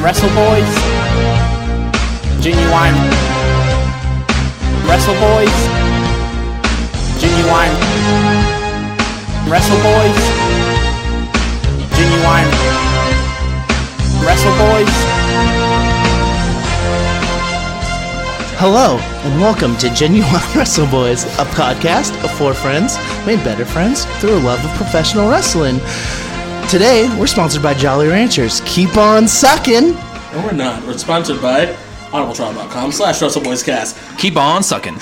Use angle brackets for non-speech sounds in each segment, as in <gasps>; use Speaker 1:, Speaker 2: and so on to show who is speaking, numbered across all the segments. Speaker 1: Wrestle Boys, Genuine Wrestle Boys, Genuine Wrestle Boys, Genuine Wrestle Boys.
Speaker 2: Hello, and welcome to Genuine <laughs> Wrestle Boys, a podcast of four friends made better friends through a love of professional wrestling. Today, we're sponsored by Jolly Ranchers. Keep on sucking.
Speaker 3: No, we're not. We're sponsored by audibletrial.com slash WrestleBoysCast.
Speaker 4: Keep on sucking.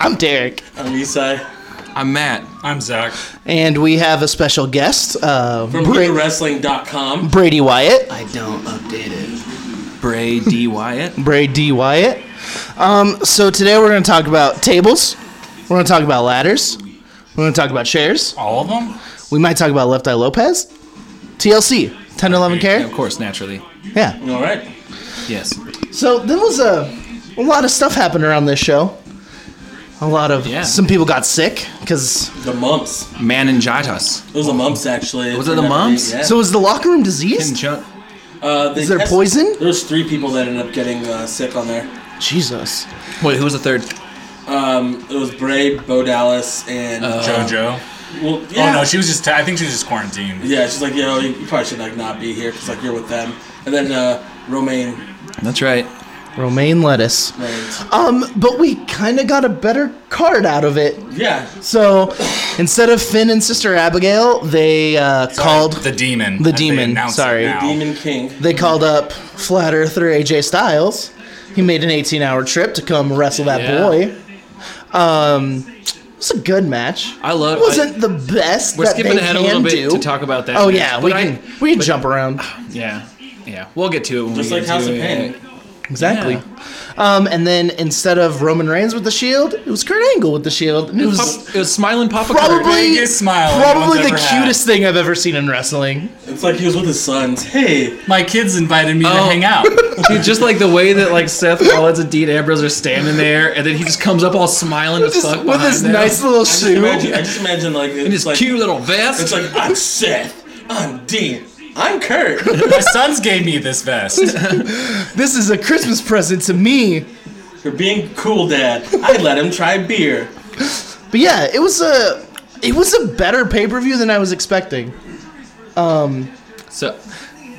Speaker 2: I'm Derek,
Speaker 3: I'm Isai.
Speaker 4: I'm Matt.
Speaker 5: I'm Zach.
Speaker 2: and we have a special guest, uh,
Speaker 3: From
Speaker 2: Bra-
Speaker 3: wrestling.com.
Speaker 2: Brady Wyatt.
Speaker 3: I don't update it.
Speaker 4: Bray D. Wyatt.
Speaker 2: Brady D. Wyatt. Um, so today we're going to talk about tables. We're going to talk about ladders. We're going to talk about chairs.
Speaker 5: All of them?
Speaker 2: We might talk about Left Eye Lopez. TLC, 10 to 11
Speaker 4: Yeah,
Speaker 2: care.
Speaker 4: of course, naturally.
Speaker 2: Yeah.
Speaker 3: All right.
Speaker 4: Yes.
Speaker 2: So there was a, a lot of stuff happened around this show. A lot of
Speaker 4: Yeah.
Speaker 2: some people got sick because
Speaker 3: The mumps.
Speaker 4: Meningitis.
Speaker 3: It was the mumps, actually.
Speaker 4: Was it the mumps?
Speaker 3: Yeah.
Speaker 2: so is the locker room diseased?
Speaker 4: Conjun-
Speaker 3: uh, they
Speaker 2: Is there
Speaker 3: test-
Speaker 2: poison?
Speaker 3: There's three people that ended up getting uh, sick on there.
Speaker 2: Jesus,
Speaker 4: Wait, who was the third?
Speaker 3: Um, it was Bray, Bo Dallas, and
Speaker 4: Uh,
Speaker 3: uh,
Speaker 5: JoJo.
Speaker 3: Well, yeah.
Speaker 5: Oh no, she was just. I think she was just quarantined.
Speaker 3: yeah, she's like, yo, you probably should like not be here because like you're with them. And then uh, Romaine.
Speaker 4: That's right.
Speaker 2: romaine lettuce.
Speaker 3: Reigns.
Speaker 2: Um, but we kind of got a better card out of it.
Speaker 3: Yeah.
Speaker 2: So instead of Finn and Sister Abigail, they uh, called
Speaker 5: the demon.
Speaker 2: The
Speaker 5: as they
Speaker 2: demon,
Speaker 5: announced it
Speaker 2: sorry.
Speaker 5: now.
Speaker 3: Demon King.
Speaker 2: they called up Flat Earther AJ Styles. He made an 18-hour trip to come wrestle that
Speaker 4: Yeah.
Speaker 2: boy. Um, it was a good match.
Speaker 4: I love-
Speaker 2: It wasn't the best.
Speaker 4: We're
Speaker 2: that
Speaker 4: skipping
Speaker 2: they
Speaker 4: ahead a
Speaker 2: can
Speaker 4: little bit
Speaker 2: do.
Speaker 4: to talk about that.
Speaker 2: Oh
Speaker 4: match,
Speaker 2: yeah,
Speaker 4: but
Speaker 2: we
Speaker 4: I-
Speaker 2: can we can jump around
Speaker 4: Yeah. Yeah. We'll get to it when
Speaker 3: Just
Speaker 4: we
Speaker 3: like
Speaker 4: get
Speaker 3: House
Speaker 4: to
Speaker 3: of Pain.
Speaker 4: it.
Speaker 2: exactly.
Speaker 4: Yeah.
Speaker 2: Um, and then instead of Roman Reigns with the Shield, it was Kurt Angle with the Shield. And it
Speaker 4: It
Speaker 2: was
Speaker 4: was, it was smiling Papa Kurt.
Speaker 2: probably
Speaker 5: biggest smile
Speaker 2: probably the
Speaker 5: anyone's ever had.
Speaker 2: cutest thing I've ever seen in wrestling.
Speaker 3: It's like he was with his sons. Hey,
Speaker 5: My kids invited me to
Speaker 4: Oh.
Speaker 5: hang out.
Speaker 4: <laughs> Dude, just like the way that like Seth Rollins and Dean Ambrose are standing there, and then he just comes up all smiling as
Speaker 2: Just
Speaker 4: fuck
Speaker 2: with
Speaker 4: behind
Speaker 2: his
Speaker 4: them.
Speaker 2: nice little
Speaker 3: I just
Speaker 2: shoe.
Speaker 3: imagine, I just imagine like
Speaker 4: and
Speaker 3: it's
Speaker 4: his
Speaker 3: like
Speaker 4: cute little vest.
Speaker 3: It's like I'm Seth, I'm Dean,
Speaker 2: <laughs>
Speaker 3: I'm Kurt.
Speaker 5: My sons gave me this vest.
Speaker 2: This is a Christmas present to me.
Speaker 3: For being cool, Dad, I let him try beer.
Speaker 2: But yeah, it was a it was a better pay per view than I was expecting.
Speaker 4: so,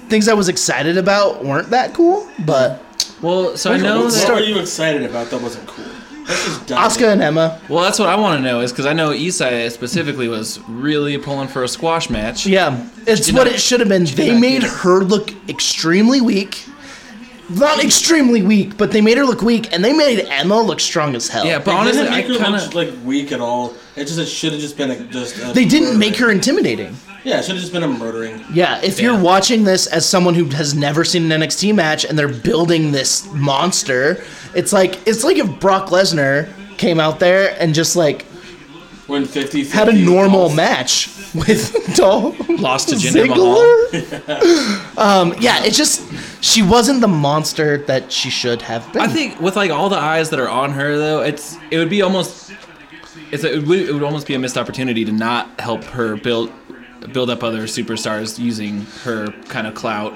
Speaker 2: Things I was excited about weren't that cool, but
Speaker 4: well, so I
Speaker 3: What-
Speaker 4: know
Speaker 3: what
Speaker 4: that
Speaker 3: were you excited about that wasn't cool? That's just dumb.
Speaker 2: Oscar and Emma,
Speaker 4: Well, that's what I want to know is because I know Isai specifically was really pulling for a squash match.
Speaker 2: yeah, it's
Speaker 4: did
Speaker 2: what
Speaker 4: not-
Speaker 2: it should have been.
Speaker 4: did
Speaker 2: They
Speaker 4: not
Speaker 2: made
Speaker 4: get it.
Speaker 2: her look extremely weak. Not extremely weak, but they made her look weak, and they made Emma look strong as hell.
Speaker 4: Yeah, but
Speaker 3: It
Speaker 4: honestly,
Speaker 3: didn't
Speaker 4: I
Speaker 3: make her
Speaker 4: kind
Speaker 3: look
Speaker 4: of
Speaker 3: like weak at all. It just it should have just been a, just. A
Speaker 2: they didn't
Speaker 3: murder.
Speaker 2: make her intimidating.
Speaker 3: Yeah, it should have just been a murdering.
Speaker 2: Yeah, if
Speaker 4: Yeah.
Speaker 2: you're watching this as someone who has never seen an NXT match and they're building this monster, it's like it's like if Brock Lesnar came out there and just like
Speaker 3: When 50
Speaker 2: had a normal match with <laughs> Dolph
Speaker 4: Lost to Jinder
Speaker 2: Ziggler. <laughs> um, yeah, it just she wasn't the monster that she should have been.
Speaker 4: I think with like all the eyes that are on her though, it's it would be almost it's a, it, would, it would almost be a missed opportunity to not help her build build up other superstars using her kind of clout.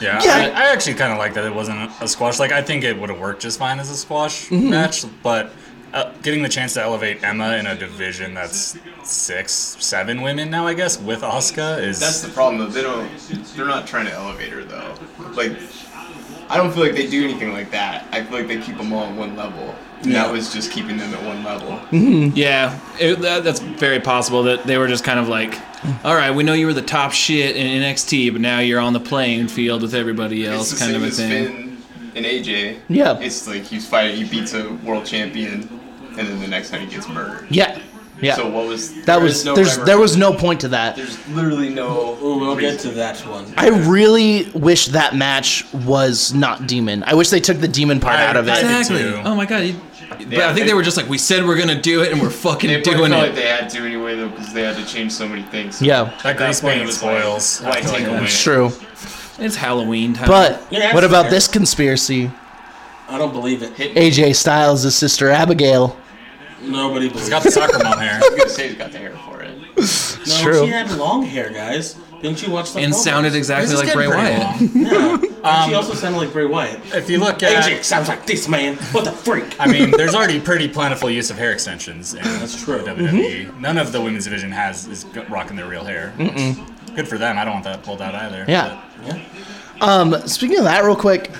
Speaker 5: Yeah,
Speaker 2: Yeah.
Speaker 5: I, I actually kind of like that it wasn't a squash. Like, I think it would have worked just fine as a squash
Speaker 2: Mm-hmm.
Speaker 5: match, but uh, getting the chance to elevate Emma in a division that's six, seven women now, I guess, with Asuka is.
Speaker 6: That's the problem though. They don't. They're not trying to elevate her though. Like, I don't feel like they do anything like that. I feel like they keep them all at one level. And
Speaker 3: Yeah.
Speaker 6: that was just keeping them at one level.
Speaker 4: Yeah, it, that, that's very possible that they were just kind of like, all right, we know you were the top shit in NXT, but now you're on the playing field with everybody
Speaker 6: it's
Speaker 4: else,
Speaker 6: the
Speaker 4: kind
Speaker 6: same
Speaker 4: of a
Speaker 6: as
Speaker 4: thing.
Speaker 6: Finn and AJ.
Speaker 2: Yeah.
Speaker 6: It's like he's fighting. He beats a world champion, and then the next time he gets murdered.
Speaker 2: yeah, yeah.
Speaker 6: So what was
Speaker 2: that
Speaker 6: there
Speaker 2: was
Speaker 6: is no
Speaker 2: there's
Speaker 6: rhyme or-
Speaker 2: there was no point to that.
Speaker 6: there's literally no.
Speaker 3: Ooh, we'll
Speaker 6: reason.
Speaker 3: get to that one.
Speaker 2: I really wish that match was not demon. I wish they took the demon part
Speaker 5: I-
Speaker 2: out of it.
Speaker 5: I-
Speaker 4: Exactly.
Speaker 5: too.
Speaker 4: Oh my god. you- but
Speaker 6: Yeah,
Speaker 4: I think
Speaker 6: they-
Speaker 4: they were just like, we said we're gonna do it, and we're fucking
Speaker 6: They probably
Speaker 4: doing it.
Speaker 6: felt like they had to anyway though because they had to change so many things. So
Speaker 2: yeah,
Speaker 5: that grease
Speaker 6: point, it
Speaker 5: paint
Speaker 6: was
Speaker 5: spoils.
Speaker 6: like,
Speaker 5: I feel
Speaker 6: why
Speaker 5: like
Speaker 6: take
Speaker 5: a
Speaker 6: <laughs> away?
Speaker 5: win.
Speaker 2: it's true.
Speaker 4: It's Halloween time.
Speaker 2: But
Speaker 3: Yeah, that's
Speaker 2: what about
Speaker 3: fair.
Speaker 2: this conspiracy?
Speaker 3: I don't believe it.
Speaker 2: AJ Styles' is sister Abigail.
Speaker 3: Nobody
Speaker 2: <laughs>
Speaker 3: believes.
Speaker 5: Got the soccer mom hair.
Speaker 6: I was gonna say he's got the hair for it.
Speaker 3: no,
Speaker 2: true.
Speaker 3: she had long hair, guys. Didn't you watch the
Speaker 4: and
Speaker 3: Fall
Speaker 4: sounded
Speaker 3: Guys?
Speaker 4: exactly
Speaker 5: This is
Speaker 4: like Bray
Speaker 5: getting pretty
Speaker 4: Wyatt.
Speaker 5: long.
Speaker 3: Yeah. And she also sounded like Bray Wyatt.
Speaker 5: If you look
Speaker 3: AJ
Speaker 5: at,
Speaker 3: sounds like this man. What the freak?
Speaker 5: I mean, there's already pretty plentiful use of hair extensions in
Speaker 3: That's true.
Speaker 5: WWE.
Speaker 2: Mm-hmm.
Speaker 5: None of the women's division has is g- rocking their real hair. which- Good for them. I don't want that pulled out either.
Speaker 2: Yeah.
Speaker 3: Yeah.
Speaker 2: Um, speaking of that, real quick,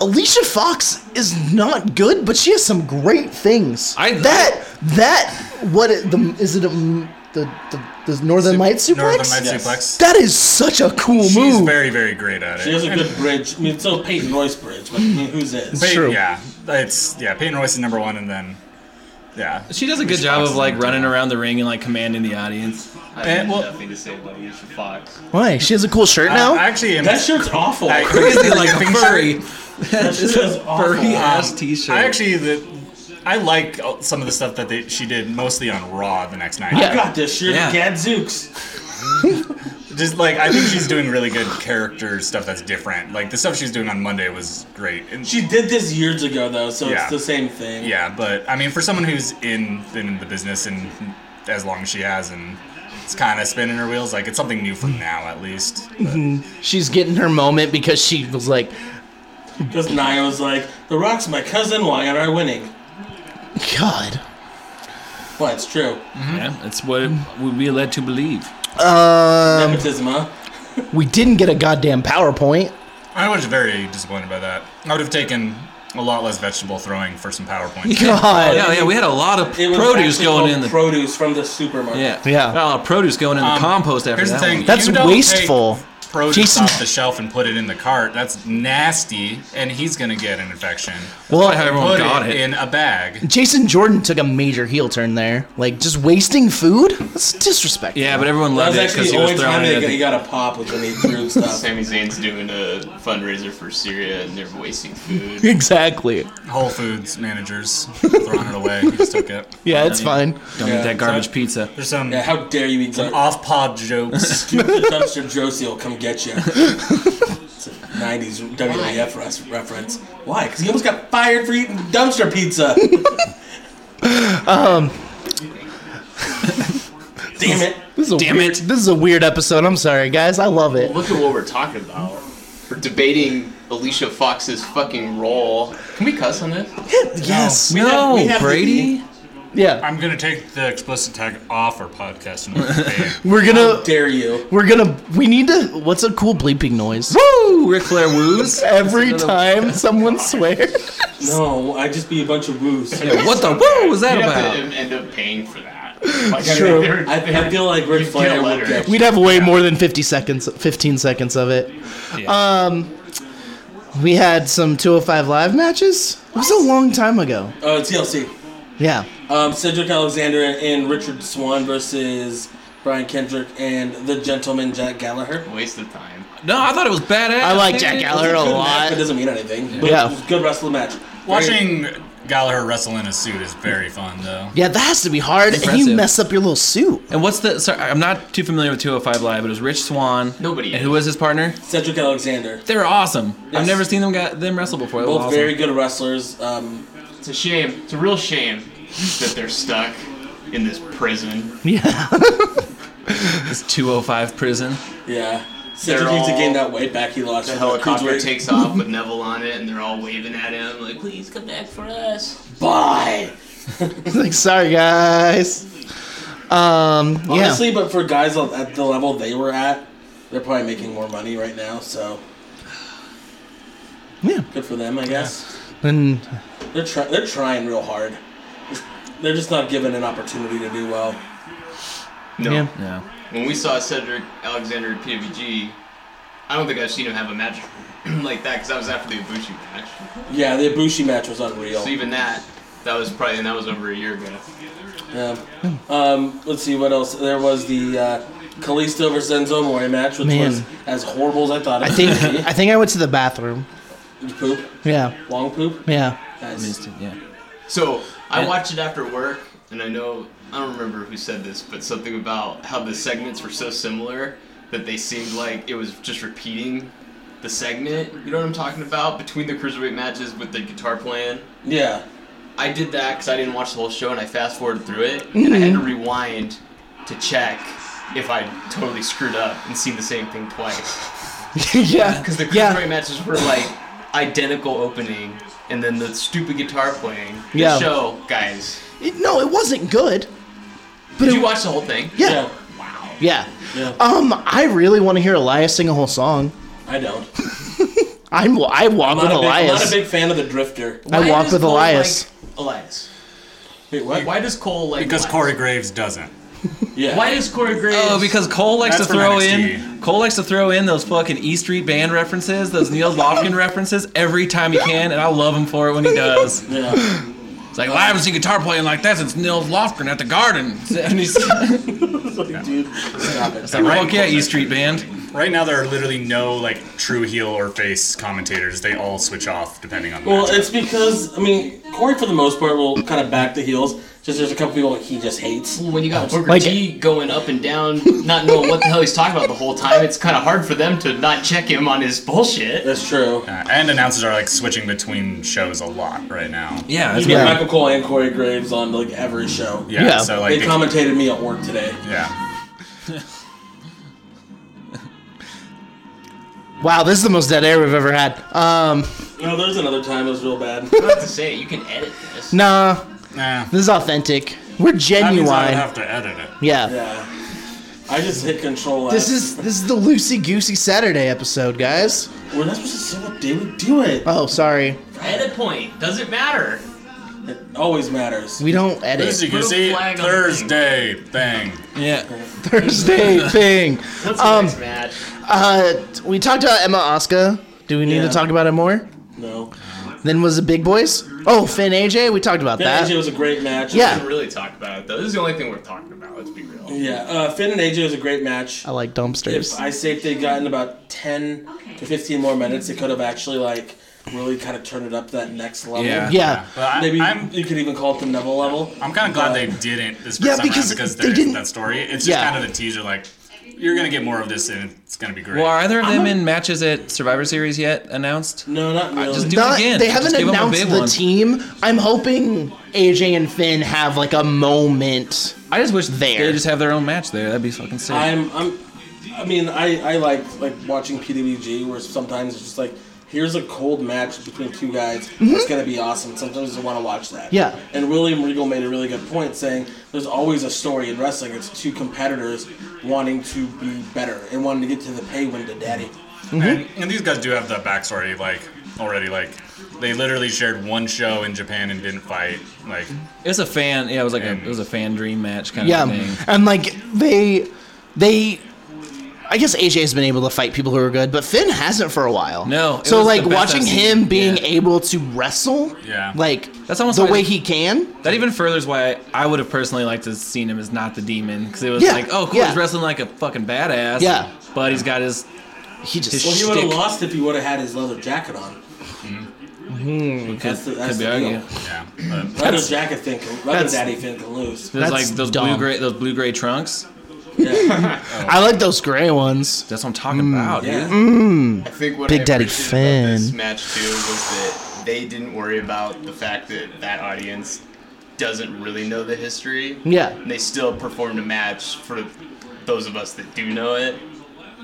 Speaker 2: Alicia Fox is not good, but she has some great things.
Speaker 4: I-
Speaker 2: that that what it, the is it um, the, the the Northern
Speaker 5: but-
Speaker 2: Light suplex?
Speaker 5: Northern Light
Speaker 3: Yes.
Speaker 5: suplex.
Speaker 2: That is such a cool
Speaker 5: She's
Speaker 2: move.
Speaker 5: very, very great at it.
Speaker 3: She has a
Speaker 5: And
Speaker 3: good bridge. I mean, it's still Peyton Royce bridge, but I mean, who's it?
Speaker 5: Pey-
Speaker 2: true.
Speaker 5: Yeah, it's yeah. Peyton Royce is number one, and then yeah.
Speaker 4: She does a good job of like running around the ring and like commanding the audience.
Speaker 6: I
Speaker 5: Eh,
Speaker 6: have
Speaker 5: well-
Speaker 6: nothing to say about Alicia Fox.
Speaker 2: Why? She has a cool shirt now.
Speaker 5: I actually am.
Speaker 3: That shirt's awful.
Speaker 5: I-
Speaker 4: Crazy like a
Speaker 5: Pink
Speaker 4: furry.
Speaker 5: shirt.
Speaker 4: <laughs> It's
Speaker 3: shit is
Speaker 4: a
Speaker 3: awful.
Speaker 4: furry ass t-shirt.
Speaker 5: I actually the. I like uh, some of the stuff that they, she did mostly on Raw the next night.
Speaker 3: I got this shit.
Speaker 4: Yeah.
Speaker 3: Gadzooks.
Speaker 5: Just like I think she's doing really good character stuff that's different. Like the stuff she's doing on Monday was great. And
Speaker 3: She did this years ago though, so
Speaker 5: Yeah.
Speaker 3: it's the same thing.
Speaker 5: yeah, but I mean for someone who's in been in the business and as long as she has and it's kind of spinning her wheels, like it's something new for now at least. But-
Speaker 2: She's getting her moment because she was like,
Speaker 3: Because Nia was like, "The Rock's my cousin. Why aren't I winning?"
Speaker 2: God.
Speaker 3: Well, it's true.
Speaker 4: yeah, it's what we- we are led to believe.
Speaker 2: Um,
Speaker 3: Nepotism, huh?
Speaker 2: we didn't get a goddamn PowerPoint.
Speaker 5: I was very disappointed by that. I would have taken a lot less vegetable throwing for some PowerPoint.
Speaker 2: God.
Speaker 4: Yeah, yeah, we had a lot of
Speaker 3: It was
Speaker 4: produce
Speaker 3: actually
Speaker 4: going
Speaker 3: called
Speaker 4: in the
Speaker 3: produce from the supermarket.
Speaker 4: yeah
Speaker 2: Yeah.
Speaker 4: a lot of produce going in the
Speaker 5: Um,
Speaker 4: compost after
Speaker 5: Here's the
Speaker 4: that.
Speaker 5: thing:
Speaker 2: That's
Speaker 5: you don't
Speaker 2: wasteful.
Speaker 5: Take produce
Speaker 2: Jason-
Speaker 5: off the shelf and put it in the cart. That's nasty, and he's gonna get an infection.
Speaker 2: Well,
Speaker 4: how everyone
Speaker 5: Put
Speaker 4: Oh, got
Speaker 5: it,
Speaker 4: it.
Speaker 5: in a bag.
Speaker 2: Jason Jordan took a major heel turn there. Like just wasting food? That's disrespectful.
Speaker 4: Yeah, but everyone
Speaker 3: That
Speaker 4: loved
Speaker 3: was
Speaker 4: it
Speaker 3: actually
Speaker 4: because he
Speaker 3: the
Speaker 4: was
Speaker 3: only
Speaker 4: throwing
Speaker 3: time
Speaker 4: it.
Speaker 3: they
Speaker 4: At
Speaker 3: got, he
Speaker 4: the,
Speaker 3: got a pop was when he threw
Speaker 4: <laughs>
Speaker 3: stuff.
Speaker 6: Sami Zayn's doing a fundraiser for Syria, and they're wasting
Speaker 2: <laughs>
Speaker 6: food.
Speaker 2: Exactly.
Speaker 5: Whole Foods managers throwing it away. He just took it.
Speaker 2: Yeah, it's fine.
Speaker 4: don't
Speaker 3: Yeah.
Speaker 4: eat that garbage pizza.
Speaker 5: There's some
Speaker 3: Yeah, how dare you eat that?
Speaker 5: off-pod jokes.
Speaker 3: Dumpster Josie will come get you. it's a 90s WWF res- reference. Why? Because he almost got fired for eating dumpster pizza. um. Damn it.
Speaker 2: This is a
Speaker 4: Damn
Speaker 2: weird,
Speaker 4: it.
Speaker 2: This is a weird episode. I'm sorry, guys. I love it.
Speaker 6: Look at what we're talking about. We're debating Alicia Fox's fucking role. Can we cuss on this?
Speaker 2: <laughs> Yes.
Speaker 5: We
Speaker 4: No,
Speaker 5: have- we
Speaker 3: have
Speaker 4: Brady.
Speaker 2: Yeah.
Speaker 5: I'm gonna take the explicit tag off our podcast. And
Speaker 2: We're
Speaker 3: How
Speaker 2: gonna.
Speaker 3: dare you?
Speaker 2: We're gonna. We need to. What's a cool bleeping noise?
Speaker 4: Woo! Ric Flair woos.
Speaker 2: Every time someone swears.
Speaker 3: No, I'd just be a bunch of woos.
Speaker 4: Yeah, what the woo was that
Speaker 6: You'd
Speaker 4: about?
Speaker 6: have to em- end up paying for that.
Speaker 2: True.
Speaker 3: I, I feel like Ric
Speaker 6: a
Speaker 3: Flair would
Speaker 6: letter.
Speaker 3: get
Speaker 2: We'd have way more than 50 seconds, 15 seconds of it. Um, we had some 205 live matches. It was a long time ago.
Speaker 3: Uh, TLC.
Speaker 2: Yeah.
Speaker 3: Um, Cedric Alexander and Richard Swan versus Brian Kendrick and the gentleman Jack Gallagher.
Speaker 6: Waste of time.
Speaker 4: No, I thought it was badass.
Speaker 2: I like Jack Gallagher a
Speaker 3: Good
Speaker 2: lot.
Speaker 3: match, but doesn't mean anything. But
Speaker 2: Yeah.
Speaker 3: it was a good wrestling match.
Speaker 5: Watching Gallagher wrestle in a suit is very fun, though.
Speaker 2: Yeah, that has to be hard. And you
Speaker 4: Impressive.
Speaker 2: mess up your little <laughs> suit.
Speaker 4: And what's the? Sorry, I'm not too familiar with 205 Live, but it was Rich Swan.
Speaker 6: Nobody
Speaker 4: And who was his partner?
Speaker 3: Cedric Alexander.
Speaker 4: They were awesome.
Speaker 3: Yes.
Speaker 4: I've never seen them got them wrestle before. It was
Speaker 3: Both
Speaker 4: awesome.
Speaker 3: very good wrestlers. Um,
Speaker 6: It's a shame. It's a real shame that they're stuck in this prison.
Speaker 2: Yeah.
Speaker 4: This 205 prison.
Speaker 3: yeah.
Speaker 6: They're
Speaker 3: Cedric needs to
Speaker 6: all-
Speaker 3: gain that weight back he lost.
Speaker 6: The
Speaker 3: from
Speaker 6: helicopter
Speaker 3: Cruiserweight.
Speaker 6: takes off with Neville on it, and they're all waving at him like, "Please come back for us."
Speaker 3: Bye.
Speaker 2: like, sorry, guys. Um, yeah.
Speaker 3: Honestly, but for guys on- at the level they were at, they're probably making more money right now. So
Speaker 2: Yeah.
Speaker 3: good for them, I guess.
Speaker 2: And
Speaker 3: They're try- they're trying real hard. They're just not given an opportunity to do well.
Speaker 6: No.
Speaker 2: Yeah.
Speaker 4: Yeah.
Speaker 6: When we saw Cedric Alexander at PWG, I don't think I've seen him have a match <clears throat> like that because that was after the Ibushi match.
Speaker 3: Yeah, the Ibushi match was unreal.
Speaker 6: So even that, that was probably and that was over a year ago.
Speaker 3: Yeah. Um, let's see what else. There was the uh, Kalisto versus Enzo Amore match, which
Speaker 2: Man.
Speaker 3: was as horrible as I thought it
Speaker 2: I
Speaker 3: would
Speaker 2: think
Speaker 3: be.
Speaker 2: I think I went to the bathroom.
Speaker 3: Did you <laughs> poop?
Speaker 2: Yeah.
Speaker 3: Long poop?
Speaker 2: Yeah.
Speaker 3: Nice.
Speaker 4: Missed it, Yeah.
Speaker 6: So I watched it after work, and I know I don't remember who said this, but something about how the segments were so similar that they seemed like it was just repeating the segment. You know what I'm talking about between the cruiserweight matches with the guitar playing.
Speaker 3: Yeah.
Speaker 6: I did
Speaker 2: Mm-hmm.
Speaker 6: that because I didn't watch the whole show, and I fast forwarded through it, and I had to rewind to check if I totally screwed up and seen the same thing
Speaker 2: <laughs>
Speaker 6: twice.
Speaker 2: yeah,
Speaker 6: Because the cruiserweight
Speaker 2: yeah,
Speaker 6: matches were like identical opening, and then the stupid guitar playing. The
Speaker 2: Yeah.
Speaker 6: show, guys.
Speaker 2: It- no, it wasn't good. But
Speaker 6: Did
Speaker 2: it,
Speaker 6: you watch the whole thing?
Speaker 2: Yeah,
Speaker 6: Wow.
Speaker 2: yeah.
Speaker 3: Yeah.
Speaker 2: Um, I really want to hear Elias sing a whole song.
Speaker 3: I don't.
Speaker 2: I'm I walk
Speaker 3: I'm
Speaker 2: with
Speaker 3: not, a big, I'm not
Speaker 2: Elias.
Speaker 3: a big fan of the Drifter.
Speaker 2: I
Speaker 6: Why
Speaker 2: walk
Speaker 6: does
Speaker 2: with
Speaker 6: Cole
Speaker 2: Elias.
Speaker 6: Like Elias.
Speaker 3: Wait, what?
Speaker 6: Why does Cole like?
Speaker 5: Because
Speaker 6: Elias?
Speaker 5: Corey Graves doesn't.
Speaker 3: Yeah.
Speaker 6: Why does Corey Graves?
Speaker 4: Oh, because Cole likes
Speaker 5: That's
Speaker 4: to
Speaker 5: from
Speaker 4: throw
Speaker 5: NXT.
Speaker 4: in Cole likes to throw in those fucking E Street Band references, those Neil Lofgren references every time he can, and I love him for it when he does.
Speaker 3: Yeah.
Speaker 4: It's like well, I haven't seen guitar playing like that since Neil Lofgren at the Garden. <laughs> And he's it's
Speaker 3: Dude, stop it.
Speaker 4: like, fuck yeah, E Street Band.
Speaker 5: Right now, there are literally no like true heel or face commentators. They all switch off depending on. The
Speaker 3: Well,
Speaker 5: match.
Speaker 3: it's because I mean Corey for the most part will kind of back the heels. Just there's a couple people that he just hates.
Speaker 6: when you got Booker
Speaker 2: Like-
Speaker 6: T going up and down, not knowing what the hell he's talking about the whole time, it's kind of hard for them to not check him on his bullshit.
Speaker 3: That's true.
Speaker 5: Uh, and announcers are like switching between shows a lot right now.
Speaker 4: Yeah,
Speaker 3: You
Speaker 4: it's
Speaker 3: get
Speaker 2: Yeah.
Speaker 3: Michael Cole and Corey Graves on like every show.
Speaker 5: Yeah.
Speaker 2: Yeah.
Speaker 5: So like.
Speaker 3: They
Speaker 5: they-
Speaker 3: commentated me at work today.
Speaker 5: yeah.
Speaker 2: Wow, this is the most dead air we've ever had. Um,
Speaker 3: No, there's another time it was real bad.
Speaker 6: You don't have to say it. You can edit this.
Speaker 2: nah,
Speaker 5: Nah.
Speaker 2: this is authentic. We're
Speaker 5: That
Speaker 2: genuine.
Speaker 5: means I would have to edit it.
Speaker 2: yeah.
Speaker 3: Yeah. I just hit control.
Speaker 2: This
Speaker 3: F.
Speaker 2: is this is the loosey goosey Saturday episode, guys.
Speaker 3: We're not supposed to say what day we do it.
Speaker 2: Oh, sorry,
Speaker 6: Edit point doesn't matter.
Speaker 3: It always matters.
Speaker 2: we don't
Speaker 5: As you
Speaker 2: edit
Speaker 5: can
Speaker 6: Put a
Speaker 5: see,
Speaker 6: flag on the
Speaker 5: Thursday thing.
Speaker 4: yeah.
Speaker 2: <laughs> Thursday thing.
Speaker 6: What's
Speaker 2: Um,
Speaker 6: the next match?
Speaker 2: Uh, we talked about Emma Oscar. Do we need to
Speaker 3: Yeah.
Speaker 2: talk about it more?
Speaker 3: No.
Speaker 2: Then was the big boys? Oh, Finn AJ. We talked about
Speaker 3: Yeah,
Speaker 2: that.
Speaker 3: AJ was a great match.
Speaker 2: Yeah.
Speaker 6: We didn't really talk about it though. This is the only thing we're talking about. Let's be real.
Speaker 3: Yeah. Uh, Finn and AJ was a great match.
Speaker 2: I like dumpsters.
Speaker 3: If I say if they'd gotten about ten to fifteen more minutes, it could have actually like really kind of turned it up to that next level.
Speaker 4: Yeah.
Speaker 2: yeah.
Speaker 5: But I,
Speaker 3: Maybe
Speaker 5: I'm
Speaker 3: you could even call it the Neville level. Uh,
Speaker 5: I'm kind of glad they didn't this first
Speaker 2: Yeah,
Speaker 5: time around
Speaker 2: because
Speaker 5: because
Speaker 2: they
Speaker 5: there is
Speaker 2: didn't-
Speaker 5: that story. It's just
Speaker 2: Yeah.
Speaker 5: kind of a teaser. Like you're gonna get more of this and it's gonna be great.
Speaker 4: Well, are either of them in matches at Survivor Series yet announced?
Speaker 3: No, not really.
Speaker 4: just do-
Speaker 2: Not-
Speaker 4: again.
Speaker 2: They
Speaker 4: Just
Speaker 2: haven't
Speaker 4: give 'em a
Speaker 2: announced
Speaker 4: big
Speaker 2: the
Speaker 4: one.
Speaker 2: team. I'm hoping AJ and Finn have like a moment.
Speaker 4: I just wish
Speaker 2: There.
Speaker 4: they just have their own match there. That'd be fucking sick.
Speaker 3: I'm, I'm, I mean, I, I like like watching PWG where sometimes it's just like here's a cold match between two guys. It's gonna be awesome. Sometimes I want to watch that.
Speaker 2: Mm-hmm. Yeah.
Speaker 3: And William Regal made a really good point saying there's always a story in wrestling. It's two competitors wanting to be better and wanting to get to the pay window, daddy.
Speaker 5: And, and these guys do have that backstory, like already. Like they literally shared one show in Japan and didn't fight. Like
Speaker 4: it was a fan. Yeah, it was like a it was a fan dream match kind
Speaker 2: Yeah,
Speaker 4: of thing.
Speaker 2: and like they, they. I guess AJ has been able to fight people who are good, but Finn hasn't for a while.
Speaker 4: No, it
Speaker 2: So
Speaker 4: was
Speaker 2: like
Speaker 4: the best
Speaker 2: watching
Speaker 4: I've
Speaker 2: him
Speaker 4: seen.
Speaker 2: being
Speaker 4: Yeah.
Speaker 2: able to wrestle,
Speaker 5: Yeah.
Speaker 2: like
Speaker 4: That's almost
Speaker 2: the
Speaker 4: why-
Speaker 2: way he can.
Speaker 4: That even furthers why I would have personally liked to have seen him as not the demon because it was
Speaker 2: Yeah,
Speaker 4: like, oh, cool,
Speaker 2: yeah.
Speaker 4: he's wrestling like a fucking badass.
Speaker 2: Yeah.
Speaker 4: but he's got his
Speaker 2: He just
Speaker 3: Well, he would have
Speaker 2: shtick.
Speaker 3: lost if he would have had his leather jacket on.
Speaker 4: could,
Speaker 3: That's the- that's
Speaker 4: could be
Speaker 3: the deal.
Speaker 4: argued.
Speaker 5: yeah, but
Speaker 3: Leather jacket thing, can, leather
Speaker 2: that's-
Speaker 3: daddy thing can lose.
Speaker 4: There's
Speaker 2: That's
Speaker 4: like those
Speaker 2: dumb.
Speaker 4: blue gray those blue gray trunks.
Speaker 3: Yeah.
Speaker 2: I like those gray ones.
Speaker 4: That's what I'm talking
Speaker 2: Mm.
Speaker 4: about, dude.
Speaker 3: yeah.
Speaker 2: Mm-hmm.
Speaker 6: I think what
Speaker 2: Big
Speaker 6: I
Speaker 2: Daddy
Speaker 6: appreciated about this
Speaker 2: Finn.
Speaker 6: match too was that they didn't worry about the fact that that audience doesn't really know the history.
Speaker 2: Yeah,
Speaker 6: And they still performed a match for those of us that do know it.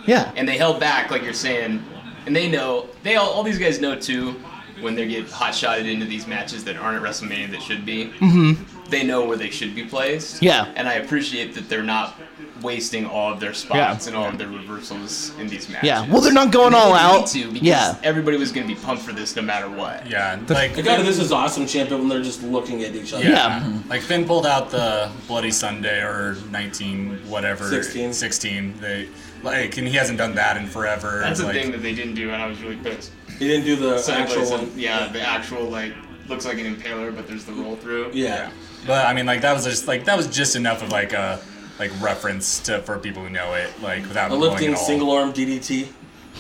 Speaker 2: yeah,
Speaker 6: and they held back, like you're saying, and they know they all, all these guys know too when they get hot shotted into these matches that aren't at WrestleMania that should be. Mm-hmm. They know where they should be placed.
Speaker 2: Yeah.
Speaker 6: and I appreciate that they're not wasting all of their spots and all of their reversals in these matches.
Speaker 2: yeah. Well, they're not going
Speaker 6: And they
Speaker 2: all
Speaker 6: didn't need
Speaker 2: out.
Speaker 6: to because
Speaker 2: Yeah,
Speaker 6: everybody was going to be pumped for this no matter what.
Speaker 5: yeah, like
Speaker 3: I got it. This is awesome, champion. When they're just looking at each other.
Speaker 2: Yeah.
Speaker 5: Like Finn pulled out the Bloody Sunday or 19 whatever
Speaker 3: 16.
Speaker 5: 16. They like and he hasn't done that in forever.
Speaker 6: That's a
Speaker 5: like,
Speaker 6: thing that they didn't do, and I was really pissed.
Speaker 3: He didn't do the actual
Speaker 6: Sideways
Speaker 3: one.
Speaker 6: and- yeah, the actual like looks like an impaler, but there's the roll through.
Speaker 3: Yeah.
Speaker 5: But I mean like that was just like that was just enough of like a like reference to for people who know it like without
Speaker 3: A
Speaker 5: knowing
Speaker 3: lifting
Speaker 5: it all.
Speaker 3: single arm DDT.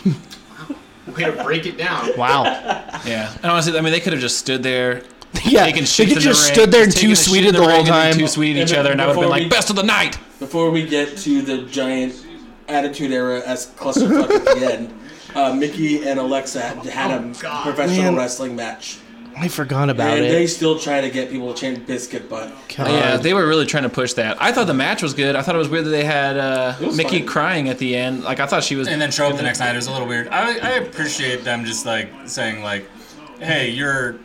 Speaker 6: way to break it
Speaker 3: <laughs>
Speaker 6: down.
Speaker 2: wow.
Speaker 4: Yeah. And honestly, I mean, they could have just stood there.
Speaker 2: Yeah,
Speaker 4: taking
Speaker 2: they
Speaker 4: shits in
Speaker 2: could
Speaker 4: the
Speaker 2: just
Speaker 4: ring,
Speaker 2: stood there and
Speaker 4: taking
Speaker 2: two
Speaker 4: a shit in
Speaker 2: sweeted the whole
Speaker 4: ring and then
Speaker 2: time.
Speaker 4: Two sweeted each
Speaker 3: And
Speaker 4: other, and I would have been
Speaker 3: before
Speaker 4: like,
Speaker 3: we-
Speaker 4: "Best of the night."
Speaker 3: Before we get to the giant Attitude Era s clusterfuck at the end, uh, Mickey and Alexa had a
Speaker 6: God.
Speaker 3: professional
Speaker 2: Man.
Speaker 3: wrestling match.
Speaker 2: I forgot about
Speaker 3: And they
Speaker 2: it.
Speaker 3: still try to get people to chant biscuit butt.
Speaker 2: God.
Speaker 4: yeah, they were really trying to push that. I thought the match was good. I thought it was weird that they had uh,
Speaker 3: was
Speaker 4: Mickey
Speaker 3: fine.
Speaker 4: crying at the end. Like I thought she was.
Speaker 5: and then show up the next night. It was a little weird. I, I appreciate them just like saying like, "Hey, you're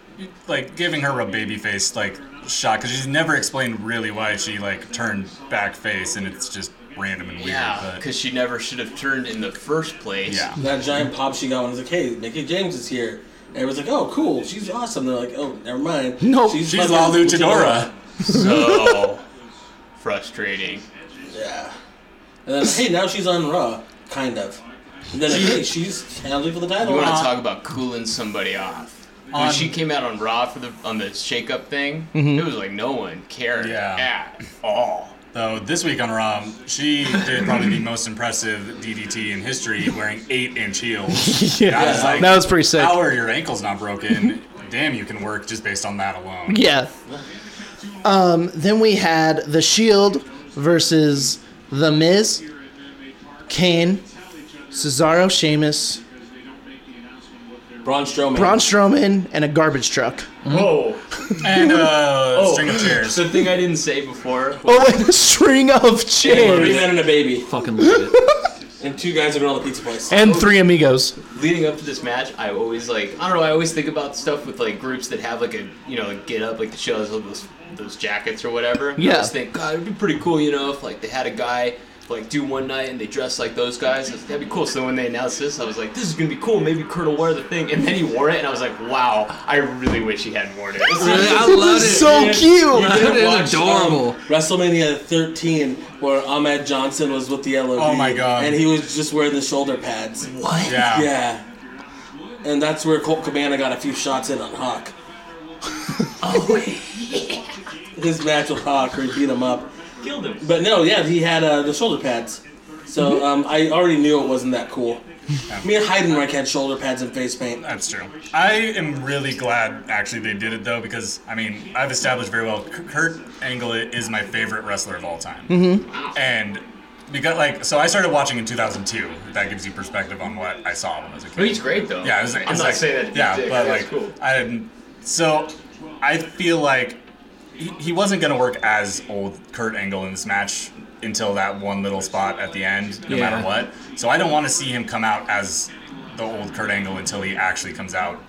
Speaker 5: like giving her a baby face like shot because she's never explained really why she like turned back face, and it's just random and weird."
Speaker 6: Yeah,
Speaker 5: but
Speaker 6: because she never should have turned in the first place.
Speaker 5: yeah,
Speaker 3: That giant pop she got when it was like, hey, Mickey James is here. And it was like, oh, cool. She's awesome. They're like, oh, never
Speaker 2: <laughs>
Speaker 3: mind.
Speaker 2: Nope.
Speaker 5: she's
Speaker 3: fucking
Speaker 5: La Luchadora. <laughs>
Speaker 6: So frustrating.
Speaker 3: Yeah. And then, hey, now she's on Raw. Kind of. And then, hey, she's challenging for the
Speaker 6: You
Speaker 3: title. Uh-huh.
Speaker 6: want to talk about cooling somebody off? When she came out on Raw for the on the shakeup thing,
Speaker 3: Mm-hmm.
Speaker 6: it was like no one cared
Speaker 5: Yeah.
Speaker 6: at all.
Speaker 5: Though this week on Raw, she did probably the most impressive DDT in history, wearing eight-inch
Speaker 2: <laughs>
Speaker 5: heels.
Speaker 2: Yeah.
Speaker 5: I was like,
Speaker 2: That was pretty sick.
Speaker 5: How are your ankles not broken? Damn, you can work just based on that alone.
Speaker 2: Yeah. Um, then we had The Shield versus The Miz, Kane, Cesaro, Sheamus,
Speaker 3: Braun Strowman.
Speaker 2: Braun Strowman, and a garbage truck.
Speaker 6: Whoa!
Speaker 5: And uh, string of chairs. <laughs>
Speaker 6: The thing I didn't say before.
Speaker 2: Oh, and a string of
Speaker 3: Three
Speaker 2: chairs.
Speaker 3: men and a baby.
Speaker 4: fucking lose it.
Speaker 3: <laughs> And two guys are going to the pizza place.
Speaker 2: And three amigos.
Speaker 6: leading up to this match, I always like I don't know. I always think about stuff with like groups that have like a you know like, get up like the shows all those those jackets or whatever. And I
Speaker 2: Yeah.
Speaker 6: just think God, it'd be pretty cool, you know, if like they had a guy like do one night and they dress like those guys. I was like, That'd be cool. So when they announced this, I was like, this is gonna be cool. Maybe Kurt will wear the thing, and then he wore it, and I was like, wow, I really wish he
Speaker 5: <laughs>
Speaker 6: hadn't worn
Speaker 2: <laughs>
Speaker 4: <laughs>
Speaker 6: it.
Speaker 4: I
Speaker 2: It
Speaker 4: loved it.
Speaker 2: was so
Speaker 4: dude.
Speaker 2: cute.
Speaker 4: It is
Speaker 3: Watch, um,
Speaker 4: adorable.
Speaker 3: WrestleMania 13, where Ahmed Johnson was with the LOD.
Speaker 5: Oh my God.
Speaker 3: And he was just wearing the shoulder pads.
Speaker 2: What?
Speaker 5: Yeah.
Speaker 3: Yeah. And that's where Colt Cabana got a few shots in on
Speaker 4: <laughs>
Speaker 3: Hawk. oh, his match with Hawk, where he beat him up.
Speaker 6: killed him.
Speaker 3: But no, yeah, he had uh, the shoulder pads.
Speaker 4: Mm-hmm.
Speaker 3: So um, I already knew it wasn't that cool. Me and Heidenreich had shoulder pads and face paint.
Speaker 5: That's true. I am really glad actually they did it though because I mean I've established very well K- Kurt Angle is my favorite wrestler of all time, mm-hmm. and because like so I started watching in 2002. If that gives you perspective on what I saw when I was a kid.
Speaker 6: But he's great though.
Speaker 5: Yeah, it was,
Speaker 6: I'm
Speaker 5: it was
Speaker 6: not
Speaker 5: like,
Speaker 6: saying that. To be a
Speaker 5: yeah,
Speaker 6: dick.
Speaker 5: but like,
Speaker 6: That's cool.
Speaker 5: I didn't. So, I feel like he, he wasn't gonna work as old Kurt Angle in this match until that one little spot at the end, no
Speaker 4: Yeah.
Speaker 5: matter what. So I don't want to see him come out as the old Kurt Angle until he actually comes out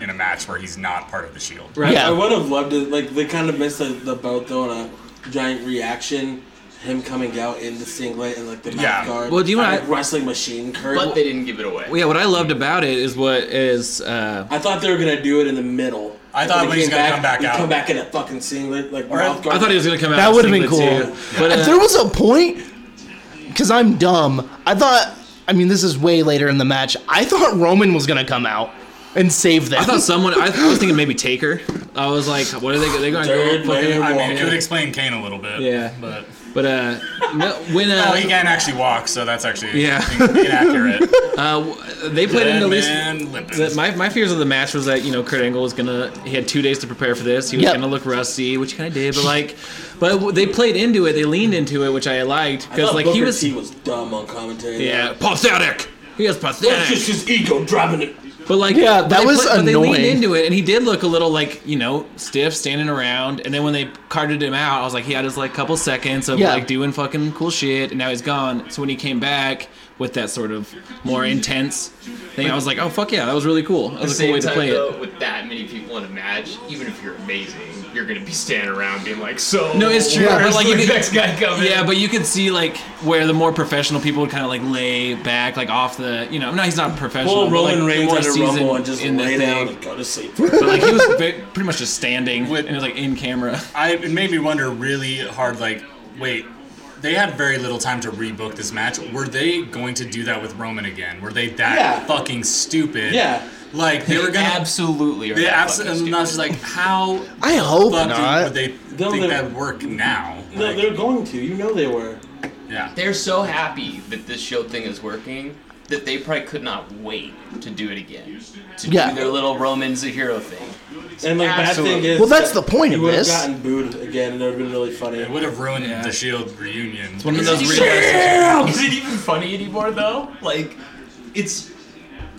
Speaker 5: in a match where he's not part of the Shield.
Speaker 4: Right.
Speaker 2: Yeah.
Speaker 3: I would have loved it. Like they kind of missed the, the boat though, and a giant reaction. Him coming out in the singlet and like the mouth
Speaker 5: Yeah.
Speaker 3: guard.
Speaker 4: Well, do you wanna-
Speaker 3: like, wrestling machine Kurt?
Speaker 6: But they didn't give it away.
Speaker 4: Well, yeah, what I loved about it is what is uh,
Speaker 3: I thought they were gonna do it in the middle.
Speaker 5: I thought when
Speaker 3: he
Speaker 5: he's gonna come back
Speaker 3: he'd
Speaker 5: out.
Speaker 3: Come back in a fucking singlet, like
Speaker 5: I-
Speaker 3: mouth guard.
Speaker 4: I thought he was gonna come out.
Speaker 2: That
Speaker 4: in
Speaker 2: would have been cool.
Speaker 4: singlet, too. But
Speaker 2: If
Speaker 4: uh,
Speaker 2: there was a point, because I'm dumb, I thought. I mean, this is way later in the match. I thought Roman was gonna come out and save them.
Speaker 4: I thought someone. I, I was thinking maybe Taker. I was like, what are they? They're going to
Speaker 3: Third
Speaker 4: go fucking.
Speaker 3: man.
Speaker 5: I mean, it would explain Kane a little bit.
Speaker 4: Yeah.
Speaker 5: but.
Speaker 4: But uh, no, when
Speaker 5: Oh, he
Speaker 4: uh,
Speaker 5: can actually walk, so that's actually
Speaker 4: Yeah. <laughs>
Speaker 5: inaccurate.
Speaker 4: uh, w- they played
Speaker 5: Dead
Speaker 4: into at least.
Speaker 5: man limping.
Speaker 4: The, my, my fears of the match was that you know Kurt Angle was gonna he had two days to prepare for this he was
Speaker 2: Yep.
Speaker 4: gonna look rusty which he kind of did but like but w- they played into it they leaned into it which I liked
Speaker 3: I
Speaker 4: because
Speaker 3: thought
Speaker 4: like
Speaker 3: Booker
Speaker 4: he was
Speaker 3: T was dumb on commentary.
Speaker 4: yeah pathetic he is
Speaker 3: That's just
Speaker 4: pathetic
Speaker 3: his ego driving it.
Speaker 4: but like
Speaker 2: Yeah,
Speaker 4: but
Speaker 2: that
Speaker 4: they
Speaker 2: was
Speaker 4: but they leaned
Speaker 2: annoying.
Speaker 4: into it and he did look a little like you know stiff standing around and then when they carted him out I was like he had his like couple seconds of
Speaker 2: Yeah.
Speaker 4: like doing fucking cool shit and now he's gone so when he came back with that sort of more intense thing I was like oh fuck yeah that was really cool that
Speaker 6: At the
Speaker 4: was a
Speaker 6: same
Speaker 4: cool way to
Speaker 6: time,
Speaker 4: play it.
Speaker 6: though, with that many people in a match, even if you're amazing, you're gonna be standing around being like, "So
Speaker 4: No, it's true,
Speaker 6: where's
Speaker 4: but, like,
Speaker 6: the
Speaker 4: you could-
Speaker 6: next guy coming?"
Speaker 4: Yeah, but you could see like where the more professional people would kind of like lay back, like off the, you know, no, he's not professional.
Speaker 3: Pull
Speaker 4: but, like,
Speaker 3: Roman
Speaker 4: the
Speaker 3: Reigns
Speaker 4: more
Speaker 3: at a
Speaker 4: seasoned
Speaker 3: rumble and just
Speaker 4: in the
Speaker 3: lay down
Speaker 4: thing.
Speaker 3: and go to sleep.
Speaker 4: But like he was ve- pretty much just standing
Speaker 5: With-
Speaker 4: and it was like in camera.
Speaker 5: I it made me wonder really hard. Like, wait, they had very little time to rebook this match. Were they going to do that with Roman again? Were they that
Speaker 3: Yeah.
Speaker 5: fucking stupid?
Speaker 3: Yeah.
Speaker 5: like they were gonna.
Speaker 6: absolutely. Are
Speaker 5: they
Speaker 6: that
Speaker 5: absolutely.
Speaker 6: fucking
Speaker 5: And I was just
Speaker 6: stupid.
Speaker 5: like, how
Speaker 2: <laughs> I hope
Speaker 5: fucking
Speaker 2: not.
Speaker 5: would they
Speaker 3: No,
Speaker 5: think
Speaker 3: they-
Speaker 5: that would work now?
Speaker 3: no,
Speaker 5: Like,
Speaker 3: they're going to. You know they were.
Speaker 5: yeah.
Speaker 6: they're so happy that this show thing is working that they probably could not wait to do it again. To
Speaker 2: Yeah.
Speaker 6: do their little Roman's a hero thing.
Speaker 3: And like bad thing
Speaker 6: Absolutely.
Speaker 3: is,
Speaker 2: Well, that's the point
Speaker 3: you
Speaker 2: of
Speaker 3: would have
Speaker 2: this.
Speaker 3: gotten booed again, and it would have been really funny.
Speaker 5: It would have ruined
Speaker 4: Yeah.
Speaker 5: the Shield reunion.
Speaker 4: One of those
Speaker 6: Is
Speaker 4: re-
Speaker 6: it even funny anymore though? Like, it's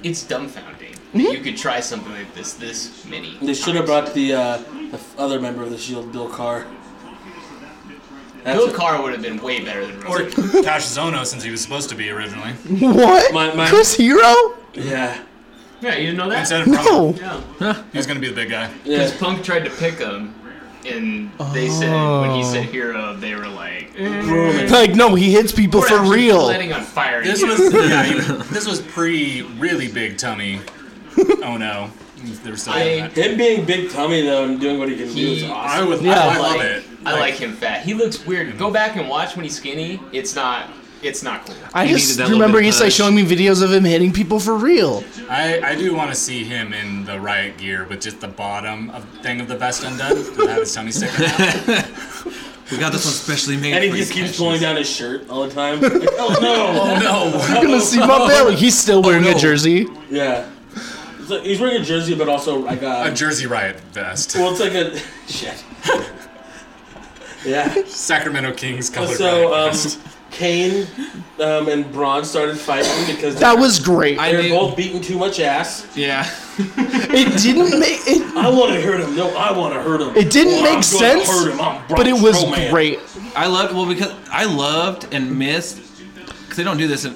Speaker 6: it's dumbfounding. that you could try something like this this many.
Speaker 3: They should have brought the, uh, the other member of the Shield, E Bill Carr. That's
Speaker 6: Bill
Speaker 3: it.
Speaker 6: Carr would have been way better than
Speaker 5: Or
Speaker 6: Rosen.
Speaker 5: Cash Zono, since he was supposed to be originally.
Speaker 2: What?
Speaker 3: My- my-
Speaker 2: Chris Hero?
Speaker 3: Yeah.
Speaker 6: Yeah, you didn't know that?
Speaker 5: Instead of
Speaker 2: No.
Speaker 6: Yeah.
Speaker 5: he's gonna be the big guy.
Speaker 3: Yeah.
Speaker 6: Because Punk tried to pick him, and they said, when he
Speaker 4: Oh.
Speaker 6: said hero, they were like, eh,
Speaker 2: Like, no, he hits people
Speaker 6: we're
Speaker 2: for
Speaker 6: actually
Speaker 2: real.
Speaker 6: Letting on fire.
Speaker 5: This
Speaker 4: <laughs>
Speaker 6: you.
Speaker 5: was yeah, he- this was pre really big tummy. Oh no, they were still. doing
Speaker 6: I-
Speaker 5: that.
Speaker 3: Him being big tummy though and doing what he can do is
Speaker 6: He-
Speaker 5: I
Speaker 3: awesome.
Speaker 5: would.
Speaker 2: Yeah.
Speaker 5: I love
Speaker 6: like-
Speaker 5: it.
Speaker 6: I like, him fat. He looks weird. Go back and watch when he's skinny. It's not. It's not cool.
Speaker 2: I
Speaker 4: He
Speaker 2: just
Speaker 4: needed that little
Speaker 2: remember
Speaker 4: bit of
Speaker 2: he's like
Speaker 4: push.
Speaker 2: showing me videos of him hitting people for real.
Speaker 5: I, I do want to see him in the riot gear with just the bottom of thing of the vest undone. Doesn't have his tummy
Speaker 4: <laughs>
Speaker 5: sticking out.
Speaker 4: We got this one specially made.
Speaker 3: And he
Speaker 4: for
Speaker 3: just
Speaker 4: you,
Speaker 3: keeps
Speaker 4: Cassius.
Speaker 3: pulling down his shirt all the time. Like, oh no!
Speaker 5: Oh no!
Speaker 2: I'm gonna see my belly. He's still wearing a
Speaker 4: Oh, no.
Speaker 2: jersey.
Speaker 3: Yeah. It's like- he's wearing a jersey, but also like a.
Speaker 5: A Jersey riot vest.
Speaker 3: Well, it's like a <laughs> shit. yeah.
Speaker 5: Sacramento Kings color
Speaker 3: So
Speaker 5: riot
Speaker 3: um,
Speaker 5: vest.
Speaker 3: Kane um, and Braun started fighting because
Speaker 2: That was great.
Speaker 4: I
Speaker 3: they're
Speaker 4: knew.
Speaker 3: both beating too much ass.
Speaker 4: Yeah.
Speaker 2: it didn't make it,
Speaker 3: I want to hurt him. No, I want to hurt him.
Speaker 2: It didn't
Speaker 3: Oh,
Speaker 2: make
Speaker 3: I'm gonna
Speaker 2: sense,
Speaker 3: hurt him. I'm
Speaker 2: but it
Speaker 3: Braun
Speaker 2: was
Speaker 3: Strowman.
Speaker 2: great.
Speaker 4: I loved well because I loved and missed because they don't do this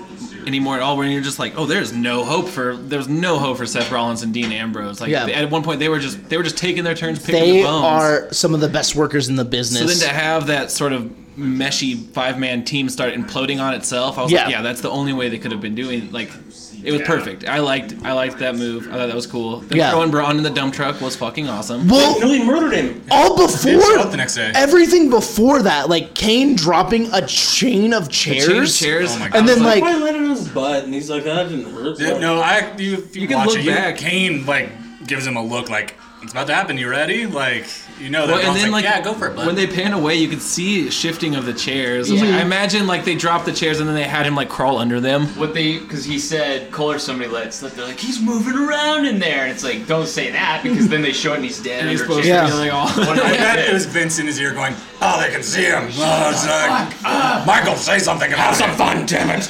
Speaker 4: anymore at all. Where you're just like, oh, there's no hope for there's no hope for Seth Rollins and Dean Ambrose. Like
Speaker 2: Yeah.
Speaker 4: they- at one point they were just they were just taking their turns picking
Speaker 2: They
Speaker 4: the bones.
Speaker 2: are some of the best workers in the
Speaker 4: so then
Speaker 2: business.
Speaker 4: to have that sort of meshy five man team start imploding on itself, I was
Speaker 2: Yeah.
Speaker 4: like, yeah, that's the only way they could have been doing. Like it was perfect. I liked I liked that move. I thought that was cool. Them
Speaker 2: Yeah.
Speaker 4: throwing Braun in the dump truck was fucking awesome.
Speaker 2: well,
Speaker 3: No, he murdered him.
Speaker 2: all before
Speaker 5: up the next day.
Speaker 2: everything before that, like Kane dropping a chain of chairs,
Speaker 4: Chain of chairs.
Speaker 5: Oh my God.
Speaker 2: and then
Speaker 3: Like,
Speaker 2: like,
Speaker 3: probably landed on his butt, and he's like, "That didn't hurt."
Speaker 5: Yeah,
Speaker 3: Like,
Speaker 5: no, I you, if you,
Speaker 4: can
Speaker 5: watch
Speaker 4: look
Speaker 5: it, you-
Speaker 4: back.
Speaker 5: Kane like gives him a look like it's about to happen. You ready? Like you know that.
Speaker 4: Well, and
Speaker 5: Braun's
Speaker 4: then like,
Speaker 5: yeah, go for it. Bud.
Speaker 4: when they pan away, you could see shifting of the chairs. I was like, I imagine like they dropped the chairs and then they had him like crawl under them.
Speaker 6: What they, because he said Cole or somebody let it slip. They're like, he's moving around in there, and it's like, don't say that because then they show it and he's dead.
Speaker 4: And he's
Speaker 6: or
Speaker 4: supposed
Speaker 2: Yeah.
Speaker 4: to be like, oh,
Speaker 5: I bet it was Vince in his ear going, "Oh, they can see him." Oh, it's like, Michael, say something. Have some fun, damn it.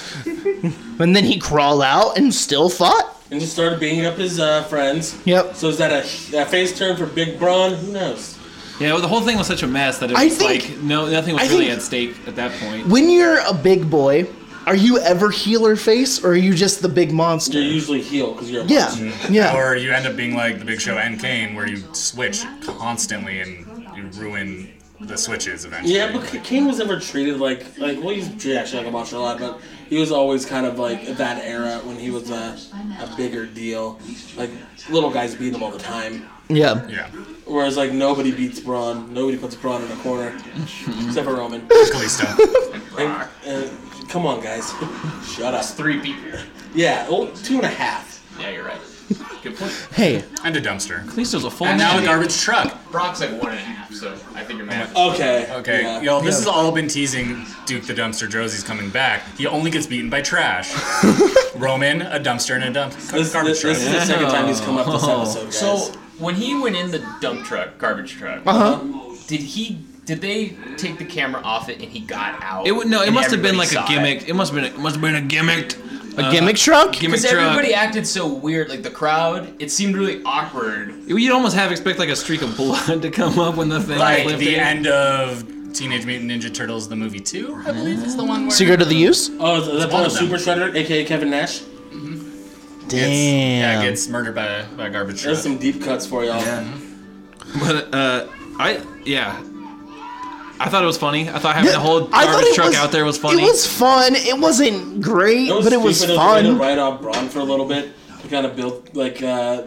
Speaker 2: and then he crawled out and still fought.
Speaker 3: and just started beating up his uh, friends.
Speaker 2: Yep.
Speaker 3: So is that a, a face turn for Big Braun? Who knows?
Speaker 4: <laughs> yeah. Well, the whole thing was such a mess that it
Speaker 2: I
Speaker 4: was
Speaker 2: think-
Speaker 4: like no, nothing was
Speaker 2: I
Speaker 4: really
Speaker 2: think-
Speaker 4: at stake at that point.
Speaker 2: When you're a big boy, are you ever healer face or are you just the big monster?
Speaker 3: You're usually heel because you're a
Speaker 2: Yeah, yeah.
Speaker 5: Or you end up being like the Big Show and Kane, where you switch constantly and you ruin the switches eventually.
Speaker 3: Yeah, but K- Kane was never treated like like well, he's treated actually like a monster a lot, but he was always kind of like at that era when he was a, a bigger deal. Like little guys beat him all the time,
Speaker 2: Yeah.
Speaker 5: yeah.
Speaker 3: whereas like nobody beats Braun, nobody puts Braun in a corner except for Roman.
Speaker 5: Kalisto.
Speaker 3: And, uh, come on, guys, shut up.
Speaker 6: Three people.
Speaker 3: Yeah, well, two and a half.
Speaker 6: Yeah, you're right. Good point.
Speaker 2: Hey,
Speaker 5: and a dumpster.
Speaker 4: At least there's a full.
Speaker 5: And now a
Speaker 4: man.
Speaker 5: garbage truck.
Speaker 6: Brock's like one and a half, so I think you're mad.
Speaker 3: Okay.
Speaker 5: Okay,
Speaker 3: yeah.
Speaker 5: y'all, this has all been teasing Duke the Dumpster Josie's coming back. He only gets beaten by trash. Roman, a dumpster, and a dump
Speaker 3: This, this,
Speaker 5: garbage truck.
Speaker 3: this is the second time he's come up this
Speaker 2: Oh.
Speaker 3: episode, guys.
Speaker 6: So when he went in the dump truck, garbage truck, did he? Did they take the camera off it and he got out?
Speaker 4: It would no. It
Speaker 6: And
Speaker 4: must have been like
Speaker 6: everybody
Speaker 4: a
Speaker 6: saw
Speaker 4: gimmick. It, must have been. It must have been a gimmick.
Speaker 2: a gimmick truck?
Speaker 4: Gimmick
Speaker 6: Because
Speaker 4: truck.
Speaker 6: everybody acted so weird, like the crowd, it seemed really awkward.
Speaker 4: You'd almost have expect like a streak of blood <laughs> to come up when the thing
Speaker 5: like
Speaker 4: flipped
Speaker 5: the
Speaker 4: in.
Speaker 5: end of Teenage Mutant Ninja Turtles, the movie 2, I believe is the one where.
Speaker 2: Secret of the use?
Speaker 3: oh, is that
Speaker 5: one
Speaker 3: Paul
Speaker 5: of them.
Speaker 3: Super Shredder, aka Kevin Nash?
Speaker 5: Gets, yeah,
Speaker 2: Damn.
Speaker 5: gets murdered by a, by a garbage truck.
Speaker 3: There's some deep cuts for y'all.
Speaker 4: But uh, I yeah. I thought it was funny. I thought having the whole
Speaker 2: I thought
Speaker 4: garbage
Speaker 2: it
Speaker 4: truck out there was funny.
Speaker 2: It was fun. It wasn't great, but it was
Speaker 3: stupid. It was a way to
Speaker 2: fun.
Speaker 3: write off Braun for a little bit to kind of build like uh,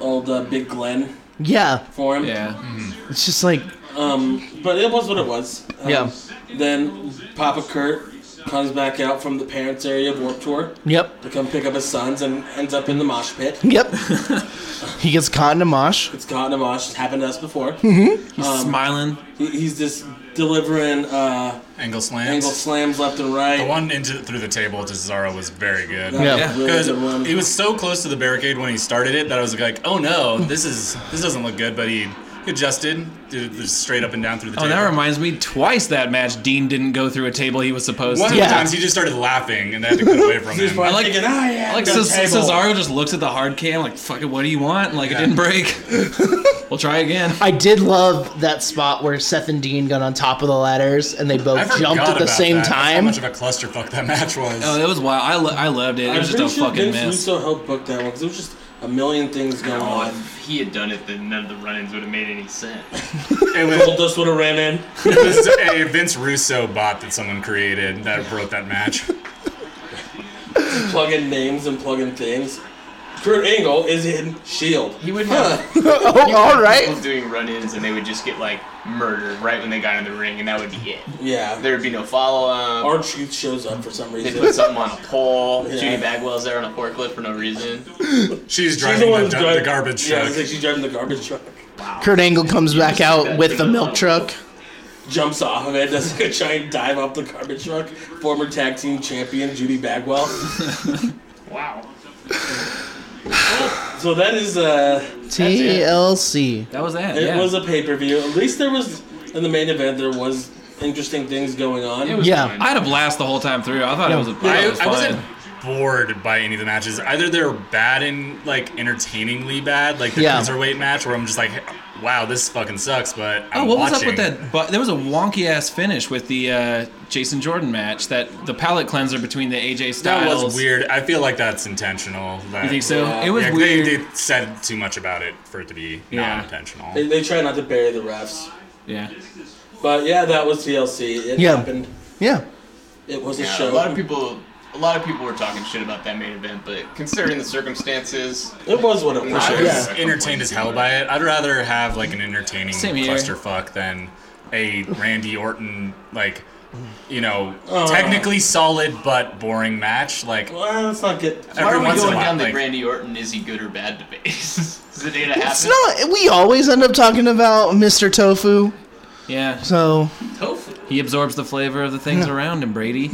Speaker 3: old uh, Big Glenn
Speaker 2: Yeah,
Speaker 3: for him.
Speaker 4: yeah.
Speaker 2: it's just like
Speaker 3: Um, but it was what it was. Um,
Speaker 2: Yeah.
Speaker 3: Then Papa Kurt comes back out from the parents' area of Warp Tour
Speaker 2: yep,
Speaker 3: to come pick up his sons and ends up in the mosh pit.
Speaker 2: yep. he gets caught in a mosh.
Speaker 3: It's caught in a mosh. It's happened to us before.
Speaker 4: He's
Speaker 3: Um,
Speaker 4: smiling.
Speaker 3: He, he's just delivering uh,
Speaker 5: Angle slams.
Speaker 3: angle slams left and right.
Speaker 5: The one into through the table to Cesaro was very good.
Speaker 2: Yeah.
Speaker 3: That was really
Speaker 5: Because
Speaker 3: good one.
Speaker 5: he was so close to the barricade when he started it that I was like, "Oh no, this is this doesn't look good." But he adjusted, did it just straight up and down through the
Speaker 4: Oh,
Speaker 5: table.
Speaker 4: that reminds me. Twice that match, Dean didn't go through a table he was supposed
Speaker 5: One
Speaker 4: to.
Speaker 5: of the
Speaker 2: Yeah.
Speaker 5: times he just started laughing and they had to cut away
Speaker 3: <laughs>
Speaker 5: from him.
Speaker 3: I
Speaker 4: like-
Speaker 3: like thinking, ah, yeah,
Speaker 4: Like
Speaker 3: no
Speaker 4: Ces-
Speaker 3: table."
Speaker 4: Cesaro just looks at the hard cam, like "Fucking, what do you want?" And, like it
Speaker 3: <laughs>
Speaker 4: didn't break. we'll try again.
Speaker 2: I did love that spot where Seth and Dean got on top of the ladders and they
Speaker 5: I
Speaker 2: both
Speaker 5: forgot
Speaker 2: jumped at the
Speaker 5: about
Speaker 2: same
Speaker 5: that. That's How
Speaker 2: time.
Speaker 5: much of a clusterfuck that match was. <laughs>
Speaker 4: Oh, it was wild. I, lo- I loved it. It
Speaker 3: I'm
Speaker 4: was just
Speaker 3: pretty
Speaker 4: a
Speaker 3: sure
Speaker 4: fucking
Speaker 3: Vince
Speaker 4: mess.
Speaker 3: Russo helped book that one because it was just a million things going
Speaker 6: Oh,
Speaker 3: on.
Speaker 6: if he had done it, then none of the run-ins would have made any sense.
Speaker 5: it was,
Speaker 3: Goldust would have ran in.
Speaker 5: it was a Vince Russo bot that someone created that wrote
Speaker 3: <laughs>
Speaker 5: that match.
Speaker 3: Plug in names and plug in things. Kurt Angle is in Shield.
Speaker 6: He would have
Speaker 2: Oh, all
Speaker 6: people
Speaker 2: right.
Speaker 6: doing run-ins, and they would just get like murdered right when they got in the ring, and that would be it.
Speaker 3: Yeah.
Speaker 6: There would be no follow-up.
Speaker 3: Our Truth shows up for some
Speaker 6: they
Speaker 3: reason.
Speaker 6: put something on a pole.
Speaker 3: Yeah.
Speaker 6: Judy Bagwell's there on a forklift for no reason.
Speaker 5: She's
Speaker 3: She's
Speaker 5: driving the,
Speaker 3: who's
Speaker 5: du-
Speaker 3: driving-
Speaker 5: the garbage
Speaker 3: Yeah, I
Speaker 5: truck.
Speaker 3: was like, she's driving the garbage truck.
Speaker 2: Kurt Angle comes back out with the milk truck.
Speaker 3: Jumps off of it, does like a giant dive off the garbage truck. Former tag team champion Judy Bagwell.
Speaker 6: Wow.
Speaker 3: So that is uh,
Speaker 2: TLC.
Speaker 4: That was that.
Speaker 3: it
Speaker 4: yeah.
Speaker 3: was a pay per view. At least there was in the main event there was interesting things going on.
Speaker 4: It was
Speaker 2: Yeah.
Speaker 4: fun. I had a blast the whole time through. I thought it was. A, I thought
Speaker 5: I,
Speaker 4: it was
Speaker 5: I wasn't
Speaker 4: fun.
Speaker 5: bored by any of the matches. Either they were bad and like entertainingly bad, like the
Speaker 2: Yeah.
Speaker 5: cruiserweight match, where I'm just like, wow, this fucking sucks. But I'm
Speaker 4: Oh, what was up
Speaker 5: watching.
Speaker 4: with that? But there was a wonky ass finish with the uh, Jason Jordan match. That the palate cleanser between the AJ
Speaker 5: That
Speaker 4: Styles.
Speaker 5: was weird. I feel like that's intentional. That,
Speaker 4: You think so?
Speaker 3: Yeah.
Speaker 4: It was
Speaker 5: Yeah, they,
Speaker 4: weird.
Speaker 5: they said too much about it for it to be
Speaker 4: Yeah.
Speaker 5: not intentional.
Speaker 3: They, they try not to bury the refs.
Speaker 4: yeah.
Speaker 3: But yeah, that was TLC. It
Speaker 2: Yeah.
Speaker 3: happened.
Speaker 2: Yeah.
Speaker 3: It was a
Speaker 6: Yeah,
Speaker 3: show.
Speaker 6: a lot of people, a lot of people were talking shit about that main event, but considering the circumstances,
Speaker 3: It was what it was.
Speaker 5: I
Speaker 6: sure.
Speaker 5: was
Speaker 6: Yeah.
Speaker 5: entertained as hell by it. I'd rather have like an entertaining
Speaker 4: Same here.
Speaker 5: clusterfuck than a Randy Orton like you know
Speaker 4: Oh.
Speaker 5: technically solid but boring match. Like
Speaker 3: Well, let's not get.
Speaker 5: Every
Speaker 6: why are we
Speaker 5: once in a
Speaker 6: going
Speaker 5: while,
Speaker 6: down the
Speaker 5: like-
Speaker 6: Randy Orton is he good or bad debate? <laughs> is it gonna
Speaker 2: It's
Speaker 6: happen?
Speaker 2: not. We always end up talking about Mr. Tofu.
Speaker 4: Yeah.
Speaker 2: So
Speaker 6: Tofu.
Speaker 4: He absorbs the flavor of the things around him, Brady.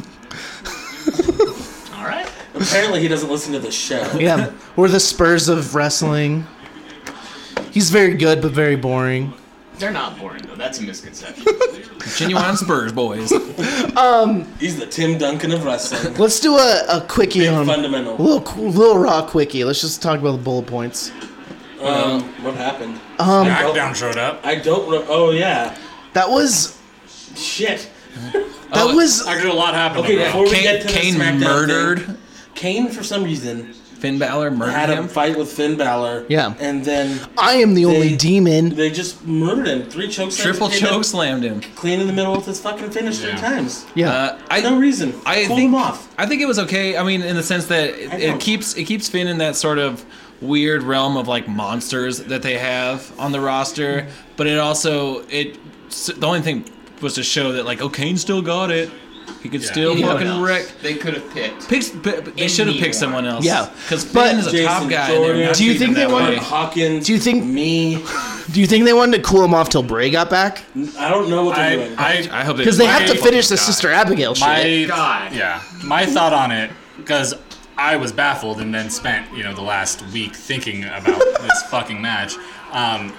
Speaker 6: All right.
Speaker 3: Apparently, he doesn't listen to the show.
Speaker 5: <laughs>
Speaker 2: yeah, we're the Spurs of wrestling. He's very good, but very boring.
Speaker 6: They're not boring though. That's a misconception.
Speaker 4: Genuine
Speaker 3: <laughs>
Speaker 4: Spurs boys.
Speaker 3: He's the Tim Duncan of
Speaker 4: <laughs>
Speaker 3: wrestling.
Speaker 2: Let's do a, a quickie
Speaker 3: Big
Speaker 2: on
Speaker 3: fundamental.
Speaker 2: little cool- little raw quickie. Let's just talk about the bullet points.
Speaker 3: Um, what happened?
Speaker 4: Um,
Speaker 5: SmackDown showed up.
Speaker 3: I don't. Re- oh yeah.
Speaker 2: That was
Speaker 3: Shit.
Speaker 2: that
Speaker 4: Oh,
Speaker 2: was
Speaker 5: Actually, a lot happened.
Speaker 3: Okay,
Speaker 5: on Raw.
Speaker 3: before we
Speaker 4: Kane,
Speaker 3: get to the
Speaker 4: Kane
Speaker 3: SmackDown
Speaker 4: murdered
Speaker 3: Thing, Kane for some reason
Speaker 4: Finn Balor. Murdered
Speaker 3: had a
Speaker 4: him.
Speaker 3: fight with Finn Balor.
Speaker 2: Yeah.
Speaker 3: And then
Speaker 2: I am the only
Speaker 3: They-
Speaker 2: demon.
Speaker 3: they just murdered him. Three choke slams,
Speaker 4: Triple
Speaker 3: clean
Speaker 4: choke
Speaker 3: in-
Speaker 4: slammed him.
Speaker 3: Clean in the middle with his fucking finish
Speaker 5: Yeah.
Speaker 3: three times.
Speaker 2: Yeah,
Speaker 4: Uh, I
Speaker 3: No reason.
Speaker 4: I
Speaker 3: Cooled
Speaker 4: think
Speaker 3: him off.
Speaker 4: I think it was okay. I mean, in the sense that it,
Speaker 3: I know.
Speaker 4: it keeps it keeps Finn in that sort of weird realm of like monsters that they have on the roster, but it also it s- the only thing was to show that like oh Kane still got it. He could still
Speaker 6: Anyone
Speaker 4: fucking
Speaker 6: else?
Speaker 4: wreck.
Speaker 6: They could have picked.
Speaker 4: Picks, p- they should have picked someone else.
Speaker 2: Yeah.
Speaker 4: because Finn
Speaker 2: But-
Speaker 4: is a top
Speaker 3: Jason
Speaker 4: guy.
Speaker 3: Jordan.
Speaker 2: Do you think they
Speaker 3: Jordan
Speaker 2: wanted-
Speaker 4: want?
Speaker 3: Hawkins.
Speaker 2: Do you think-
Speaker 3: me?
Speaker 2: do you think they wanted to cool him off till Bray got back?
Speaker 3: I don't know what they're
Speaker 5: I,
Speaker 3: doing.
Speaker 5: I,
Speaker 4: I hope
Speaker 2: Because they
Speaker 5: My
Speaker 2: have to finish the
Speaker 5: God.
Speaker 2: Sister Abigail shit.
Speaker 5: my
Speaker 6: God.
Speaker 5: yeah my thought on it because i was baffled and then spent you know the last week thinking about this fucking match um,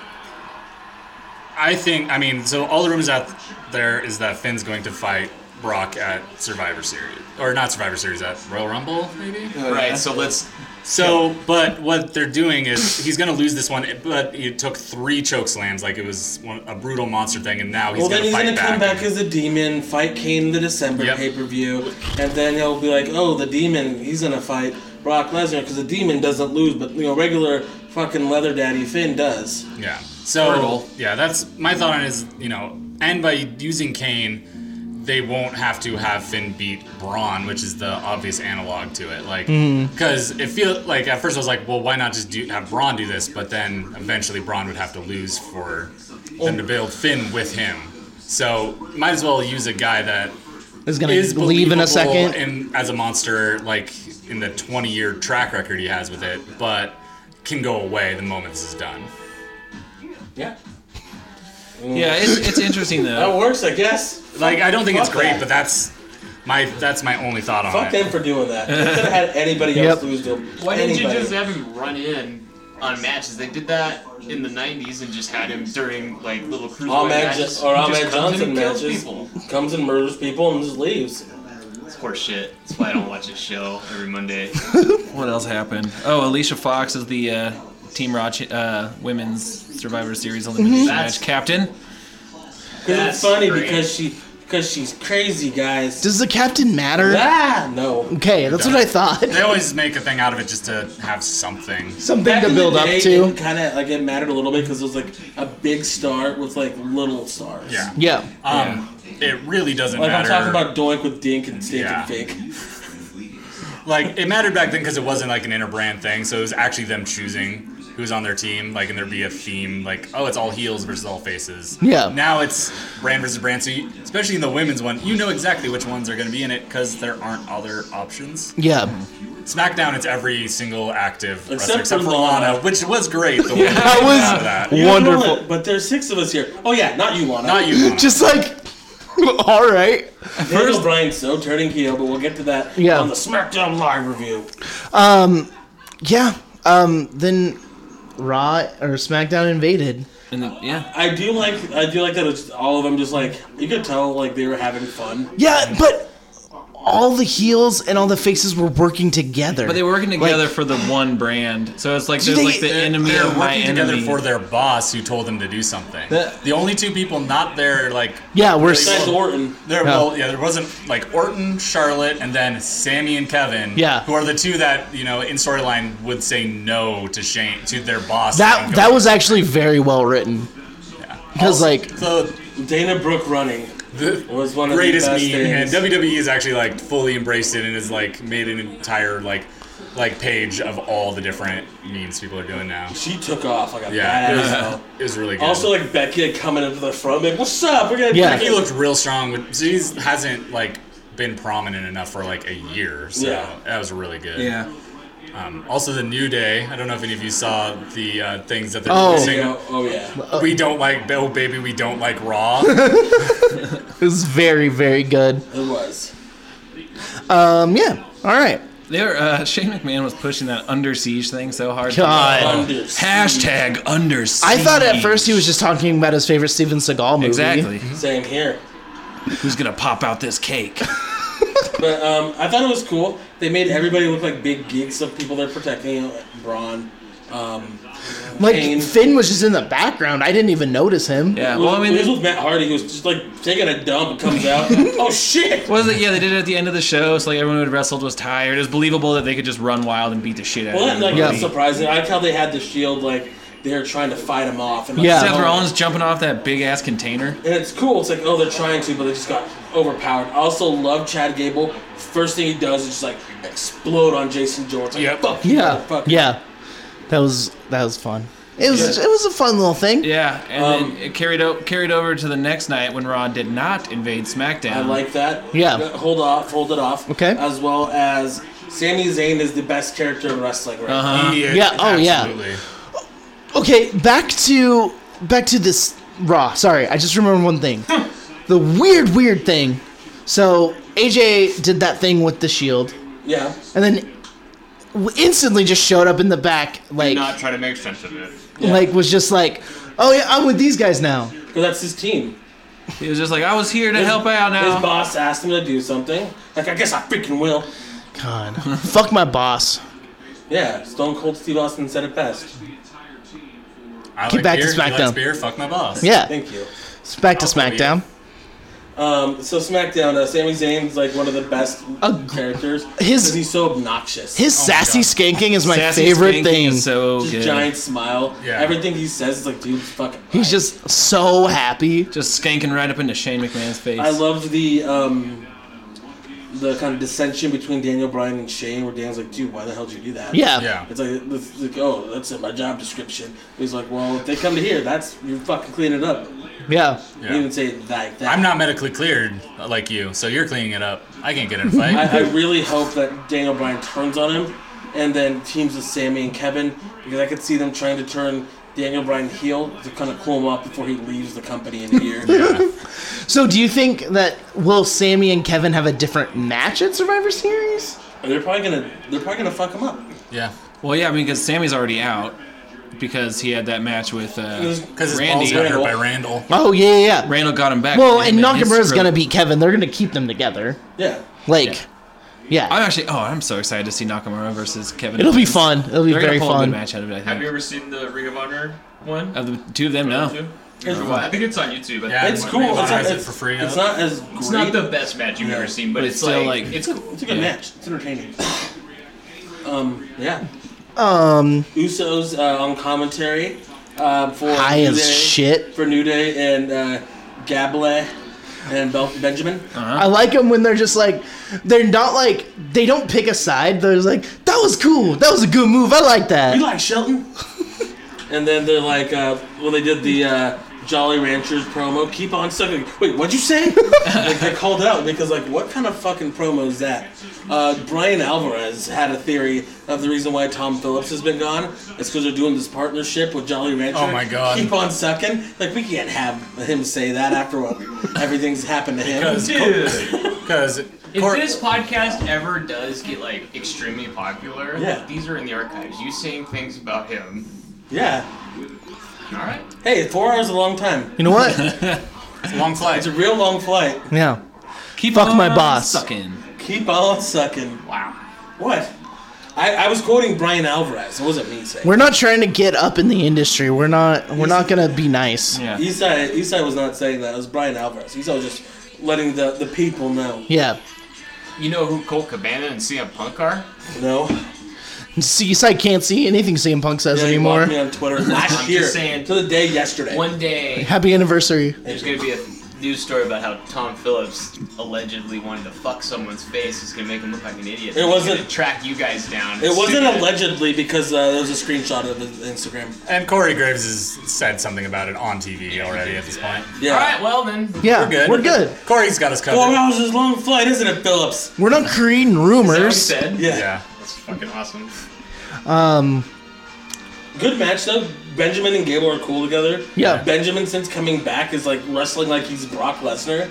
Speaker 5: i think i mean so all the rumors out there is that finn's going to fight brock at survivor series or not survivor series at royal rumble maybe
Speaker 6: Right. So let's.
Speaker 5: so, but what they're doing is he's going to lose this one, but he took three choke slams, like it was one, a brutal monster thing, and now he's
Speaker 3: Well,
Speaker 5: going
Speaker 3: then
Speaker 5: to
Speaker 3: he's
Speaker 5: fight
Speaker 3: gonna come back
Speaker 5: and-
Speaker 3: as a demon, fight Kane in the December
Speaker 5: Yep.
Speaker 3: pay per view, and then he'll be like, "Oh, the demon, he's gonna fight Brock Lesnar because the demon doesn't lose, but you know, regular fucking leather daddy Finn does."
Speaker 5: Yeah. So
Speaker 4: Hurdle.
Speaker 5: yeah, that's my thought on it is you know, and by using Kane, they won't have to have Finn beat Braun, which is the obvious analog to it. Like,
Speaker 2: Mm-hmm.
Speaker 5: because it feels like at first I was like, well, why not just do have Braun do this? But then eventually Braun would have to lose for them to build Finn with him. So might as well use a guy that
Speaker 2: is gonna
Speaker 5: is
Speaker 2: leave in a second.
Speaker 5: and as a monster like in the 20 year track record he has with it but can go away the moment this is done
Speaker 3: Yeah,
Speaker 4: Yeah, it's, it's interesting
Speaker 3: that
Speaker 4: though.
Speaker 3: works, I guess.
Speaker 5: Like I don't think it's
Speaker 3: Fuck
Speaker 5: great,
Speaker 3: that.
Speaker 5: but that's my that's my only thought on
Speaker 3: Fuck
Speaker 5: it.
Speaker 3: them for doing that. They could have had anybody else
Speaker 2: Yep.
Speaker 3: lose to him.
Speaker 6: Why didn't you
Speaker 3: Anybody.
Speaker 6: just have him run in on matches. They did that in the '90s and just had him during like little cruiserweight
Speaker 3: Ahmed
Speaker 6: matches.
Speaker 3: just, or
Speaker 6: He
Speaker 3: Ahmed
Speaker 6: comes in
Speaker 3: Johnson
Speaker 6: and kills
Speaker 3: matches
Speaker 6: people.
Speaker 3: comes and murders people and just leaves.
Speaker 6: It's horse shit. That's why I don't watch his show every Monday.
Speaker 4: What else happened? Oh, Alicia Fox is the uh, Team Raw ch- uh, Women's Survivor Series
Speaker 2: Mhm.
Speaker 4: elimination
Speaker 6: That's-
Speaker 4: match captain.
Speaker 3: Because
Speaker 6: That's
Speaker 3: it's funny
Speaker 6: great.
Speaker 3: because she because she's crazy, guys.
Speaker 2: Does the captain matter?
Speaker 3: ah, no.
Speaker 2: Okay, that's what I thought.
Speaker 5: They always make a thing out of it just to have something.
Speaker 2: <laughs> Something to build up to.
Speaker 3: Kind of like it mattered a little bit because it was like a big star with like little stars.
Speaker 5: Yeah.
Speaker 2: Yeah.
Speaker 5: Um, It really doesn't
Speaker 3: Like
Speaker 5: matter.
Speaker 3: I'm talking about Doink with Dink and Stink
Speaker 5: Yeah.
Speaker 3: and Fink.
Speaker 5: like it mattered back then because it wasn't like an interbrand thing, so it was actually them choosing who's on their team. Like, and there'd be a theme, like, oh, it's all heels versus all faces.
Speaker 2: Yeah.
Speaker 5: Now it's brand versus brand. So, you, especially in the women's one, you know exactly which ones are going to be in it because there aren't other options.
Speaker 2: Yeah.
Speaker 5: SmackDown, it's every single active
Speaker 3: Except
Speaker 5: except wrestler, except
Speaker 3: for
Speaker 5: for Lana,
Speaker 3: Lana.
Speaker 5: which was great. The way they
Speaker 2: That
Speaker 5: came
Speaker 2: was-
Speaker 5: out of that.
Speaker 2: Yeah. Wonderful.
Speaker 3: Lana, but there's six of us here. Oh yeah, not you, Lana.
Speaker 5: Not you.
Speaker 2: <laughs>
Speaker 5: Lana.
Speaker 2: Just like, all right.
Speaker 3: Daniel Bryan's so turning heel, but we'll get to that
Speaker 2: Yeah.
Speaker 3: on the SmackDown Live review.
Speaker 2: Yeah. Um. Then Raw or SmackDown invaded.
Speaker 4: And the, yeah,
Speaker 3: I do like I do like that it's all of them just like you could tell like they were having fun.
Speaker 2: Yeah, but all the heels and all the faces were working together.
Speaker 4: but they were working
Speaker 2: Like,
Speaker 4: together for the one brand. So it's like
Speaker 2: Do
Speaker 4: there's
Speaker 2: they-
Speaker 4: like the
Speaker 5: They're-
Speaker 4: enemy
Speaker 5: they're
Speaker 4: of my
Speaker 5: working together
Speaker 4: enemy.
Speaker 5: for their boss who told them to do something.
Speaker 4: The-
Speaker 5: the only two people not there, like
Speaker 2: yeah, we're.
Speaker 3: Besides Orton,
Speaker 5: there,
Speaker 2: Yeah.
Speaker 5: well, yeah, there wasn't like Orton, Charlotte, and then Sammy and Kevin.
Speaker 2: Yeah.
Speaker 5: who are the two that you know in storyline would say no to Shane to their boss.
Speaker 2: that
Speaker 5: and
Speaker 2: that
Speaker 5: go- <laughs>
Speaker 2: was actually very well written. Because like,
Speaker 5: the
Speaker 3: Dana Brooke running was one of
Speaker 5: greatest
Speaker 3: the
Speaker 5: meme,
Speaker 3: best things.
Speaker 5: and WWE has actually like fully embraced it and has like made an entire like like page of all the different memes people are doing now.
Speaker 3: she took off like a
Speaker 5: Yeah, it
Speaker 3: badass.
Speaker 5: was, <laughs>
Speaker 3: though.
Speaker 5: it was really good.
Speaker 3: Also, like Becky like, coming up to the front, like, "What's up? We're gonna
Speaker 2: Yeah.
Speaker 3: do
Speaker 5: he
Speaker 3: it."
Speaker 5: looked real strong. With, so he hasn't like been prominent enough for like a year. So
Speaker 3: Yeah.
Speaker 5: that was really good.
Speaker 4: yeah,
Speaker 5: Um, also, the New Day. I don't know if any of you saw the uh, things that they're
Speaker 2: Oh.
Speaker 5: releasing.
Speaker 3: You know, oh yeah,
Speaker 5: We don't like Bill, baby. We don't like
Speaker 2: <laughs>
Speaker 5: Raw.
Speaker 2: it was very very good.
Speaker 3: it was.
Speaker 2: Um. Yeah. All right.
Speaker 4: they were, uh, <laughs> Shane McMahon was pushing that under siege thing so hard.
Speaker 2: God.
Speaker 3: Under
Speaker 4: Hashtag under siege.
Speaker 2: I thought at first he was just talking about his favorite Steven Seagal movie.
Speaker 4: exactly
Speaker 3: same here.
Speaker 4: who's gonna pop out
Speaker 2: <laughs>
Speaker 4: this cake.
Speaker 3: But um, I thought it was cool. They made everybody look like big geeks of people they're protecting. You know, like Braun. Um,
Speaker 2: Like
Speaker 3: Kane.
Speaker 2: Finn was just in the background. I didn't even notice him.
Speaker 4: Yeah,
Speaker 3: it
Speaker 4: well,
Speaker 3: was,
Speaker 4: I mean,
Speaker 3: it was
Speaker 4: they-
Speaker 3: with Matt Hardy, who was just like taking a dump and comes out. oh shit!
Speaker 4: was it? Yeah, they did it at the end of the show, so like everyone who had wrestled was tired. It was believable that they could just run wild and beat the shit out
Speaker 3: Well,
Speaker 4: of
Speaker 3: that like
Speaker 2: Yeah.
Speaker 3: was surprising. I like how they had the shield like they were trying to fight him off. And, like,
Speaker 2: Yeah.
Speaker 4: Seth
Speaker 3: oh.
Speaker 4: Rollins jumping off that big ass container.
Speaker 3: And it's cool. It's like, oh, they're trying to, but they just got overpowered. I also love Chad Gable. First thing he does is just like explode on Jason Jordan. Like,
Speaker 5: Yep.
Speaker 3: Fuck you,
Speaker 2: Yeah.
Speaker 3: motherfucker.
Speaker 2: Yeah. That was that was fun. It was
Speaker 3: Yeah.
Speaker 2: it was a fun little thing.
Speaker 4: Yeah, and
Speaker 3: Um,
Speaker 4: then it carried o- carried over to the next night when Raw did not invade SmackDown.
Speaker 3: I like that.
Speaker 2: Uh-huh. Yeah.
Speaker 3: Hold off. Hold it off.
Speaker 2: Okay.
Speaker 3: As well as Sami Zayn is the best character in wrestling right now.
Speaker 2: Yeah, oh, yeah.
Speaker 5: absolutely.
Speaker 2: Okay, back to back to this Raw. Sorry, I just remembered one thing. the weird weird thing. So AJ did that thing with the shield,
Speaker 3: Yeah.
Speaker 2: and then w- instantly just showed up in the back, like
Speaker 6: Not try to make sense of it.
Speaker 2: like was just like, oh yeah, I'm with these guys now.
Speaker 3: Because that's his team.
Speaker 4: He was just like, I was here to help out now.
Speaker 3: His boss asked him to do something. Like, I guess I freaking will.
Speaker 2: God, fuck my boss.
Speaker 3: Yeah. Stone Cold Steve Austin said it best.
Speaker 5: I
Speaker 2: Get
Speaker 5: like
Speaker 2: back to
Speaker 5: beer. he likes
Speaker 2: SmackDown.
Speaker 5: beer. Fuck my boss.
Speaker 2: Yeah,
Speaker 3: Thank you.
Speaker 2: it's back to
Speaker 5: I'll believe
Speaker 2: SmackDown.
Speaker 3: Um, so SmackDown, uh, Sami Zayn's like one of the best
Speaker 2: Ag-
Speaker 3: characters.
Speaker 2: his-
Speaker 3: 'cause he's so obnoxious.
Speaker 2: His sassy
Speaker 5: God.
Speaker 2: skanking is my
Speaker 4: Sassy
Speaker 2: favorite
Speaker 4: skanking
Speaker 2: thing.
Speaker 4: is so
Speaker 3: just
Speaker 4: good.
Speaker 3: giant smile.
Speaker 5: Yeah.
Speaker 3: Everything he says is like, dude, fuck.
Speaker 2: He's just so happy.
Speaker 4: just skanking right up into Shane McMahon's face.
Speaker 3: I loved the um, the kind of dissension between Daniel Bryan and Shane, where Daniel's like, dude, why the hell did you do that?
Speaker 2: Yeah.
Speaker 5: Yeah.
Speaker 3: It's like, it's like, oh, that's in my job description. He's like, well, if they come to here, that's you fucking clean it up.
Speaker 2: Yeah.
Speaker 3: He
Speaker 5: Yeah.
Speaker 3: didn't say it like that.
Speaker 5: I'm not medically cleared uh, like you, so you're cleaning it up. I can't get in a fight.
Speaker 3: <laughs> I, I really hope that Daniel Bryan turns on him and then teams with Sammy and Kevin because I could see them trying to turn Daniel Bryan heel to kind of cool him off before he leaves the company in a
Speaker 5: <laughs>
Speaker 3: year.
Speaker 2: So do you think that will Sammy and Kevin have a different match at Survivor Series?
Speaker 3: And they're probably gonna they're probably gonna fuck him up.
Speaker 5: yeah.
Speaker 4: well, yeah, I mean, because Sammy's already out. because he had that match with uh,
Speaker 5: Because his balls
Speaker 4: Randy.
Speaker 5: got hurt by Randall.
Speaker 2: Oh yeah, yeah. yeah.
Speaker 4: Randall got him back.
Speaker 2: Well, and
Speaker 4: his
Speaker 2: Nakamura's
Speaker 4: crew-
Speaker 2: gonna beat Kevin. They're gonna keep them together.
Speaker 3: Yeah.
Speaker 2: Like, yeah,
Speaker 4: I'm actually. Oh, I'm so excited to see Nakamura versus Kevin.
Speaker 2: it'll be
Speaker 4: Owens.
Speaker 2: fun. It'll be
Speaker 4: They're gonna
Speaker 2: very
Speaker 4: pull a good
Speaker 2: fun.
Speaker 4: match out of it. I think.
Speaker 6: Have you ever seen the Ring of Honor one?
Speaker 4: Of the two of them, no.
Speaker 6: Two? Oh, I think it's on YouTube. I
Speaker 5: Yeah,
Speaker 6: think
Speaker 3: It's
Speaker 5: Why
Speaker 3: cool.
Speaker 5: they
Speaker 3: It's not,
Speaker 5: monetize it
Speaker 3: it's,
Speaker 5: for free,
Speaker 3: it's
Speaker 5: huh?
Speaker 3: not as
Speaker 6: It's
Speaker 3: great.
Speaker 6: not the best match you've
Speaker 3: Yeah.
Speaker 6: ever seen, but,
Speaker 4: But
Speaker 6: it's,
Speaker 4: it's still,
Speaker 6: like,
Speaker 4: like-
Speaker 6: it's cool.
Speaker 3: It's a good
Speaker 4: Yeah.
Speaker 3: match. It's entertaining. um, yeah.
Speaker 2: Um,
Speaker 3: Usos uh, on commentary uh, for
Speaker 2: High
Speaker 3: New
Speaker 2: as
Speaker 3: Day-
Speaker 2: shit.
Speaker 3: for New Day and uh, Gable and Bel- Benjamin.
Speaker 2: I like them when they're just like, they're not like they don't pick a side. They're just like, that was cool. That was a good move. I like that.
Speaker 3: You like Shelton? and then they're like, uh, well, they did the uh, Jolly Ranchers promo. Keep on sucking. Wait, what'd you
Speaker 5: <laughs>
Speaker 3: say? like they called out because like, what kind of fucking promo is that? Uh, Brian Alvarez had a theory of the reason why Tom Phillips has been gone. It's because they're doing this partnership with Jolly Rancher.
Speaker 5: Oh my God.
Speaker 3: Keep on sucking. Like we can't have him say that after what everything's happened to him.
Speaker 5: Because because
Speaker 6: <laughs> If this podcast ever does get like extremely popular,
Speaker 3: Yeah.
Speaker 6: these are in the archives. You saying things about him.
Speaker 3: yeah.
Speaker 6: All right.
Speaker 3: Hey, four hours is a long time.
Speaker 2: You know
Speaker 4: <laughs>
Speaker 2: what?
Speaker 5: long flight.
Speaker 3: It's a real long flight.
Speaker 2: yeah.
Speaker 4: Keep
Speaker 2: Fuck my
Speaker 4: on
Speaker 2: boss.
Speaker 4: Sucking.
Speaker 3: Keep on sucking.
Speaker 6: Wow.
Speaker 3: What? I, I was quoting Brian Alvarez. It wasn't me saying.
Speaker 2: We're not trying to get up in the industry. We're not. We're not gonna be nice.
Speaker 4: Yeah.
Speaker 3: Eastside Eastside was not saying that. It was Brian Alvarez. Eastside was just letting the, the people know.
Speaker 2: Yeah.
Speaker 6: You know who Colt Cabana and CM Punk are?
Speaker 3: No.
Speaker 2: Seaside can't see anything CM Punk says
Speaker 3: Yeah, he
Speaker 2: anymore.
Speaker 3: blocked me on Twitter last
Speaker 6: I'm
Speaker 3: year
Speaker 6: just saying.
Speaker 3: to the day yesterday.
Speaker 6: One day
Speaker 2: Happy anniversary.
Speaker 6: there's gonna be a news story about how Tom Phillips allegedly wanted to fuck someone's face. It's gonna make him look like an idiot.
Speaker 3: It
Speaker 6: He's
Speaker 3: wasn't-
Speaker 6: gonna track you guys down.
Speaker 3: it wasn't
Speaker 6: Stupid.
Speaker 3: allegedly because uh, there was a screenshot of his Instagram.
Speaker 5: And Corey Graves has said something about it on TV already at this point.
Speaker 3: Yeah.
Speaker 6: All right. Well then.
Speaker 2: Yeah,
Speaker 5: We're good.
Speaker 2: We're, good.
Speaker 5: Corey's got us covered.
Speaker 3: Four hours is a long flight, isn't it, Phillips?
Speaker 2: we're not creating
Speaker 6: Is that what he
Speaker 2: rumors.
Speaker 6: said?
Speaker 3: Yeah.
Speaker 5: yeah.
Speaker 6: That's fucking awesome.
Speaker 2: Um,
Speaker 3: Good match though. Benjamin and Gable are cool together.
Speaker 2: Yeah.
Speaker 3: Benjamin since coming back is like wrestling like he's Brock Lesnar.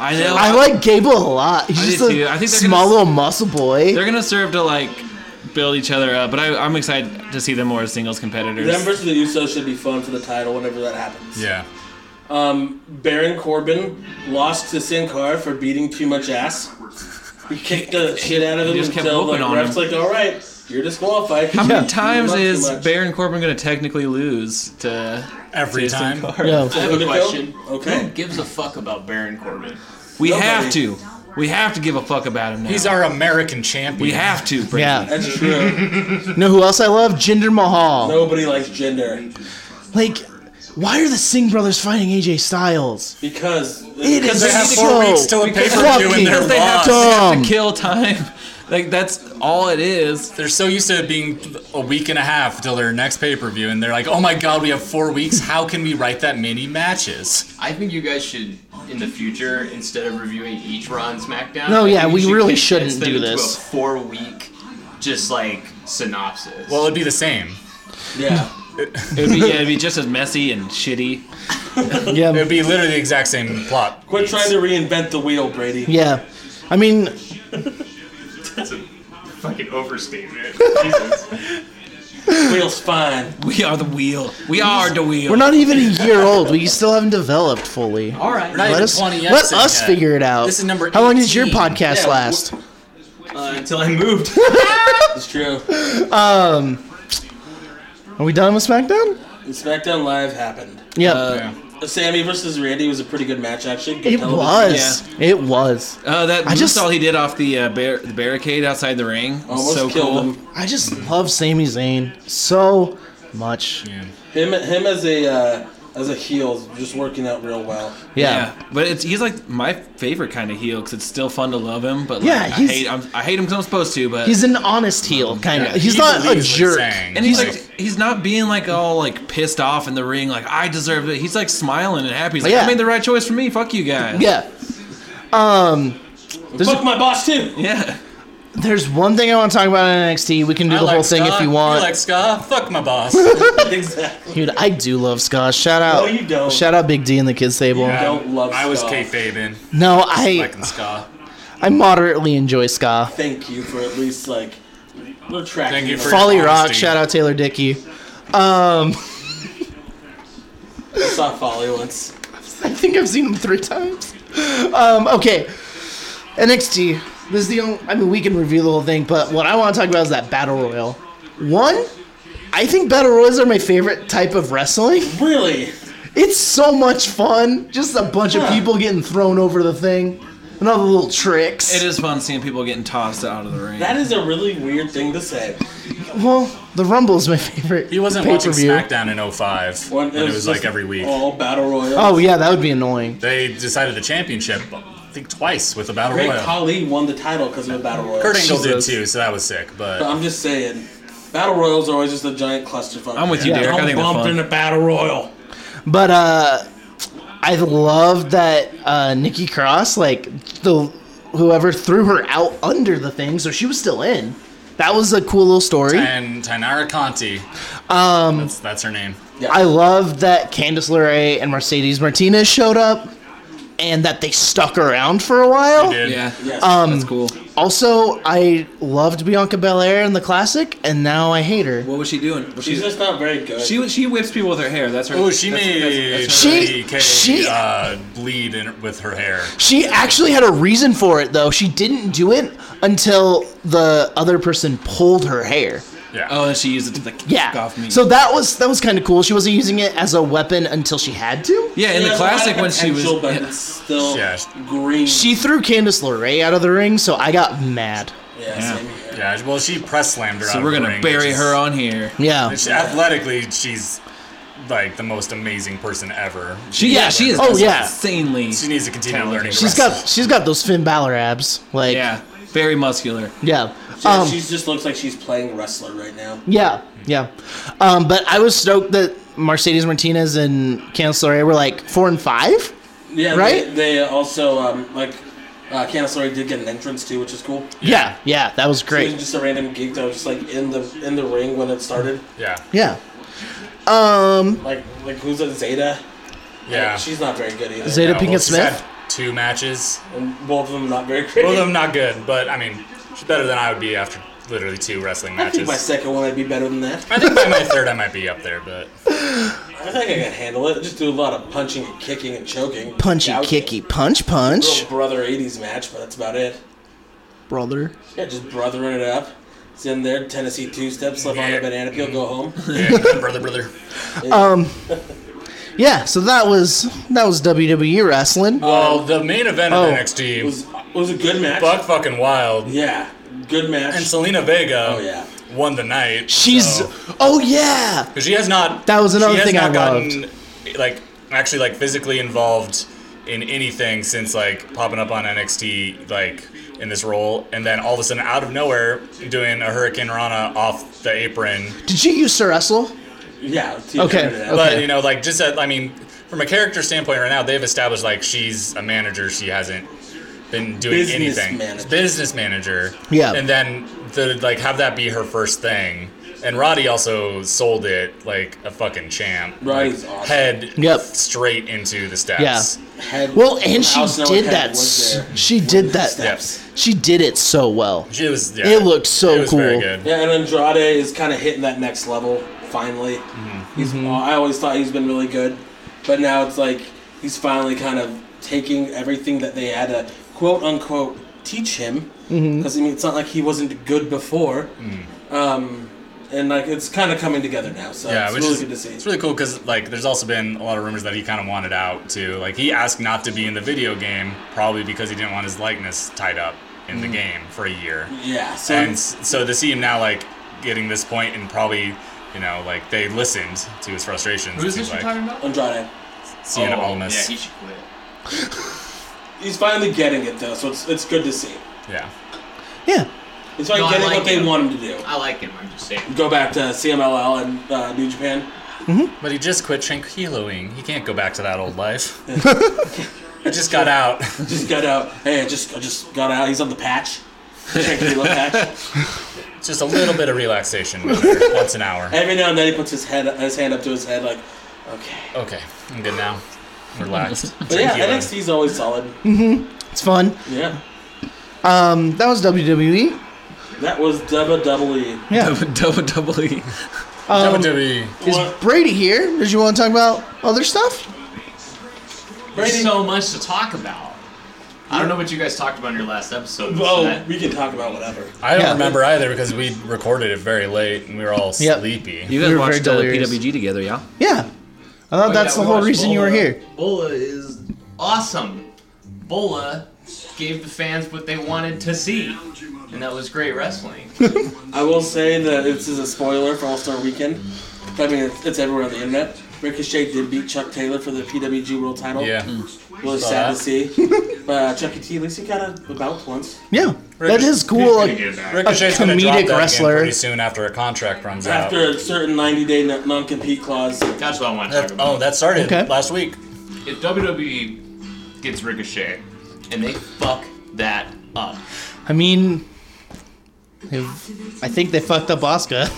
Speaker 4: I know.
Speaker 2: I like Gable a lot. He's
Speaker 4: I
Speaker 2: just
Speaker 4: do
Speaker 2: a
Speaker 4: too. I think they're
Speaker 2: small
Speaker 4: gonna-
Speaker 2: little muscle boy.
Speaker 4: They're gonna serve to like build each other up, but I, I'm excited to see them more as singles competitors.
Speaker 3: Them versus the Usos should be fun for the title whenever that happens.
Speaker 5: Yeah.
Speaker 3: Um, Baron Corbin lost to Sin Cara for beating too much ass. He kicked the shit out of him
Speaker 4: He just kept
Speaker 3: until the
Speaker 4: whooping on
Speaker 3: ref's
Speaker 4: him.
Speaker 3: like, "All right, you're disqualified."
Speaker 4: How
Speaker 2: Yeah.
Speaker 4: many times
Speaker 3: Not too
Speaker 4: is
Speaker 3: much.
Speaker 4: Baron Corbin gonna technically lose to?
Speaker 5: Every
Speaker 4: Jason
Speaker 5: time.
Speaker 4: Carr?
Speaker 2: No.
Speaker 6: I have a
Speaker 3: Domenico?
Speaker 6: question. Who
Speaker 4: Oh,
Speaker 3: Okay.
Speaker 6: gives a fuck about Baron Corbin?
Speaker 4: We
Speaker 3: Nobody.
Speaker 4: have to. We have to give a fuck about him now.
Speaker 5: He's our American champion.
Speaker 4: We have to. Brady.
Speaker 2: yeah.
Speaker 3: That's true.
Speaker 2: You know who else I love? Jinder Mahal.
Speaker 3: Nobody likes gender
Speaker 2: Like, why are the Singh brothers fighting AJ Styles?
Speaker 3: because
Speaker 2: It is
Speaker 3: because
Speaker 5: They have four
Speaker 2: so
Speaker 5: weeks till a pay per view
Speaker 2: fucking
Speaker 5: and they're
Speaker 4: Because they have, to, they
Speaker 5: lost.
Speaker 4: have to
Speaker 2: Dumb.
Speaker 4: kill time. Like that's all it is.
Speaker 5: They're so used to it being a week and a half till their next pay per view, and they're like, oh my god, we have four weeks. How can we write that many matches?
Speaker 6: I think you guys should, in the future, instead of reviewing each Raw and SmackDown.
Speaker 2: No,
Speaker 6: I think
Speaker 2: yeah,
Speaker 6: you
Speaker 2: we
Speaker 6: should
Speaker 2: really
Speaker 6: condense
Speaker 2: shouldn't
Speaker 6: them
Speaker 2: do
Speaker 6: into
Speaker 2: this.
Speaker 6: A four-week, just like synopsis.
Speaker 5: Well, it'd be the same.
Speaker 3: yeah.
Speaker 4: It would be, yeah, it'd be just as messy and shitty.
Speaker 5: It'd
Speaker 2: Yeah.
Speaker 5: be literally the exact same plot.
Speaker 3: Quit trying to reinvent the wheel, Brady.
Speaker 2: Yeah. I mean,
Speaker 6: that's a fucking overstatement. Jesus.
Speaker 3: Wheel's fine.
Speaker 4: <laughs> We are the wheel. We are the wheel.
Speaker 2: we're not even a year old. We still haven't developed fully.
Speaker 6: All right.
Speaker 5: Not
Speaker 2: Let
Speaker 5: even
Speaker 2: us,
Speaker 5: 20
Speaker 2: let
Speaker 5: episodes
Speaker 2: us
Speaker 5: yet.
Speaker 2: figure it out.
Speaker 5: This is number
Speaker 2: How long did your
Speaker 5: 18.
Speaker 2: podcast
Speaker 3: Yeah,
Speaker 2: last?
Speaker 6: Uh, until I moved.
Speaker 3: <laughs> It's true.
Speaker 2: Are we done with SmackDown?
Speaker 3: SmackDown Live happened.
Speaker 2: Yeah.
Speaker 4: Uh,
Speaker 3: Sammy versus Randy was a pretty good match, actually. Good
Speaker 2: it
Speaker 3: television.
Speaker 2: was. It was.
Speaker 4: uh, that
Speaker 2: I
Speaker 4: I
Speaker 2: just-
Speaker 4: just all he did off the, uh, bar- the barricade outside the ring.
Speaker 3: Almost
Speaker 4: so
Speaker 3: killed
Speaker 4: cool.
Speaker 3: him.
Speaker 2: I just love Sami Zayn so much. Yeah.
Speaker 3: Him, him as a uh, as a heel, is just working out real well.
Speaker 2: Yeah.
Speaker 4: but it's he's like my favorite kind of heel because it's still fun to love him. But like,
Speaker 2: Yeah,
Speaker 4: I
Speaker 2: he's-
Speaker 4: hate I'm, I hate him because I'm supposed to. But
Speaker 2: He's an honest heel, kind of.
Speaker 4: Yeah,
Speaker 2: he's
Speaker 5: He
Speaker 2: not a
Speaker 5: believes what
Speaker 2: jerk.
Speaker 5: saying.
Speaker 4: and he's like he's not being like all like pissed off in the ring like I deserve it. He's like smiling and happy. He's like
Speaker 2: Yeah.
Speaker 4: I made the right choice for me. Fuck you guys.
Speaker 2: Yeah. Um, there's,
Speaker 3: Fuck my boss
Speaker 4: <laughs>
Speaker 3: too.
Speaker 4: <laughs> yeah.
Speaker 2: there's one thing I want to talk about in NXT. We can do
Speaker 5: I
Speaker 2: the
Speaker 5: like
Speaker 2: whole thing
Speaker 5: ska,
Speaker 2: if you want.
Speaker 5: like ska? Fuck
Speaker 2: <laughs>
Speaker 5: my boss.
Speaker 3: exactly.
Speaker 2: Dude, I do love Scott. Shout out.
Speaker 3: No, you don't.
Speaker 2: Shout out Big D and the kids table.
Speaker 3: don't love
Speaker 5: I was
Speaker 3: ska.
Speaker 5: kayfabing.
Speaker 2: No, I
Speaker 5: Fucking ska.
Speaker 2: I moderately enjoy Ska.
Speaker 3: Thank you for at least like retracting.
Speaker 5: Thank you
Speaker 3: the-
Speaker 5: for-
Speaker 2: Folly Rock.
Speaker 5: honesty.
Speaker 2: Shout out Taylor Dickey. Um,
Speaker 3: I saw Folly once.
Speaker 2: I think I've seen him three times. Um, okay, NXT. This is the only. I mean, we can review the whole thing, but what I want to talk about is that battle royal. One, I think battle royals are my favorite type of wrestling.
Speaker 3: Really?
Speaker 2: It's so much fun. Just a bunch of
Speaker 3: Huh.
Speaker 2: people getting thrown over the thing, and all the little tricks.
Speaker 4: It is fun seeing people getting tossed out of the ring.
Speaker 3: That is a really weird thing to say.
Speaker 2: Well, the Rumble's my favorite.
Speaker 5: He wasn't watching
Speaker 2: pay-per-view.
Speaker 5: SmackDown in 05 when, it was
Speaker 3: just
Speaker 5: like every week.
Speaker 3: All battle royal.
Speaker 2: Oh yeah, that would be annoying.
Speaker 5: They decided the championship, I think twice with a battle
Speaker 3: Great
Speaker 5: royal.
Speaker 3: Khali won the title because of a battle royal.
Speaker 5: Kurt Angle did
Speaker 4: Jesus. Uh,
Speaker 5: too, so that was sick.
Speaker 3: But
Speaker 5: But
Speaker 3: I'm just saying, battle royals are always just a giant clusterfuck.
Speaker 4: I'm with you,
Speaker 2: Yeah.
Speaker 4: Derek. I
Speaker 3: Don't
Speaker 4: think they're
Speaker 3: bump
Speaker 4: fun.
Speaker 3: into battle royal.
Speaker 2: But uh, I love that uh, Nikki Cross, like the whoever threw her out under the thing, so she was still in. That was a cool little story.
Speaker 5: and Tainara Conti, um, that's, that's her name.
Speaker 2: I love that Candice LeRae and Mercedes Martinez showed up, and that they stuck around for a while.
Speaker 5: Dude,
Speaker 4: yeah,
Speaker 3: Yes.
Speaker 2: Um,
Speaker 4: that's cool.
Speaker 2: Also, I loved Bianca Belair in the classic, and now I hate her.
Speaker 4: What was she doing? Was
Speaker 3: She's
Speaker 4: she,
Speaker 3: just not very good.
Speaker 4: she she whips people with her hair. That's her.
Speaker 5: Oh, she
Speaker 4: that's-
Speaker 5: made
Speaker 4: that's- that's her-
Speaker 2: She-
Speaker 5: she,
Speaker 2: she-
Speaker 5: uh, bleed in, with her hair.
Speaker 2: She actually had a reason for it, though. She didn't do it until the other person pulled her hair.
Speaker 5: Yeah.
Speaker 4: Oh, and she used it to like
Speaker 2: Yeah.
Speaker 4: kick off me.
Speaker 2: So that was that was kind of cool. She wasn't using it as a weapon until she had to.
Speaker 4: yeah,
Speaker 3: She
Speaker 4: in
Speaker 3: has
Speaker 4: the
Speaker 3: a lot of
Speaker 4: classic when she was.
Speaker 3: potential, but
Speaker 4: yeah.
Speaker 3: it's still
Speaker 5: Yeah.
Speaker 3: green.
Speaker 2: She threw Candice LeRae out of the ring, so I got mad.
Speaker 3: yeah, Same here.
Speaker 5: yeah. Well, she press slammed her. out
Speaker 4: So
Speaker 5: of
Speaker 4: we're
Speaker 5: the
Speaker 4: gonna
Speaker 5: ring,
Speaker 4: bury
Speaker 5: which is-
Speaker 4: her on here.
Speaker 2: Yeah.
Speaker 5: which athletically, she's like the most amazing person ever.
Speaker 4: She yeah, she is.
Speaker 2: Oh,
Speaker 4: just
Speaker 2: yeah.
Speaker 4: insanely.
Speaker 5: She needs to continue
Speaker 4: Talented.
Speaker 5: learning. to
Speaker 2: She's
Speaker 5: wrestle.
Speaker 2: got she's got those Finn Balor abs. Like
Speaker 4: Yeah, very muscular.
Speaker 2: yeah.
Speaker 3: She,
Speaker 2: Um,
Speaker 3: she just looks like she's playing wrestler right now.
Speaker 2: yeah. Yeah. Um, but I was stoked that Mercedes Martinez and Candice LeRae were like 4 and 5.
Speaker 3: Yeah,
Speaker 2: Right?
Speaker 3: They, they also um, like uh, Candice LeRae did get an entrance too, which is cool.
Speaker 2: Yeah. Yeah, that was
Speaker 3: It
Speaker 2: great.
Speaker 3: was just a random gig that was just like in the in the ring when it started.
Speaker 5: Yeah.
Speaker 2: Yeah. Um
Speaker 3: Like like who's a Zeta?
Speaker 5: Yeah.
Speaker 3: she's not very good either.
Speaker 2: Zeta
Speaker 5: Yeah,
Speaker 2: Pinkett
Speaker 5: well, she's
Speaker 2: Smith.
Speaker 5: had Two matches.
Speaker 3: And both of them not very great.
Speaker 5: Both of them not good, but I mean, she's better than I would be after literally two wrestling
Speaker 3: I think
Speaker 5: matches.
Speaker 3: my second one I'd be better than that.
Speaker 5: I think by my third, I might be up there,
Speaker 2: <laughs>
Speaker 5: but
Speaker 3: I think I can handle it. I just do a lot of punching and kicking and choking.
Speaker 2: Punchy
Speaker 3: Gouging.
Speaker 2: kicky punch punch.
Speaker 3: Little brother 80s match, but that's about it.
Speaker 2: Brother.
Speaker 3: Yeah, just brothering it up. It's in there, Tennessee two step, slip on the banana peel, go
Speaker 5: <laughs>
Speaker 3: home.
Speaker 5: yeah, brother, brother.
Speaker 2: Yeah, so that was that was WWE wrestling.
Speaker 5: Well, the main event
Speaker 2: Oh.
Speaker 5: of NXT
Speaker 3: It was, it was a good match.
Speaker 5: buck fucking wild,
Speaker 3: Yeah, good match.
Speaker 5: and Selena Vega
Speaker 3: Oh, yeah.
Speaker 5: won the night.
Speaker 2: She's
Speaker 5: so-
Speaker 2: oh yeah.
Speaker 5: 'cause she has not.
Speaker 2: That was another
Speaker 5: she has
Speaker 2: thing I
Speaker 5: not gotten, Like actually, like physically involved in anything since like popping up on NXT, like in this role, and then all of a sudden, out of nowhere, doing a Hurricane Rana off the apron.
Speaker 2: Did she used to wrestle?
Speaker 3: yeah, team
Speaker 2: Okay,
Speaker 3: turned it out.
Speaker 2: okay.
Speaker 5: But you know, like just that, I mean, from a character standpoint, right now they've established like she's a manager. She hasn't been doing
Speaker 3: Business
Speaker 5: anything.
Speaker 3: manager.
Speaker 5: Business manager.
Speaker 2: Yeah.
Speaker 5: And then the like have that be her first thing. And Roddy also sold it like a fucking champ.
Speaker 3: Roddy's
Speaker 5: like,
Speaker 3: awesome.
Speaker 5: Head
Speaker 2: Yep.
Speaker 5: straight into the steps.
Speaker 2: Yeah.
Speaker 3: Head-
Speaker 2: Well, and she
Speaker 3: House Noah
Speaker 2: did
Speaker 3: Head
Speaker 2: that.
Speaker 3: was
Speaker 2: s-
Speaker 3: there.
Speaker 2: She did that.
Speaker 3: Steps.
Speaker 2: She did it so well.
Speaker 5: She was. Yeah,
Speaker 2: It looked so
Speaker 5: it was Very
Speaker 2: cool.
Speaker 5: good.
Speaker 3: Yeah, and Andrade is kind of hitting that next level finally.
Speaker 5: Mm-hmm.
Speaker 3: He's I always thought he's been really good, but now it's like he's finally kind of taking everything that they had to quote unquote teach him because I mean it's not like he wasn't good before, um, and like it's kind of coming together now. So
Speaker 5: Mm. Yeah,
Speaker 3: it's
Speaker 5: which
Speaker 3: really
Speaker 5: is
Speaker 3: good to see.
Speaker 5: it's really cool because like there's also been a lot of rumors that he kind of wanted out too. Like he asked not to be in the video game probably because he didn't want his likeness tied up in the game for a year.
Speaker 3: yeah, so
Speaker 5: And s- so to see him now like getting this point and probably you know like they listened to his frustrations.
Speaker 4: Who's
Speaker 5: it
Speaker 4: this
Speaker 5: seems
Speaker 4: you're
Speaker 5: like,
Speaker 4: talking about?
Speaker 3: Andrade.
Speaker 5: Seeing
Speaker 6: Oh,
Speaker 5: Almas.
Speaker 6: Yeah, he should quit.
Speaker 3: He's finally getting it though, so it's it's good to see.
Speaker 5: yeah.
Speaker 2: Yeah.
Speaker 3: He's finally
Speaker 6: No, I
Speaker 3: getting
Speaker 6: like
Speaker 3: what they
Speaker 6: him.
Speaker 3: want him to do.
Speaker 6: I like him. I'm just saying.
Speaker 3: Go back to CMLL and uh, New Japan.
Speaker 5: But he just quit tranquiloing. He can't go back to that old life. <laughs> he just got out. <laughs>
Speaker 3: Just got out. Hey, I just I just got out. He's on the patch. Tranquilo
Speaker 5: <laughs>
Speaker 3: patch.
Speaker 5: Just a little bit of relaxation with her once an hour.
Speaker 3: Every now and then he puts his head his hand up to his head like, okay.
Speaker 5: Okay, I'm good now. Relaxed.
Speaker 3: But yeah,
Speaker 5: Tranquilo.
Speaker 3: NXT's always solid.
Speaker 2: It's fun.
Speaker 3: Yeah.
Speaker 2: Um, that was WWE.
Speaker 3: That was WWE.
Speaker 2: Yeah.
Speaker 4: <laughs> Double double E.
Speaker 2: Um,
Speaker 5: WWE.
Speaker 2: is Brady here? Did you want to talk about other stuff?
Speaker 6: There's so much to talk about. I don't know what you guys talked about in your last episode. but
Speaker 3: Oh,
Speaker 6: that-
Speaker 3: we can talk about whatever.
Speaker 5: I don't
Speaker 2: Yeah.
Speaker 5: remember either because we recorded it very late and we were all
Speaker 2: Yep.
Speaker 5: sleepy.
Speaker 2: We
Speaker 4: You guys
Speaker 2: were
Speaker 4: watched uh,
Speaker 2: very
Speaker 4: the
Speaker 2: delirious.
Speaker 4: PWG together, yeah?
Speaker 2: Yeah. I thought
Speaker 6: Oh,
Speaker 2: that's
Speaker 6: yeah,
Speaker 2: the
Speaker 6: we
Speaker 2: whole
Speaker 6: watched
Speaker 2: reason you were
Speaker 6: Bola.
Speaker 2: here.
Speaker 6: Bola is awesome. Bola gave the fans what they wanted to see, and that was great wrestling.
Speaker 3: I will say that this is a spoiler for All Star Weekend. I mean, it's, it's everywhere on the internet. Ricochet did beat Chuck Taylor for the PWG World Title.
Speaker 5: Yeah.
Speaker 3: Really sad
Speaker 5: Saw that.
Speaker 3: to see.
Speaker 5: <laughs>
Speaker 3: but uh, Chucky T, at least he got a, a bout once.
Speaker 2: Yeah. That is cool. Like,
Speaker 5: Ricochet's gonna
Speaker 2: comedic
Speaker 5: drop that wrestler.
Speaker 2: wrestler.
Speaker 5: pretty soon after a contract runs
Speaker 3: After
Speaker 5: out.
Speaker 3: a certain 90 day non compete clause,
Speaker 6: That's what I want to talk
Speaker 5: That-
Speaker 6: about.
Speaker 5: oh, that started
Speaker 2: Okay.
Speaker 5: last week.
Speaker 6: If WWE gets Ricochet and they fuck that up,
Speaker 2: I mean, they've- I think they fucked up <laughs> Oscar.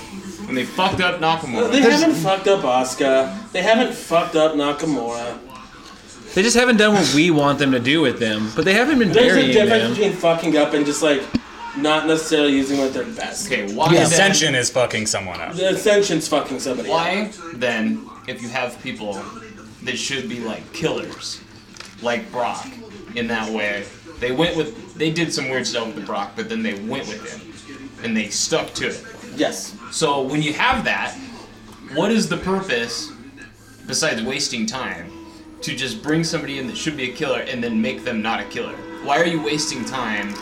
Speaker 6: and they fucked up Nakamura,
Speaker 3: they
Speaker 6: <laughs> they,
Speaker 2: There's-
Speaker 3: haven't fucked up Asuka. They haven't fucked up Nakamura.
Speaker 4: They just haven't done what we want them to do with them, but they haven't been
Speaker 3: There's a
Speaker 4: burying
Speaker 3: difference
Speaker 4: them.
Speaker 3: between fucking up and just like not necessarily using what they're best.
Speaker 6: okay, why
Speaker 2: Yeah.
Speaker 6: then?
Speaker 5: Ascension is fucking someone up.
Speaker 3: The Ascension's fucking somebody.
Speaker 6: Why then, if you have people that should be like killers, like Brock, in that way, they went with they did some weird stuff with Brock, but then they went with him and they stuck to it.
Speaker 3: Yes.
Speaker 6: So when you have that, what is the purpose besides wasting time to just bring somebody in that should be a killer and then make them not a killer? Why are you wasting time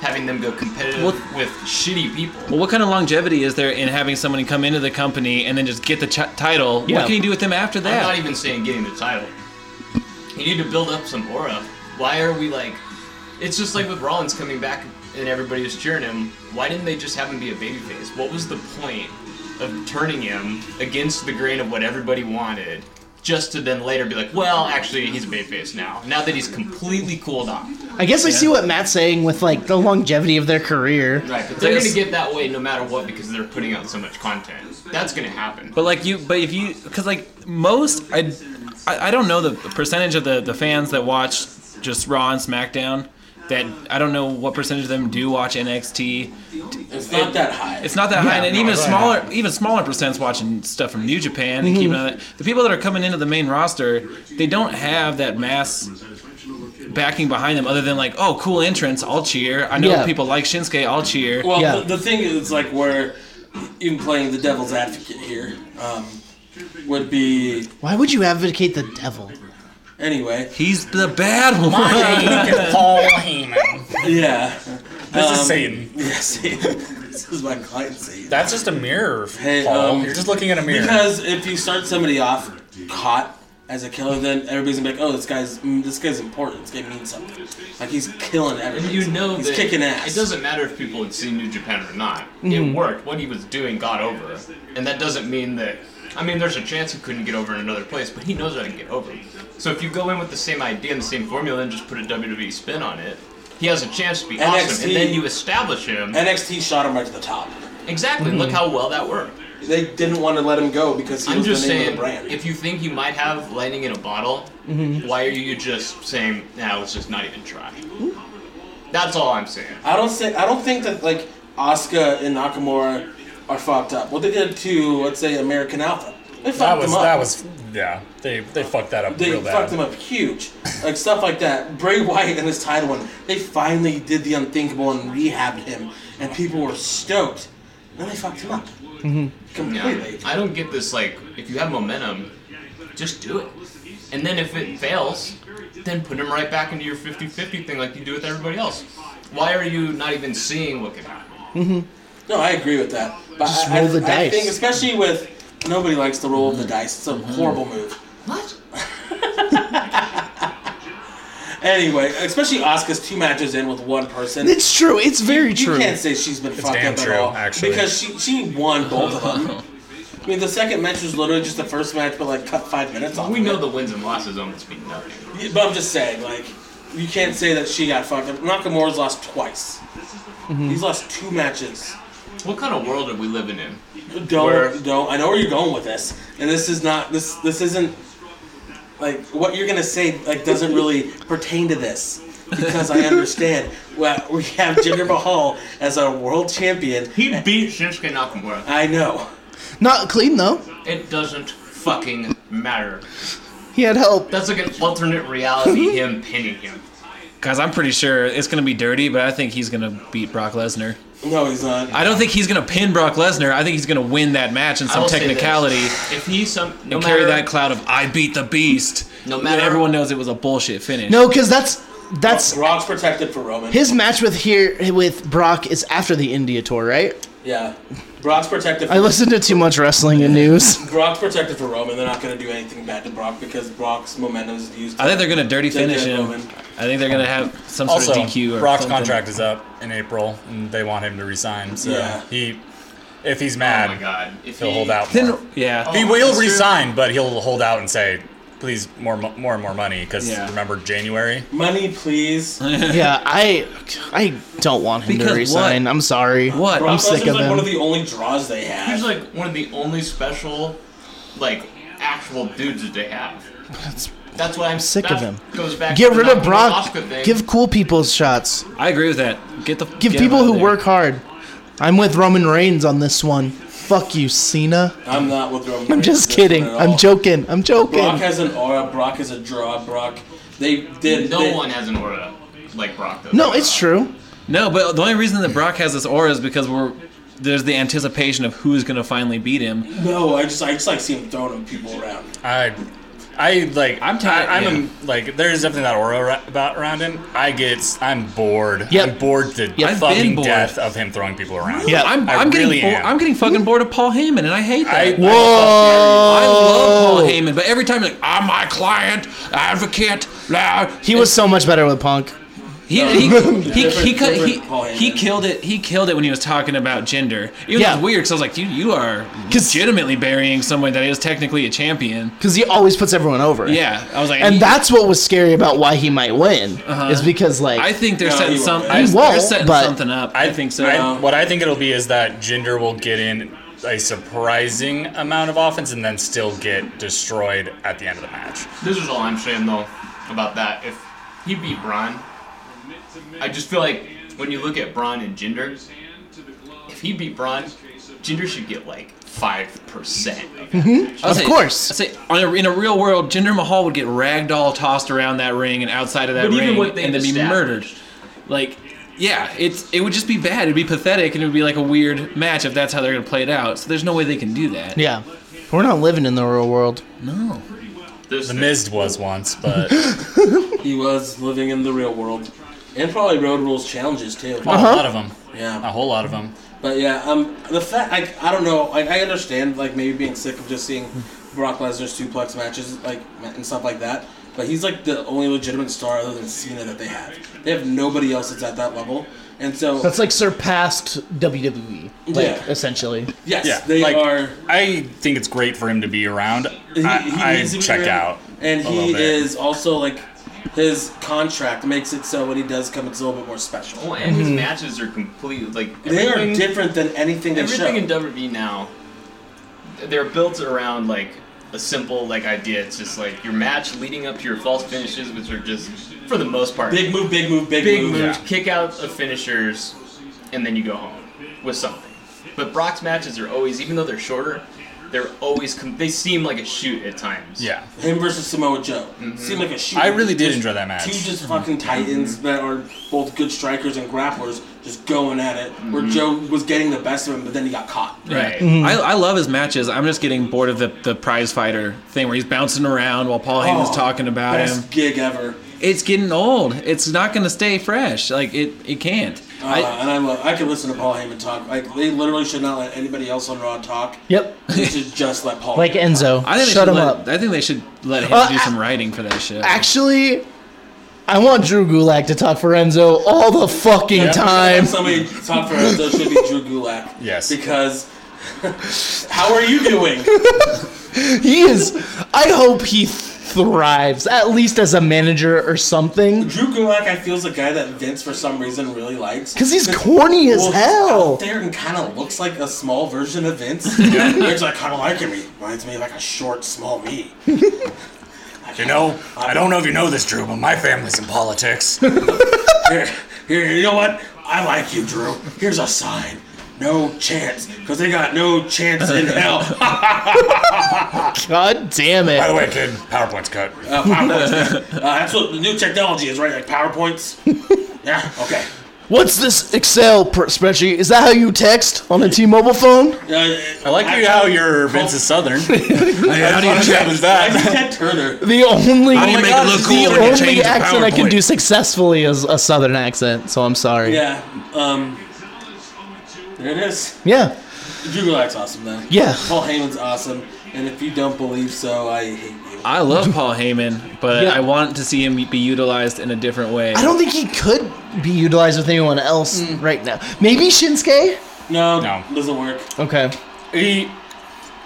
Speaker 6: having them go competitive
Speaker 4: Well-
Speaker 6: with shitty people?
Speaker 4: Well, what kind of longevity is there in having somebody come into the company and then just get the ch- title?
Speaker 2: Yeah.
Speaker 4: What can you do with them after
Speaker 6: I'm
Speaker 4: that?
Speaker 6: not even saying getting the title. You need to build up some aura. Why are we like? It's just like with Rollins coming back and everybody was cheering him. Why didn't they just have him be a babyface? What was the point of turning him against the grain of what everybody wanted, just to then later be like, well, actually he's a babyface now. Now that he's completely cooled off.
Speaker 2: I guess I see what Matt's saying with like the longevity of their career.
Speaker 6: Right, but they're
Speaker 4: Yes.
Speaker 6: gonna get that way no matter what because they're putting out so much content. That's gonna happen.
Speaker 4: But like you, but if you, because like most, I, I, I don't know the percentage of the the fans that watch just Raw and SmackDown. That I don't know what percentage of them do watch NXT.
Speaker 3: It's not that high.
Speaker 4: It's not that high, and even smaller, even smaller percents watching stuff from New Japan and keeping on it. The people that are coming into the main roster, they don't have that mass backing behind them, other than like, oh, cool entrance, I'll cheer. I know
Speaker 2: Yeah.
Speaker 4: people like Shinsuke, I'll cheer.
Speaker 3: Well,
Speaker 2: Yeah.
Speaker 3: the, the thing is, like, where even playing the devil's advocate here um, would be
Speaker 2: Why would you advocate the devil?
Speaker 3: anyway.
Speaker 4: He's the bad <laughs> one.
Speaker 5: Paul Heyman.
Speaker 3: Yeah.
Speaker 5: This is
Speaker 3: Um,
Speaker 5: Satan.
Speaker 3: <laughs> Yeah, see, this is my client saying.
Speaker 5: That's just a mirror,
Speaker 3: Hey,
Speaker 5: Paul.
Speaker 3: um,
Speaker 5: You're just looking at a mirror.
Speaker 3: Because if you start somebody off caught as a killer, then everybody's gonna be like, "Oh, this guy's mm, this guy's important. This guy means something. Like he's killing
Speaker 6: And
Speaker 3: everything.
Speaker 6: you know
Speaker 3: he's
Speaker 6: that
Speaker 3: kicking ass. Mm-hmm.
Speaker 6: It doesn't matter if people had seen New Japan or not. It worked. What he was doing got over, and that doesn't mean that. I mean, there's a chance he couldn't get over in another place, but he knows how to get over. So if you go in with the same idea and the same formula and just put a WWE spin on it, he has a chance to be awesome,
Speaker 3: NXT.
Speaker 6: and then you establish him.
Speaker 3: NXT shot him right to the top.
Speaker 6: exactly. Look how well that worked.
Speaker 3: They didn't want to let him go because he
Speaker 6: I'm
Speaker 3: was
Speaker 6: just
Speaker 3: Mm-hmm. the name
Speaker 6: saying,
Speaker 3: of the brand. Mm-hmm.
Speaker 6: if you think you might have lightning in a bottle, why are you just saying, "Now let's just not even try"? That's all I'm saying.
Speaker 3: I don't say I don't think that like Asuka and Nakamura are fucked up. What they did to let's say American Alpha, they fucked
Speaker 5: that was
Speaker 3: them up.
Speaker 5: that was yeah. They they fucked that up
Speaker 3: They
Speaker 5: real
Speaker 3: fucked
Speaker 5: bad.
Speaker 3: them up huge, like stuff like that. Bray Wyatt and his title one, they finally did the unthinkable and rehabbed him, and people were stoked. Then they fucked him up
Speaker 2: Mm-hmm.
Speaker 3: completely.
Speaker 6: Yeah, I don't get this. Like, if you have momentum, just do it. And then if it fails, then put him right back into your 50-50 thing, like you do with everybody else. Why are you not even seeing what can happen?
Speaker 3: No, I agree with that. But
Speaker 2: Just
Speaker 3: I,
Speaker 2: roll
Speaker 3: I,
Speaker 2: the
Speaker 3: I
Speaker 2: dice.
Speaker 3: think especially with nobody likes the roll of the dice. It's a horrible move.
Speaker 6: What?
Speaker 3: <laughs> Anyway, especially Asuka's two matches in with one person.
Speaker 2: It's true. It's very true.
Speaker 3: You can't say she's been fucked
Speaker 5: damn
Speaker 3: up
Speaker 5: true,
Speaker 3: at all.
Speaker 5: actually.
Speaker 3: Because she, she won both of them. I mean, the second match was literally just the first match, but like cut five minutes off.
Speaker 6: We
Speaker 3: of
Speaker 6: know
Speaker 3: it.
Speaker 6: the wins and losses almost mean nothing.
Speaker 3: Yeah, But I'm just saying, like, you can't say that she got fucked up. Nakamura's lost twice. He's lost two matches.
Speaker 6: What kind of world are we living in?
Speaker 3: Don't,
Speaker 6: Where-
Speaker 3: don't. I know where you're going with this, and this is not this. This isn't like what you're gonna say. Like, doesn't really pertain to this because I understand. Well, we have Jinder Mahal as our world champion.
Speaker 6: He beat Shinsuke Nakamura.
Speaker 3: I know.
Speaker 2: Not clean though.
Speaker 6: It doesn't fucking matter.
Speaker 2: He had help.
Speaker 6: That's like an alternate reality him pinning him.
Speaker 4: Guys, I'm pretty sure it's gonna be dirty, but I think he's gonna beat Brock Lesnar.
Speaker 3: No, he's not.
Speaker 4: I don't think he's gonna pin Brock Lesnar. I think he's gonna win that match in
Speaker 6: I
Speaker 4: some
Speaker 6: will say this.
Speaker 4: technicality
Speaker 6: If he some no
Speaker 4: and
Speaker 6: matter,
Speaker 4: carry that cloud of "I beat the Beast."
Speaker 6: No
Speaker 4: when
Speaker 6: matter-
Speaker 4: everyone knows it was a bullshit finish.
Speaker 2: No, because that's that's
Speaker 3: Rock's protected for Roman.
Speaker 2: his match with here with Brock is after the India tour, right?
Speaker 3: yeah, Brock's protected. For,
Speaker 2: I listened to too much wrestling and news.
Speaker 3: Brock's protected for Roman. They're not gonna do anything bad to Brock because Brock's momentum is used.
Speaker 4: I think they're gonna dirty
Speaker 3: to
Speaker 4: finish
Speaker 3: get
Speaker 4: him.
Speaker 3: Roman.
Speaker 4: I think they're gonna have some sort
Speaker 5: Also,
Speaker 4: of DQ or
Speaker 5: Brock's
Speaker 4: something.
Speaker 5: contract is up in April, and they want him to resign. So
Speaker 3: Yeah.
Speaker 5: he, if he's
Speaker 6: Oh
Speaker 5: mad,
Speaker 6: my god! If
Speaker 5: he'll
Speaker 6: he,
Speaker 5: hold out.
Speaker 4: Then
Speaker 5: more.
Speaker 4: yeah,
Speaker 5: he
Speaker 6: Oh,
Speaker 5: will
Speaker 6: that's true.
Speaker 5: resign, but he'll hold out and say, "Please, more, mo- more, and more money." Because
Speaker 4: Yeah.
Speaker 5: remember January.
Speaker 3: Money, please.
Speaker 2: yeah, I I don't want him
Speaker 4: Because
Speaker 2: to
Speaker 4: what?
Speaker 2: resign. I'm sorry.
Speaker 4: What?
Speaker 3: Brock
Speaker 2: I'm sick
Speaker 3: Lesnar's
Speaker 2: of
Speaker 3: like
Speaker 2: him.
Speaker 3: one of the only draws they had.
Speaker 6: He's like one of the only special, like actual dudes that they have. That's why I'm
Speaker 2: sick of
Speaker 6: that
Speaker 2: him.
Speaker 6: Goes back.
Speaker 2: Get
Speaker 6: to
Speaker 2: rid
Speaker 6: the
Speaker 2: of Brock.
Speaker 6: Oscar thing.
Speaker 2: Give cool people shots.
Speaker 4: I agree with that. Get the
Speaker 2: Give
Speaker 4: get him
Speaker 2: people
Speaker 4: out of
Speaker 2: who
Speaker 4: there.
Speaker 2: work hard. I'm with Roman Reigns on this one. Fuck you, Cena.
Speaker 3: I'm not with Roman.
Speaker 2: I'm
Speaker 3: Reigns
Speaker 2: just
Speaker 3: in this
Speaker 2: kidding.
Speaker 3: one at
Speaker 2: I'm
Speaker 3: all.
Speaker 2: joking. I'm
Speaker 3: Brock
Speaker 2: joking.
Speaker 3: has an aura. Brock is a draw. Brock. They did.
Speaker 6: No
Speaker 3: they-
Speaker 6: one has an aura like Brock does.
Speaker 2: No, it's true.
Speaker 4: No, but the only reason that Brock has this aura is because we're there's the anticipation of who's gonna finally beat him.
Speaker 3: No, I just I just like seeing him throwing people around.
Speaker 5: I, I like.
Speaker 4: I'm tired-
Speaker 5: I, am
Speaker 4: yeah.
Speaker 5: like. There's definitely that aura ra- about around him. I get. s- I'm bored.
Speaker 2: Yep.
Speaker 5: I'm bored to
Speaker 4: Yep. I've been
Speaker 5: fucking
Speaker 4: bored.
Speaker 5: death of him throwing people around.
Speaker 2: Yeah.
Speaker 4: I'm,
Speaker 5: I
Speaker 4: I'm getting
Speaker 5: really
Speaker 4: bored-
Speaker 5: am.
Speaker 4: I'm getting fucking bored of Paul Heyman, and I hate that.
Speaker 5: I,
Speaker 2: Whoa.
Speaker 4: I love
Speaker 2: Oh.
Speaker 4: Paul Heyman, but every time like I'm my client advocate. Blah.
Speaker 2: He was so much better with Punk.
Speaker 4: he
Speaker 2: <laughs>
Speaker 4: he he he, cut- he,
Speaker 3: different Paul Heyman.
Speaker 4: he killed it. He killed it when he was talking about gender. It was
Speaker 2: Yeah.
Speaker 4: weird because I was like, you you are
Speaker 2: 'Cause-
Speaker 4: legitimately burying someone that is technically a champion.
Speaker 2: Because he always puts everyone over.
Speaker 4: Yeah, I was like,
Speaker 2: And
Speaker 4: he-
Speaker 2: that's what was scary about why he might win. Is because, like,
Speaker 4: Uh-huh. I think they're
Speaker 3: No,
Speaker 4: setting
Speaker 3: he won't.
Speaker 4: some.
Speaker 3: He
Speaker 4: I, they're
Speaker 2: won't,
Speaker 4: setting
Speaker 2: but-
Speaker 4: something up. I, think so.
Speaker 5: I- what I think it'll be is that Jinder will get in a surprising amount of offense and then still get destroyed at the end of the match.
Speaker 6: This is all I'm saying though about that. If he beat Braun, I just feel like when you look at Braun and Jinder, if he beat Braun, Jinder should get like five percent.
Speaker 2: Mhm.
Speaker 4: I would
Speaker 2: of course.
Speaker 4: I say on a, in a real world, Jinder Mahal would get ragdoll tossed around that ring and outside of that
Speaker 6: But even
Speaker 4: ring,
Speaker 6: what they
Speaker 4: and then be
Speaker 6: established.
Speaker 4: murdered. Like, yeah, it's it would just be bad. It'd be pathetic, and it would be like a weird match if that's how they're gonna play it out. So there's no way they can do that.
Speaker 2: yeah. We're not living in the real world.
Speaker 4: No.
Speaker 5: The Miz was once,
Speaker 4: <gasps>
Speaker 5: but
Speaker 4: Uh-huh.
Speaker 3: He was living in the real world, and probably Road Rules challenges too.
Speaker 5: a
Speaker 2: Uh-huh.
Speaker 5: lot of them. A
Speaker 3: Yeah,
Speaker 5: whole lot of them.
Speaker 3: but yeah, um, the fact I, I don't know, like I understand like maybe being sick of just seeing Brock Lesnar's suplex matches like and stuff like that, but he's like the only legitimate star other than Cena that they have. They have nobody else that's at that level, and so
Speaker 2: That's like surpassed WWE, like,
Speaker 3: Yeah.
Speaker 2: essentially.
Speaker 3: yes,
Speaker 5: Yeah,
Speaker 3: they
Speaker 5: like,
Speaker 3: are.
Speaker 5: I think it's great for him to be around.
Speaker 3: He,
Speaker 5: I,
Speaker 3: he
Speaker 5: I
Speaker 3: needs to be
Speaker 5: checked
Speaker 3: there.
Speaker 5: out.
Speaker 3: and
Speaker 5: a little
Speaker 3: he
Speaker 5: bit.
Speaker 3: is also like his contract makes it so when he does come, it's a little bit more special.
Speaker 6: Well, and
Speaker 2: Mhm.
Speaker 6: his matches are completely like
Speaker 3: They are
Speaker 6: everything-
Speaker 3: different than anything they show.
Speaker 6: Everything in WWE now, they're built around like a simple like idea. It's just like your match leading up to your false finishes, which are just for the most part
Speaker 3: Big move, big move, big,
Speaker 6: big
Speaker 3: move.
Speaker 6: moves,
Speaker 5: Yeah.
Speaker 6: kick out of finishers, and then you go home with something. But Brock's matches are always, even though they're shorter, they're always com- they seem like a shoot at times.
Speaker 5: Yeah.
Speaker 3: Him versus Samoa Joe seemed like a shoot.
Speaker 5: Mm-hmm. I really did
Speaker 3: Just
Speaker 5: enjoy that match. Mm-hmm.
Speaker 3: Two just fucking titans that are both good strikers and grapplers just going at it.
Speaker 5: Mm-hmm.
Speaker 3: Where Joe was getting the best of him, but then he got caught.
Speaker 6: Right.
Speaker 2: Mm-hmm.
Speaker 4: I, I love his matches. I'm just getting bored of the, the prize fighter thing where he's bouncing around while Paul Heyman's
Speaker 3: Oh,
Speaker 4: talking about
Speaker 3: Best
Speaker 4: him.
Speaker 3: gig ever. Uh,
Speaker 4: It's getting old. It's not going to stay fresh. Like it, it can't.
Speaker 3: Uh,
Speaker 4: I,
Speaker 3: and I love. I could listen to Paul Heyman talk. Like they literally should not let anybody else on Raw talk.
Speaker 2: Yep.
Speaker 5: <laughs>
Speaker 3: They should just let Paul.
Speaker 2: Like
Speaker 3: Heyman
Speaker 2: Enzo.
Speaker 4: I think
Speaker 2: Shut
Speaker 4: they should
Speaker 2: him
Speaker 4: let,
Speaker 2: up.
Speaker 4: I think they should let him
Speaker 2: Uh,
Speaker 4: do
Speaker 2: a-
Speaker 4: some writing for that shit.
Speaker 2: Actually, I want Drew Gulak to talk for Enzo all the fucking time.
Speaker 4: <laughs>
Speaker 3: If somebody talk for Enzo should be Drew Gulak.
Speaker 5: Yes.
Speaker 3: Because <laughs> how are you doing?
Speaker 2: He is. I hope he thrives, at least as a manager or something.
Speaker 3: Drew Gulak, I feel, is a guy that Vince for some reason really likes.
Speaker 2: Because he's corny as
Speaker 3: Well, he's
Speaker 2: hell.
Speaker 3: out there and kind of looks like a small version of
Speaker 5: <laughs>
Speaker 3: Vince. Which I kind of like him. He reminds me of like a short, small
Speaker 5: <laughs>
Speaker 3: me.
Speaker 5: You know, I don't know if you know this, Drew, but my family's in
Speaker 3: <laughs>
Speaker 5: politics.
Speaker 3: Here, here, you know what? I like you, Drew. Here's a sign. no chance because they got no chance in
Speaker 5: <laughs>
Speaker 3: hell. <laughs>
Speaker 2: God damn it.
Speaker 5: By the way, kid, PowerPoint's cut.
Speaker 3: Uh, PowerPoints. Uh, that's what the new technology is, right? Like
Speaker 5: <laughs>
Speaker 3: PowerPoints. Yeah. Okay.
Speaker 2: What's this Excel pr- spreadsheet? Is that how you text on a T-Mobile phone?
Speaker 3: Uh,
Speaker 5: I like you how your Vince is Southern. how do you
Speaker 3: <laughs>
Speaker 5: check
Speaker 3: I'm
Speaker 5: that?
Speaker 3: Ted Turner.
Speaker 2: The only Oh
Speaker 4: How do you make it look
Speaker 5: gosh,
Speaker 4: cool
Speaker 2: the
Speaker 4: when you change
Speaker 2: only
Speaker 4: the
Speaker 2: accent I can
Speaker 4: PowerPoint?
Speaker 2: do successfully is a Southern accent. So I'm sorry.
Speaker 3: Yeah. Um. There it is.
Speaker 2: Yeah.
Speaker 3: Jugelak's awesome, though.
Speaker 2: Yeah.
Speaker 3: Paul Heyman's awesome, and if you don't believe so, I hate you.
Speaker 4: I love Paul Heyman, but
Speaker 2: Yeah.
Speaker 4: I want to see him be utilized in a different way.
Speaker 2: I don't think he could be utilized with anyone else right now. Maybe Shinsuke.
Speaker 3: No,
Speaker 5: No.
Speaker 3: doesn't work.
Speaker 2: Okay.
Speaker 5: He,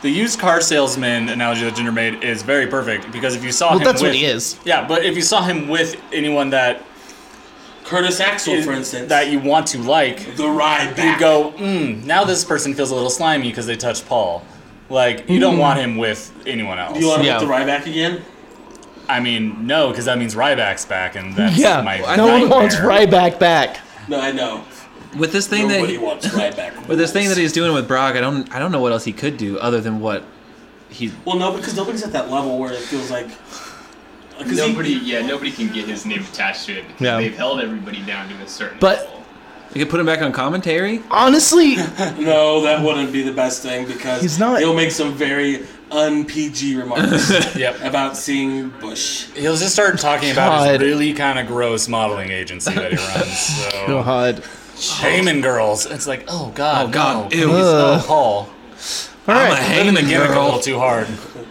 Speaker 5: the used car salesman analogy that Ginger made is very perfect because if you saw
Speaker 2: Well,
Speaker 5: him
Speaker 2: that's
Speaker 5: with,
Speaker 2: what he is.
Speaker 5: Yeah, but if you saw him with anyone that
Speaker 3: Curtis Axel,
Speaker 5: is-
Speaker 3: for instance,
Speaker 5: that you want to like,
Speaker 3: the ride
Speaker 5: you
Speaker 3: back.
Speaker 5: go, mm, now this person feels a little slimy because they touched Paul. Like you don't want him with anyone else.
Speaker 3: Hmm. You want to
Speaker 2: Yeah.
Speaker 3: put the ride back again?
Speaker 5: I mean, no, because that means Ryback's back, and that's
Speaker 2: Yeah.
Speaker 5: my
Speaker 2: no one
Speaker 5: nightmare.
Speaker 2: wants Ryback back.
Speaker 3: No, I know.
Speaker 4: with this thing that
Speaker 3: Nobody
Speaker 4: he-
Speaker 6: <laughs>
Speaker 3: wants ride back.
Speaker 4: with this thing that he's doing with Brock, I don't I don't know what else he could do other than what he
Speaker 3: Well, no, because nobody's at that level where it feels like. Because
Speaker 6: Nobody, yeah, nobody can get his name attached to it because
Speaker 2: Yeah.
Speaker 6: they've held everybody down to a certain
Speaker 2: But-
Speaker 6: level.
Speaker 4: you could put him back on commentary.
Speaker 2: Oh,
Speaker 4: <laughs>
Speaker 2: Honestly,
Speaker 3: no, that wouldn't be the best thing because
Speaker 2: He's not-
Speaker 3: He'll make some very un-PG remarks
Speaker 5: Yep.
Speaker 3: about seeing Bush.
Speaker 5: He'll just start talking about
Speaker 2: God.
Speaker 5: his really kind of gross modeling agency that he
Speaker 2: <laughs>
Speaker 5: runs. So.
Speaker 2: Oh, God.
Speaker 5: Heyman girls. It's like, oh god,
Speaker 4: Oh, God,
Speaker 5: no.
Speaker 4: ew.
Speaker 5: He's-
Speaker 2: Ugh.
Speaker 5: oh, Paul.
Speaker 2: All
Speaker 4: I'm
Speaker 2: right.
Speaker 5: Heyman
Speaker 4: a Heyman
Speaker 5: gimmick a little
Speaker 4: girl.
Speaker 5: too hard.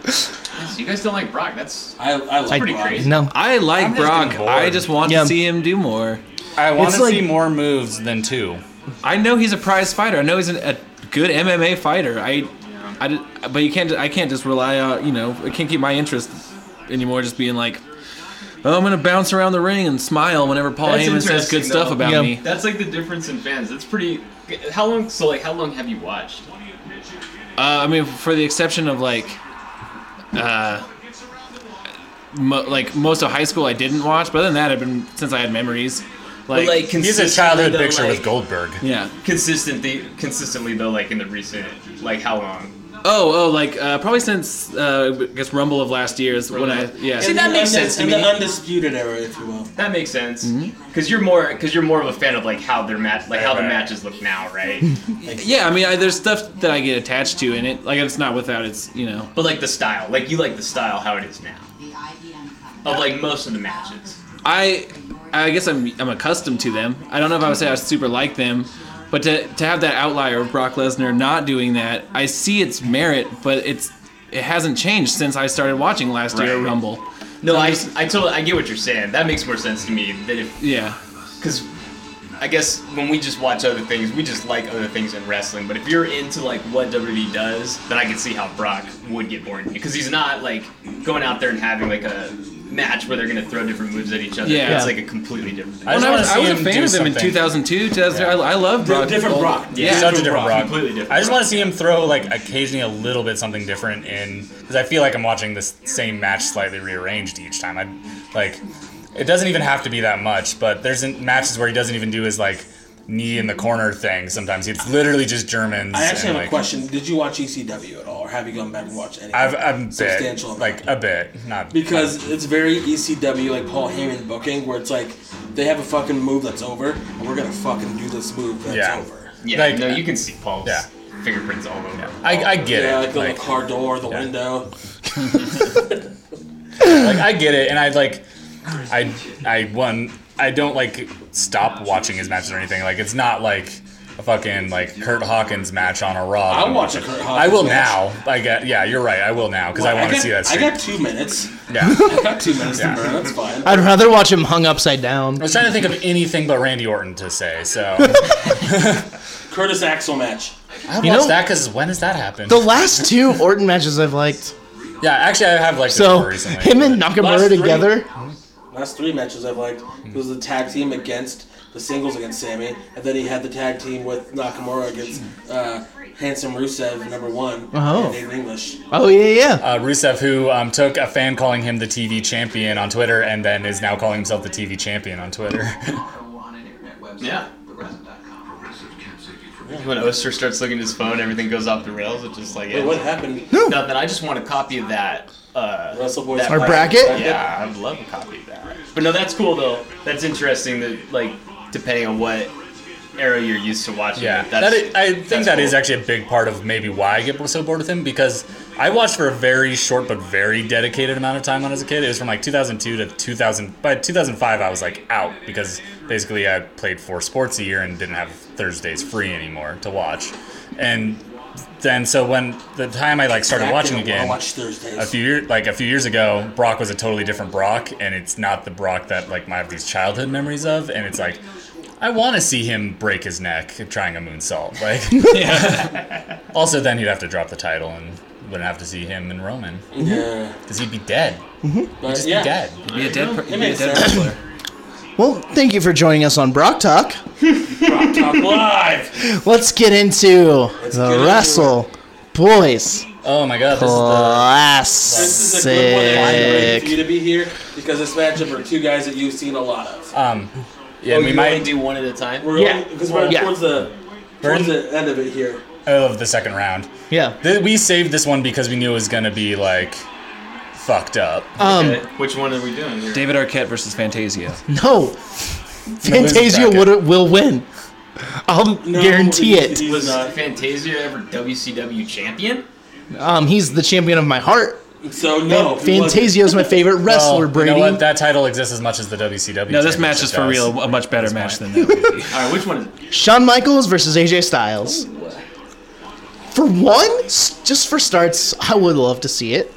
Speaker 6: So you guys don't like Brock? That's
Speaker 3: I, I like
Speaker 6: pretty
Speaker 3: Brock.
Speaker 6: crazy.
Speaker 2: No.
Speaker 4: I like
Speaker 5: I'm just
Speaker 4: Brock.
Speaker 5: getting
Speaker 4: I
Speaker 5: bored.
Speaker 4: just want
Speaker 2: Yeah.
Speaker 4: to see him do more.
Speaker 5: I want
Speaker 2: It's
Speaker 5: to
Speaker 2: like-
Speaker 5: see more moves than two.
Speaker 4: I know he's a prize fighter. I know he's an, a good MMA fighter. I, I, d- but you can't. I can't just rely on you know. I can't keep my interest anymore. Just being like, oh, I'm gonna bounce around the ring and smile whenever Paul
Speaker 6: That's
Speaker 4: Heyman says
Speaker 6: interesting,
Speaker 4: good stuff
Speaker 6: though.
Speaker 4: about
Speaker 2: Yeah.
Speaker 4: me.
Speaker 6: That's like the difference in fans. That's pretty. How long? So like, how long have you watched?
Speaker 4: Uh, I mean, for the exception of like, uh, mo- like most of high school, I didn't watch. But other than that, I've been since I had memories. Like,
Speaker 6: like,
Speaker 5: He's a
Speaker 6: consistently,
Speaker 5: childhood
Speaker 6: though,
Speaker 5: picture
Speaker 6: like-
Speaker 5: with Goldberg.
Speaker 4: yeah.
Speaker 6: Consistently, consistently though, like in the recent, like how long?
Speaker 4: Oh, oh, like uh, probably since uh, I guess Rumble of last year is when I
Speaker 6: Rumble.
Speaker 4: yeah.
Speaker 6: See, that makes sense to
Speaker 3: In
Speaker 6: me.
Speaker 3: the undisputed era, if you will.
Speaker 6: That makes sense. Cause you're more, cause you're more of a fan of like how their match, like how the
Speaker 5: Mm-hmm. Right.
Speaker 6: matches look now,
Speaker 5: <laughs>
Speaker 6: right?
Speaker 4: Yeah, I mean, I, there's stuff that I get attached to in it. Like, it's not without its, you know.
Speaker 6: but like the style, like you like the style how it is now, of like most of the matches.
Speaker 4: I, I guess I'm, I'm accustomed to them. I don't know if I would say I super like them, but to, to have that outlier of Brock Lesnar not doing that, I see its merit, but it's, it hasn't changed since I started watching last year at
Speaker 6: Right.
Speaker 4: Rumble.
Speaker 6: No, I,
Speaker 4: just-
Speaker 6: I totally, I get what you're saying. That makes more sense to me than if
Speaker 4: Yeah,
Speaker 6: because I guess when we just watch other things, we just like other things in wrestling. But if you're into like what WWE does, then I can see how Brock would get bored because he's not like going out there and having like a match where they're gonna throw different moves at each other.
Speaker 4: Yeah.
Speaker 6: it's like a completely different. Thing.
Speaker 5: I
Speaker 4: when
Speaker 5: just
Speaker 4: I
Speaker 5: wanna
Speaker 4: was, I
Speaker 5: see
Speaker 4: was a
Speaker 5: him
Speaker 4: fan
Speaker 5: do
Speaker 4: of them in
Speaker 5: something.
Speaker 4: 2002, 2003. I, I love Brock.
Speaker 3: Different
Speaker 4: Gold-
Speaker 3: Brock.
Speaker 6: Yeah.
Speaker 5: Such a different Brock.
Speaker 6: Completely different
Speaker 5: I just want
Speaker 6: Brock.
Speaker 5: to see him throw like occasionally a little bit something different in because I feel like I'm watching this same match slightly rearranged each time. I like it doesn't even have to be that much, but there's in- matches where he doesn't even do his like knee in the corner thing. Sometimes it's literally just Germans.
Speaker 3: I actually
Speaker 5: and,
Speaker 3: have a
Speaker 5: like,
Speaker 3: question. Did you watch ECW at all, or have you gone back and watched any?
Speaker 5: I've I'm bit,
Speaker 3: Substantial amount.
Speaker 5: like a bit, not
Speaker 3: because it's very ECW like Paul Heyman booking, where it's like they have a fucking move that's over, and we're gonna fucking do this move that's
Speaker 5: Yeah.
Speaker 3: over.
Speaker 6: Yeah,
Speaker 5: Like-
Speaker 6: no, you can see Paul's
Speaker 5: Yeah.
Speaker 6: fingerprints all over.
Speaker 5: I, I get
Speaker 3: Yeah,
Speaker 5: it.
Speaker 3: like,
Speaker 5: Like,
Speaker 3: the car door, the
Speaker 5: yeah.
Speaker 3: window.
Speaker 5: like, I get it, and I like, I I won. I don't like stop watching his matches or anything. Like it's not like a fucking like Kurt Hawkins match on a Raw.
Speaker 3: I'll watch a Kurt Hawkins
Speaker 5: I will
Speaker 3: match.
Speaker 5: now. I get. Yeah, you're right. I will now because I want to
Speaker 3: got-
Speaker 5: see that.
Speaker 3: I
Speaker 5: Streak.
Speaker 3: got two minutes.
Speaker 5: yeah.
Speaker 3: <laughs> I got two minutes
Speaker 5: Yeah.
Speaker 3: to burn. That's fine.
Speaker 2: I'd rather watch him hung upside down.
Speaker 5: I was trying to think of anything but Randy Orton to
Speaker 2: <laughs>
Speaker 5: say. So
Speaker 3: Curtis Axel match.
Speaker 5: I would
Speaker 2: You
Speaker 5: watch
Speaker 2: know-
Speaker 5: that because when has that happened?
Speaker 2: The last two Orton matches I've liked.
Speaker 5: yeah, actually, I have like
Speaker 2: So
Speaker 5: recently.
Speaker 2: him and Nakamura
Speaker 3: Last three.
Speaker 2: together.
Speaker 3: Last three matches I've liked. It was the tag team against the singles against Sammy, and then he had the tag team with Nakamura against uh, Handsome Rusev, number one,
Speaker 2: Oh.
Speaker 3: and Aiden English.
Speaker 2: Oh yeah, yeah.
Speaker 5: uh, Rusev, who um, took a fan calling him the TV champion on Twitter, and then is now calling himself <laughs> the TV champion on Twitter.
Speaker 6: Yeah.
Speaker 7: Rusev can't save you from
Speaker 6: When Oster starts looking at his phone, everything goes off the rails. It's just like
Speaker 3: Wait,
Speaker 6: ends.
Speaker 3: what happened?
Speaker 6: Nothing. I just want a copy of that. Uh,
Speaker 3: Russell Boyce.
Speaker 6: that
Speaker 3: Our
Speaker 6: part.
Speaker 2: bracket?
Speaker 6: Yeah, I'd love a copy of that. But no, that's cool though. That's interesting. That like, depending on what era you're used to watching,
Speaker 5: Yeah,
Speaker 6: it,
Speaker 5: that
Speaker 6: that's,
Speaker 5: is, I think
Speaker 6: that's
Speaker 5: that is
Speaker 6: cool.
Speaker 5: actually a big part of maybe why I get so bored with him because I watched for a very short but very dedicated amount of time when I was a kid. It was from like 2002 to 2000. By 2005, I was like out because basically I played four sports a year and didn't have Thursdays free anymore to watch. And then so when the time I like started watching
Speaker 3: I
Speaker 5: again,
Speaker 3: watch Thursdays.
Speaker 5: a few year, like a few years ago, Brock was a totally different Brock, and it's not the Brock that like I have these childhood memories of, and it's like. I want to see him break his neck trying a moonsault.
Speaker 2: <laughs>
Speaker 5: Like, <laughs> also then he'd have to drop the title and wouldn't have to see him and Roman
Speaker 3: yeah,
Speaker 5: because he'd be dead.
Speaker 3: but
Speaker 5: Just
Speaker 3: yeah.
Speaker 5: be dead.
Speaker 4: Be a dead, per- be a
Speaker 3: makes
Speaker 4: dead
Speaker 3: sense.
Speaker 4: wrestler.
Speaker 2: Well, thank you for joining us on Brock Talk.
Speaker 3: Talk live.
Speaker 2: Let's get into
Speaker 3: get
Speaker 2: the
Speaker 3: into
Speaker 2: Wrestle Boys
Speaker 5: Oh my God! This is
Speaker 3: This is a good one and it's great for you
Speaker 2: Classic.
Speaker 3: to be here because this matchup are two guys that you've seen a lot of.
Speaker 5: the um. Yeah,
Speaker 6: Oh,
Speaker 5: we
Speaker 6: you only
Speaker 5: might.
Speaker 6: do one at a time.
Speaker 3: We're
Speaker 2: Yeah.
Speaker 3: because we're
Speaker 2: Yeah.
Speaker 3: towards the
Speaker 5: Burn.
Speaker 3: towards the end of it here.
Speaker 5: I love the second round.
Speaker 2: Yeah.
Speaker 5: Th- we saved this one because we knew it was gonna be like fucked up.
Speaker 2: Um,
Speaker 6: Okay, Which one are we doing? Here?
Speaker 4: David Arquette versus Fantasia.
Speaker 2: no. Fantasia
Speaker 5: bracket.
Speaker 2: would, will win. I'll
Speaker 3: No,
Speaker 2: guarantee
Speaker 3: he's-
Speaker 2: it.
Speaker 3: he's
Speaker 6: Was uh,
Speaker 3: not.
Speaker 6: Fantasia ever WCW champion?
Speaker 2: Um, he's the champion of my heart.
Speaker 3: So no, Oh, he wasn't. Oh,
Speaker 2: Fantasia is my
Speaker 3: <laughs>
Speaker 2: favorite
Speaker 5: Well,
Speaker 2: wrestler, Brady.
Speaker 5: Oh, You know what? That title exists as much as the WCW.
Speaker 4: No, this match
Speaker 5: championship
Speaker 4: is for
Speaker 5: does.
Speaker 4: real. A much better match than that. would be.
Speaker 5: <laughs>
Speaker 6: All right, which one is it?
Speaker 2: Shawn Michaels versus AJ Styles. For one, s- just for starts, I would love to see it.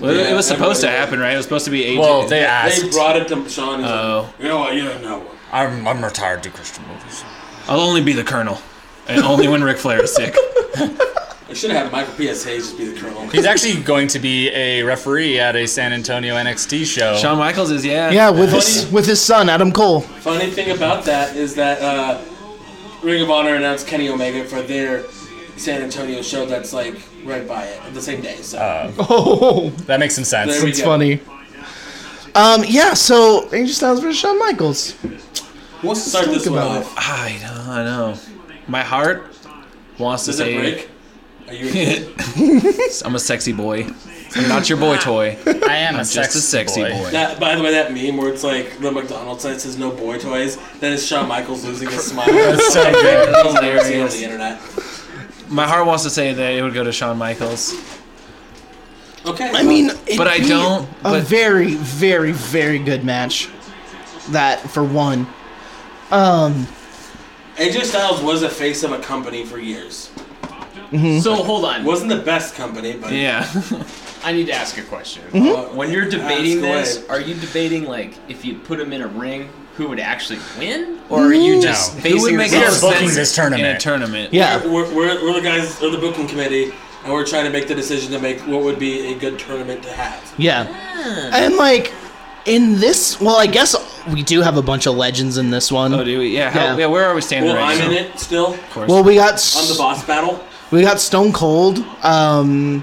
Speaker 4: Well, it- it was
Speaker 3: Yeah,
Speaker 4: supposed to
Speaker 3: everybody-
Speaker 4: happen, right? It was supposed to be AJ.
Speaker 5: Well, they
Speaker 3: They
Speaker 5: asked.
Speaker 3: brought it to Sean. He's
Speaker 4: Oh.
Speaker 3: like, you know what? You don't know.
Speaker 5: I'm, I'm retired to Christian movies.
Speaker 4: I'll only be the Colonel, and only when Ric Flair is
Speaker 5: <laughs>
Speaker 4: sick.
Speaker 3: I should have had Michael P.S. Hayes just be the colonel.
Speaker 5: He's actually going to be a referee at a San Antonio NXT show.
Speaker 4: Shawn Michaels is yeah.
Speaker 2: Yeah, with his with his son Adam Cole.
Speaker 3: Funny thing about that is that uh, Ring of Honor announced Kenny Omega for their San Antonio show that's like right by it the same day. So
Speaker 2: <laughs> Oh,
Speaker 5: that makes some sense.
Speaker 3: There we
Speaker 2: it's
Speaker 3: go.
Speaker 2: funny. Um, yeah. So AJ Styles versus Shawn Michaels.
Speaker 3: we'll start
Speaker 2: talk
Speaker 3: this one
Speaker 2: about
Speaker 3: off.
Speaker 4: I know, I know. My heart wants to
Speaker 3: Does
Speaker 4: say
Speaker 3: it break? Are you?
Speaker 4: I'm a sexy boy. I'm not your boy toy. I'm
Speaker 5: I am a
Speaker 4: just a sexy boy.
Speaker 3: That, by the way, that meme where it's like the McDonald's sign says no boy toys, that is Shawn Michaels losing his smile. That's
Speaker 5: So good.
Speaker 3: on
Speaker 4: Hilarious.
Speaker 3: the internet.
Speaker 4: My heart wants to say that it would go to Shawn Michaels.
Speaker 3: Okay.
Speaker 2: I mean, it'd
Speaker 4: But I
Speaker 2: be
Speaker 4: don't-
Speaker 2: A
Speaker 4: but-
Speaker 2: very, very, very good match. That for one.
Speaker 3: AJ Styles was a face of a company for years.
Speaker 6: So hold on.
Speaker 3: Wasn't the best company, but
Speaker 4: Yeah.
Speaker 6: I need to ask a question.
Speaker 3: Uh,
Speaker 6: When you're debating
Speaker 3: Ask
Speaker 6: this,
Speaker 3: away.
Speaker 6: are you debating like if you put them in a ring, who would actually win, or are you just
Speaker 5: No.
Speaker 4: Who would
Speaker 6: basing
Speaker 4: make
Speaker 5: We
Speaker 6: this
Speaker 5: are
Speaker 4: sense
Speaker 6: on-
Speaker 5: booking this
Speaker 4: in a
Speaker 5: tournament.
Speaker 4: tournament?
Speaker 2: Yeah.
Speaker 3: we're, we're, we're the guys, or the booking committee, and we're trying to make the decision to make what would be a good tournament to have.
Speaker 2: Yeah. And like in this, well, I guess we do have a bunch of legends in this one.
Speaker 4: Oh, do we? Yeah. How,
Speaker 2: Yeah.
Speaker 4: yeah. Where are we standing
Speaker 3: Well,
Speaker 4: right
Speaker 3: I'm
Speaker 4: now?
Speaker 3: in it still.
Speaker 4: Of course.
Speaker 2: Well, we got
Speaker 3: I'm
Speaker 2: s-
Speaker 3: the boss battle.
Speaker 2: we got Stone Cold. Um,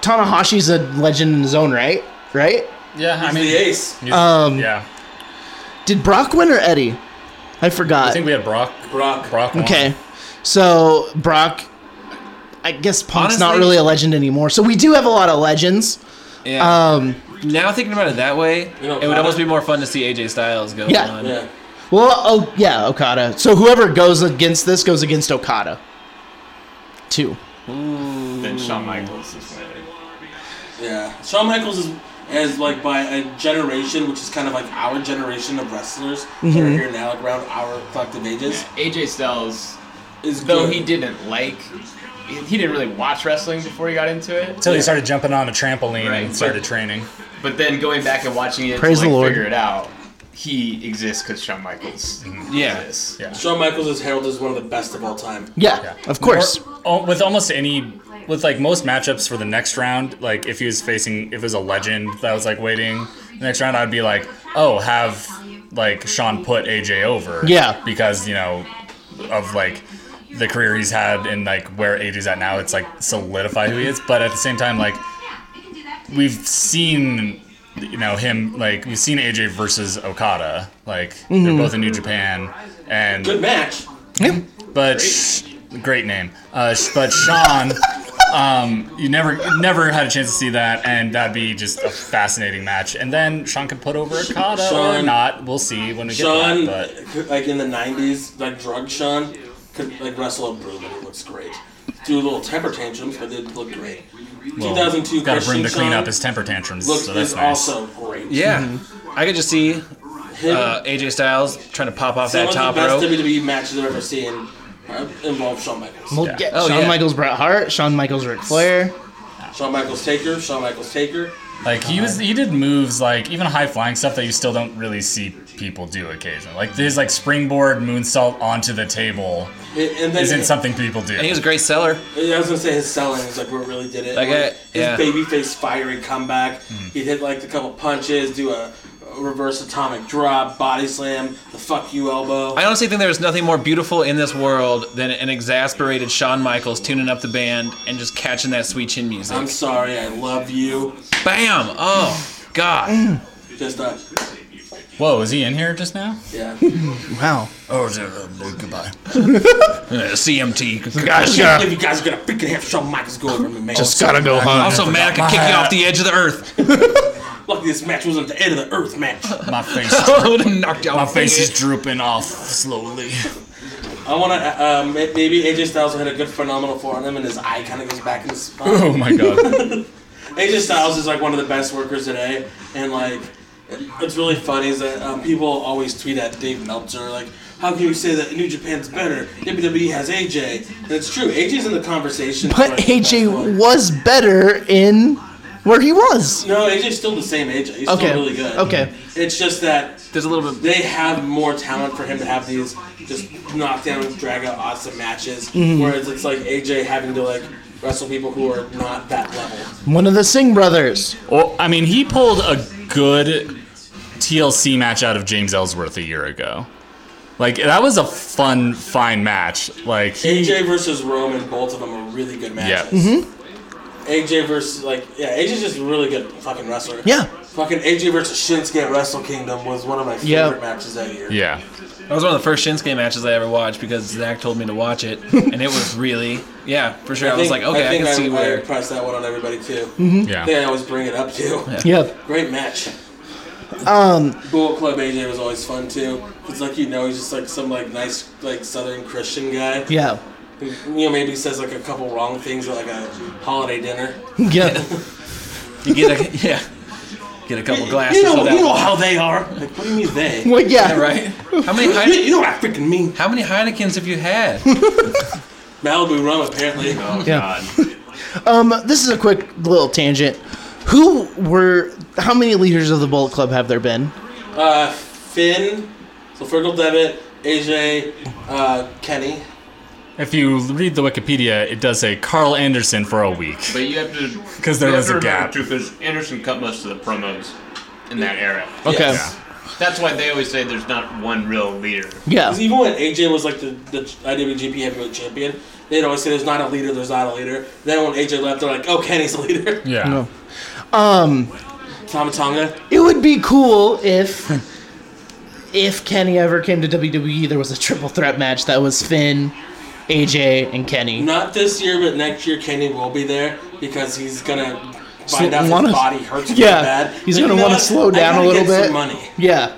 Speaker 2: Tanahashi's a legend in his own right, right?
Speaker 5: Yeah, I
Speaker 3: I'm
Speaker 5: mean,
Speaker 3: the ace.
Speaker 5: he's-
Speaker 2: Um,
Speaker 5: yeah.
Speaker 2: Did Brock win or Eddie? I forgot.
Speaker 5: I think we had Brock.
Speaker 3: Brock.
Speaker 5: Brock. Won.
Speaker 2: okay, so Brock. I guess Punk's not
Speaker 4: Honestly-
Speaker 2: really a legend anymore. So we do have a lot of legends.
Speaker 4: yeah.
Speaker 2: Um,
Speaker 4: now thinking about it that way,
Speaker 3: You know,
Speaker 4: it would almost
Speaker 3: Okada-
Speaker 4: be more fun to see AJ Styles go
Speaker 2: Yeah.
Speaker 4: on.
Speaker 3: Yeah.
Speaker 2: well, oh yeah, Okada. So whoever goes against this goes against Okada. Two.
Speaker 6: Then Shawn Michaels is winning.
Speaker 3: Yeah. Shawn Michaels is, is like by a generation, which is kind of like our generation of wrestlers that
Speaker 6: Mm-hmm.
Speaker 3: are here now, like around our collective ages.
Speaker 6: AJ Styles,
Speaker 3: Is
Speaker 6: though
Speaker 3: good.
Speaker 6: he didn't like, he he didn't really watch wrestling before he got into it.
Speaker 5: Until he started jumping on a trampoline
Speaker 6: Right.
Speaker 5: and started training.
Speaker 6: But then going back and watching it,
Speaker 2: Praise
Speaker 6: to,
Speaker 2: the
Speaker 6: like,
Speaker 2: Lord.
Speaker 6: figure it out. He exists because Shawn Michaels.
Speaker 4: Yeah.
Speaker 6: exists.
Speaker 5: Yeah.
Speaker 3: Shawn Michaels is heralded as one of the best of all time.
Speaker 2: Yeah,
Speaker 5: Yeah.
Speaker 2: of course.
Speaker 5: Or- al- with almost any, with like most matchups for the next round, like if he was facing, if it was a legend that was like waiting the next round, I'd be like, oh, have like Sean put AJ over.
Speaker 2: Yeah.
Speaker 5: Because, you know, of like the career he's had and like where AJ's at now, it's like solidify who he is. But at the same time, like we've seen, you know, him, like we've seen AJ
Speaker 2: Mm-hmm.
Speaker 5: versus Okada. Like they're both in New Japan. And
Speaker 3: Good match.
Speaker 5: But sh- great, name. Uh, sh- but Sean, um, you never never had a chance to see that, and that'd be just a fascinating match. And then Sean could put over Okada or
Speaker 3: Sean-
Speaker 5: not. We'll see when we get
Speaker 3: Sean,
Speaker 5: that. But
Speaker 3: could- like in the '90s, like drug Sean could like wrestle up broom and it looks great. Do a little temper tantrums, but it looked great. 2002
Speaker 5: got
Speaker 3: Christian
Speaker 5: room to clean
Speaker 3: Sean
Speaker 5: up his temper tantrums,
Speaker 3: looks
Speaker 5: so
Speaker 3: is
Speaker 5: that's nice.
Speaker 3: also great.
Speaker 4: Yeah, I could just see
Speaker 3: Him-
Speaker 4: uh, AJ Styles trying to pop off
Speaker 3: some
Speaker 4: that
Speaker 3: of
Speaker 4: top
Speaker 3: the best
Speaker 4: rope.
Speaker 3: WWE matches I've ever seen uh, involve Shawn Michaels.
Speaker 2: Well,
Speaker 5: Yeah.
Speaker 2: yeah,
Speaker 4: Oh,
Speaker 2: Shawn
Speaker 4: yeah.
Speaker 2: Michaels, Bret Hart, Shawn Michaels, Ric Flair.
Speaker 3: Shawn Michaels Taker, Shawn Michaels Taker.
Speaker 5: Like he was, he did moves like even high flying stuff that you still don't really see people do occasionally. Like there's like springboard moonsault onto the table
Speaker 3: It- And then
Speaker 5: isn't something people do.
Speaker 4: And he was a great seller.
Speaker 3: I was gonna say his selling is like what really did it.
Speaker 4: Like,
Speaker 3: Like,
Speaker 4: uh,
Speaker 3: his
Speaker 4: yeah.
Speaker 3: baby face fiery comeback. He'd hit like a couple punches, do a, a reverse atomic drop, body slam, the fuck you elbow.
Speaker 4: I honestly think there's nothing more beautiful in this world than an exasperated Shawn Michaels tuning up the band and just catching that sweet chin music.
Speaker 3: I'm sorry, I love you.
Speaker 4: Bam! Oh, God.
Speaker 3: Just uh,
Speaker 5: Whoa, is he in here just now?
Speaker 3: yeah.
Speaker 2: Wow.
Speaker 5: Oh, goodbye.
Speaker 4: Uh, CMT.
Speaker 3: If you guys are gonna freaking have Shawn Michaels go over me, man. Just
Speaker 2: gotta go
Speaker 5: Oh,
Speaker 2: home.
Speaker 4: Also, man, I could kick you off the edge of the earth. <laughs>
Speaker 3: Lucky this match wasn't the end of the earth match.
Speaker 5: My face,
Speaker 4: I would have knocked you off.
Speaker 5: my face is drooping off slowly.
Speaker 3: I wanna uh, um, maybe AJ Styles had a good phenomenal forearm and his eye kind of goes back in his spot.
Speaker 5: <laughs> Oh my god.
Speaker 3: AJ Styles is like one of the best workers today, and like, what's really funny is that um, people always tweet at Dave Meltzer like, "How can you say that New Japan's better? WWE has AJ." And it's true. AJ's in the conversation. for,
Speaker 2: But
Speaker 3: like, the best
Speaker 2: AJ
Speaker 3: one.
Speaker 2: was better in where he was.
Speaker 3: No, AJ's still the same AJ. He's
Speaker 2: Okay.
Speaker 3: still really good.
Speaker 2: Okay.
Speaker 3: It's just that
Speaker 4: There's a little bit.
Speaker 3: they have more talent for him to have these just knockdown, drag out awesome matches,
Speaker 2: Mm-hmm.
Speaker 3: whereas it's like AJ having to like wrestle people who are not that level.
Speaker 2: One of the Singh brothers.
Speaker 5: Well, I mean, he pulled a good TLC match out of James Ellsworth a year ago. Like that was a fun, fine match. Like he,
Speaker 3: AJ versus Roman, both of them are really good
Speaker 5: yeah.
Speaker 3: matches. AJ versus like yeah, AJ's just a really good fucking wrestler.
Speaker 2: Yeah.
Speaker 3: Fucking AJ versus Shinsuke at Wrestle Kingdom was one of my favorite
Speaker 2: Yeah.
Speaker 3: matches that year.
Speaker 5: Yeah.
Speaker 4: That was one of the first Shinsuke matches I ever watched because Zach told me to watch it, and it was really, yeah, for sure. I, was like, okay, I,
Speaker 3: think
Speaker 4: can see where.
Speaker 3: impressed that one on everybody too.
Speaker 2: Mm-hmm.
Speaker 3: I think I
Speaker 5: Yeah.
Speaker 3: always bring it up too.
Speaker 2: Yep.
Speaker 3: Great match.
Speaker 2: Um,
Speaker 3: Bullet Club AJ was always fun too. It's like you know he's just like some like nice like Southern Christian guy.
Speaker 2: <laughs> yeah.
Speaker 3: Who, you know maybe says like a couple wrong things at like a holiday dinner.
Speaker 2: Yeah.
Speaker 4: You get a, <laughs> yeah, get a couple glasses
Speaker 3: you know,
Speaker 4: of that.
Speaker 3: you know how they are. Like what do you mean they?
Speaker 2: Well, yeah.
Speaker 4: Yeah, right? How
Speaker 3: <laughs>
Speaker 4: many
Speaker 3: You,
Speaker 4: Heine-
Speaker 3: you know what I freaking mean.
Speaker 4: how many Heinekens have you had?
Speaker 3: Malibu rum apparently.
Speaker 2: Yeah. um, this is a quick little tangent. Who were how many leaders of the Bullet Club have there been?
Speaker 3: Uh, Finn, so Fergal Devitt, AJ, uh, Kenny.
Speaker 2: Oh.
Speaker 5: If you read the Wikipedia, it does say Carl Anderson for a week.
Speaker 6: But you have to
Speaker 5: 'Cause there
Speaker 6: you have
Speaker 5: was
Speaker 6: to
Speaker 5: a
Speaker 6: remember,
Speaker 5: gap.
Speaker 6: too, 'cause Anderson cut most of the promos in that era.
Speaker 2: Okay.
Speaker 3: Yes.
Speaker 6: That's why they always say there's not one real leader.
Speaker 2: Yeah.
Speaker 3: 'Cause even when AJ was like the, the IWGP Heavyweight Champion, they'd always say there's not a leader, there's not a leader. Then when AJ left, they're like, oh, Kenny's the leader. <laughs>
Speaker 5: Yeah.
Speaker 2: No. Um,
Speaker 3: Tama Tonga.
Speaker 2: it would be cool if if Kenny ever came to WWE, there was a triple threat match that was Finn, AJ, and Kenny.
Speaker 3: Not this year, but next year, Kenny will be there because he's gonna find out
Speaker 2: wanna-
Speaker 3: his
Speaker 2: <laughs>
Speaker 3: body hurts
Speaker 2: <laughs>
Speaker 3: really
Speaker 2: Yeah,
Speaker 3: bad.
Speaker 2: he's
Speaker 3: Like,
Speaker 2: gonna
Speaker 3: you know
Speaker 2: wanna
Speaker 3: what?
Speaker 2: slow
Speaker 3: I
Speaker 2: down a
Speaker 3: gotta
Speaker 2: little
Speaker 3: get some
Speaker 2: bit.
Speaker 3: money.
Speaker 2: Yeah.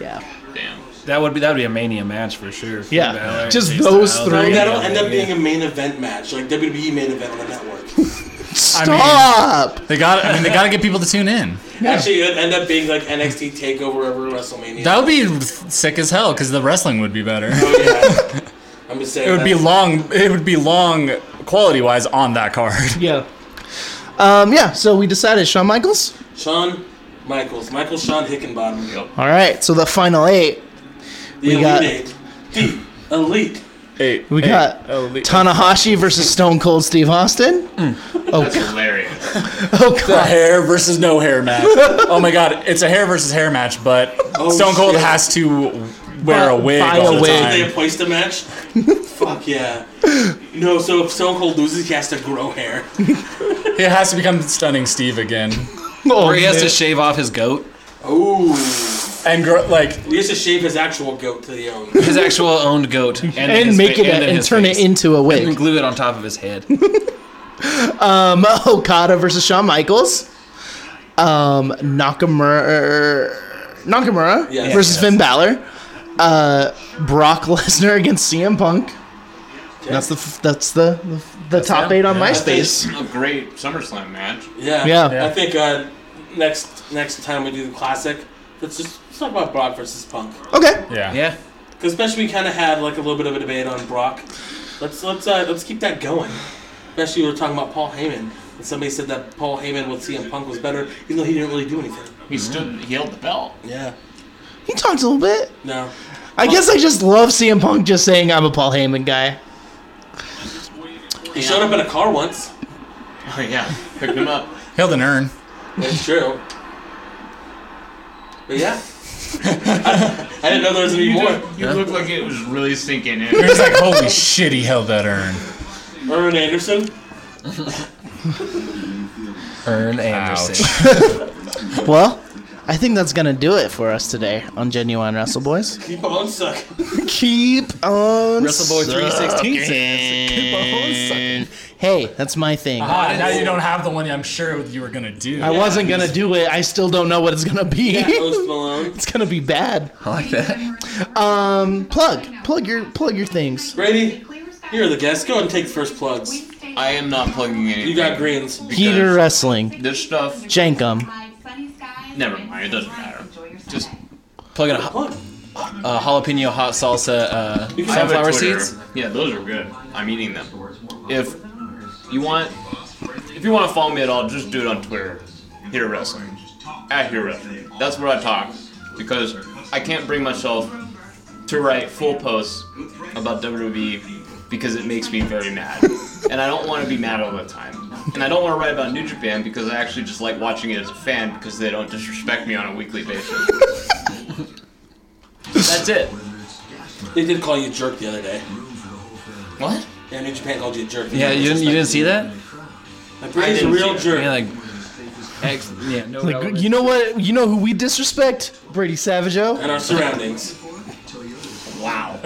Speaker 2: Yeah.
Speaker 6: Damn.
Speaker 4: That would be that would be a mania match for sure. Finn
Speaker 2: Yeah.
Speaker 4: Balor,
Speaker 2: Just
Speaker 4: AJ
Speaker 2: those
Speaker 4: Styles,
Speaker 2: three.
Speaker 4: Randy
Speaker 3: That'll end
Speaker 4: Orton.
Speaker 3: up being a main event match, like WWE main event on the
Speaker 2: <laughs>
Speaker 3: network.
Speaker 5: mean-
Speaker 2: Stop.
Speaker 5: They got. I mean, they got to get people to tune in.
Speaker 3: Actually, it'd end up being like NXT Takeover over WrestleMania.
Speaker 5: That would be sick as hell because the wrestling would be better.
Speaker 3: Oh, yeah. I'm just saying.
Speaker 5: It would be
Speaker 3: that's-
Speaker 5: long. It would be long quality wise on that card.
Speaker 2: yeah. Um, yeah, so we decided Shawn Michaels.
Speaker 3: Shawn Michaels, Michael Shawn Hickenbottom.
Speaker 2: All right, so the final eight,
Speaker 3: The
Speaker 2: We
Speaker 3: Elite
Speaker 2: got-
Speaker 3: Eight. The Elite.
Speaker 5: Eight.
Speaker 2: we got
Speaker 3: oh,
Speaker 2: Tanahashi versus Stone Cold Steve Austin.
Speaker 6: That's hilarious.
Speaker 2: <laughs> Oh god.
Speaker 5: hair versus no hair match. oh my god, it's a hair versus hair match, but Stone
Speaker 3: Oh,
Speaker 5: Cold
Speaker 3: shit.
Speaker 5: has to wear a
Speaker 2: Bu-
Speaker 5: wig
Speaker 2: buy
Speaker 5: all
Speaker 2: a
Speaker 5: the
Speaker 2: wig.
Speaker 3: They
Speaker 5: time.
Speaker 3: placed a match. Fuck yeah. No, so if Stone Cold loses, he has to grow hair.
Speaker 5: He has to become stunning Steve again.
Speaker 2: Oh,
Speaker 4: Or he has
Speaker 2: man. <laughs>
Speaker 4: to shave off his goat.
Speaker 3: Ooh.
Speaker 5: and gr- like
Speaker 3: He used to shave his actual goat to the own.
Speaker 4: his actual owned goat and,
Speaker 2: and
Speaker 4: his
Speaker 2: make
Speaker 4: fa-
Speaker 2: it a-
Speaker 4: then
Speaker 2: and
Speaker 4: his
Speaker 2: turn
Speaker 4: face.
Speaker 2: it into a
Speaker 4: and <laughs>
Speaker 2: wig.
Speaker 4: glue it on top of
Speaker 2: <laughs>
Speaker 4: his head.
Speaker 2: Um, <laughs> Okada versus Shawn Michaels. Um, Nakamura, Nakamura
Speaker 3: Yes.
Speaker 2: versus
Speaker 5: Yes.
Speaker 2: Finn Balor. Uh, Brock Lesnar <laughs> against CM Punk. That's the f- that's the the, top
Speaker 5: him.
Speaker 2: eight on
Speaker 5: Yeah.
Speaker 2: MySpace.
Speaker 6: a great SummerSlam match.
Speaker 3: Yeah.
Speaker 2: Yeah.
Speaker 3: I think uh, next next time we do the classic, let's just let's talk about Brock versus Punk.
Speaker 2: Okay.
Speaker 5: yeah.
Speaker 4: Yeah.
Speaker 3: Because especially we kind of had like a little bit of a debate on Brock. Let's let's uh, let's keep that going. Especially we were talking about Paul Heyman, and somebody said that Paul Heyman with CM Punk was better, even though he didn't really do anything.
Speaker 6: He stood, he held the belt.
Speaker 3: Yeah.
Speaker 2: He talked a little bit.
Speaker 3: No.
Speaker 2: I guess I just love CM Punk just saying I'm a Paul Heyman guy.
Speaker 3: He showed up in a car once.
Speaker 6: Oh <laughs> yeah, picked him up.
Speaker 5: Held an urn.
Speaker 3: That's true. But yeah. I, I didn't know there was any more.
Speaker 6: You look like it was really sinking
Speaker 5: He
Speaker 6: in.
Speaker 5: was like, holy shit, he held that urn.
Speaker 3: Erwin Anderson?
Speaker 4: Earn
Speaker 5: Anderson.
Speaker 2: Well, I think that's gonna do it for us today on Genuine Wrestle Boys.
Speaker 3: Keep on sucking.
Speaker 2: Keep on
Speaker 4: WrestleBoy 316 says, "Keep on
Speaker 2: sucking. Hey, that's my thing.
Speaker 5: Ah, <laughs> now you don't have the one I'm sure you were gonna do.
Speaker 2: I wasn't gonna do it. I still don't know what it's gonna be.
Speaker 3: Post
Speaker 2: <laughs>
Speaker 3: Malone.
Speaker 2: it's gonna be bad.
Speaker 4: I like that.
Speaker 2: Um, plug, plug your, plug your things.
Speaker 3: Brady, you're the guest. Go and take first plugs.
Speaker 6: I am not plugging anything.
Speaker 3: You got greens.
Speaker 2: Heater wrestling,
Speaker 6: This stuff.
Speaker 2: Jankum.
Speaker 6: Never mind, it doesn't matter. Just
Speaker 4: Plug in a, ho-
Speaker 3: Plug.
Speaker 4: a jalapeno hot salsa uh,
Speaker 3: You can have a
Speaker 4: sunflower
Speaker 6: Twitter.
Speaker 4: seeds.
Speaker 6: Yeah, those are good. I'm eating them. If you want, if you want to follow me at all, just do it on Twitter. Hero Wrestling. At Hero Wrestling. That's where I talk because I can't bring myself to write full posts about WWE because it makes me
Speaker 4: <laughs>
Speaker 6: very mad, and I don't want to be mad all the time. And I don't want to write about New Japan because I actually just like watching it as a fan because they don't disrespect me on a weekly basis.
Speaker 4: <laughs>
Speaker 6: That's it.
Speaker 3: They did call you a jerk the other day.
Speaker 6: What?
Speaker 3: Yeah, New Japan called you a jerk.
Speaker 4: Yeah, you didn't, you didn't see that?
Speaker 3: Like,
Speaker 6: I
Speaker 3: Brady's a
Speaker 6: didn't
Speaker 3: real
Speaker 6: see
Speaker 3: jerk.
Speaker 4: Yeah, like, ex- yeah, no
Speaker 2: Like,
Speaker 4: relevance.
Speaker 2: you know what? You know who we disrespect? Brady Savageau.
Speaker 3: and our surroundings.
Speaker 6: Wow.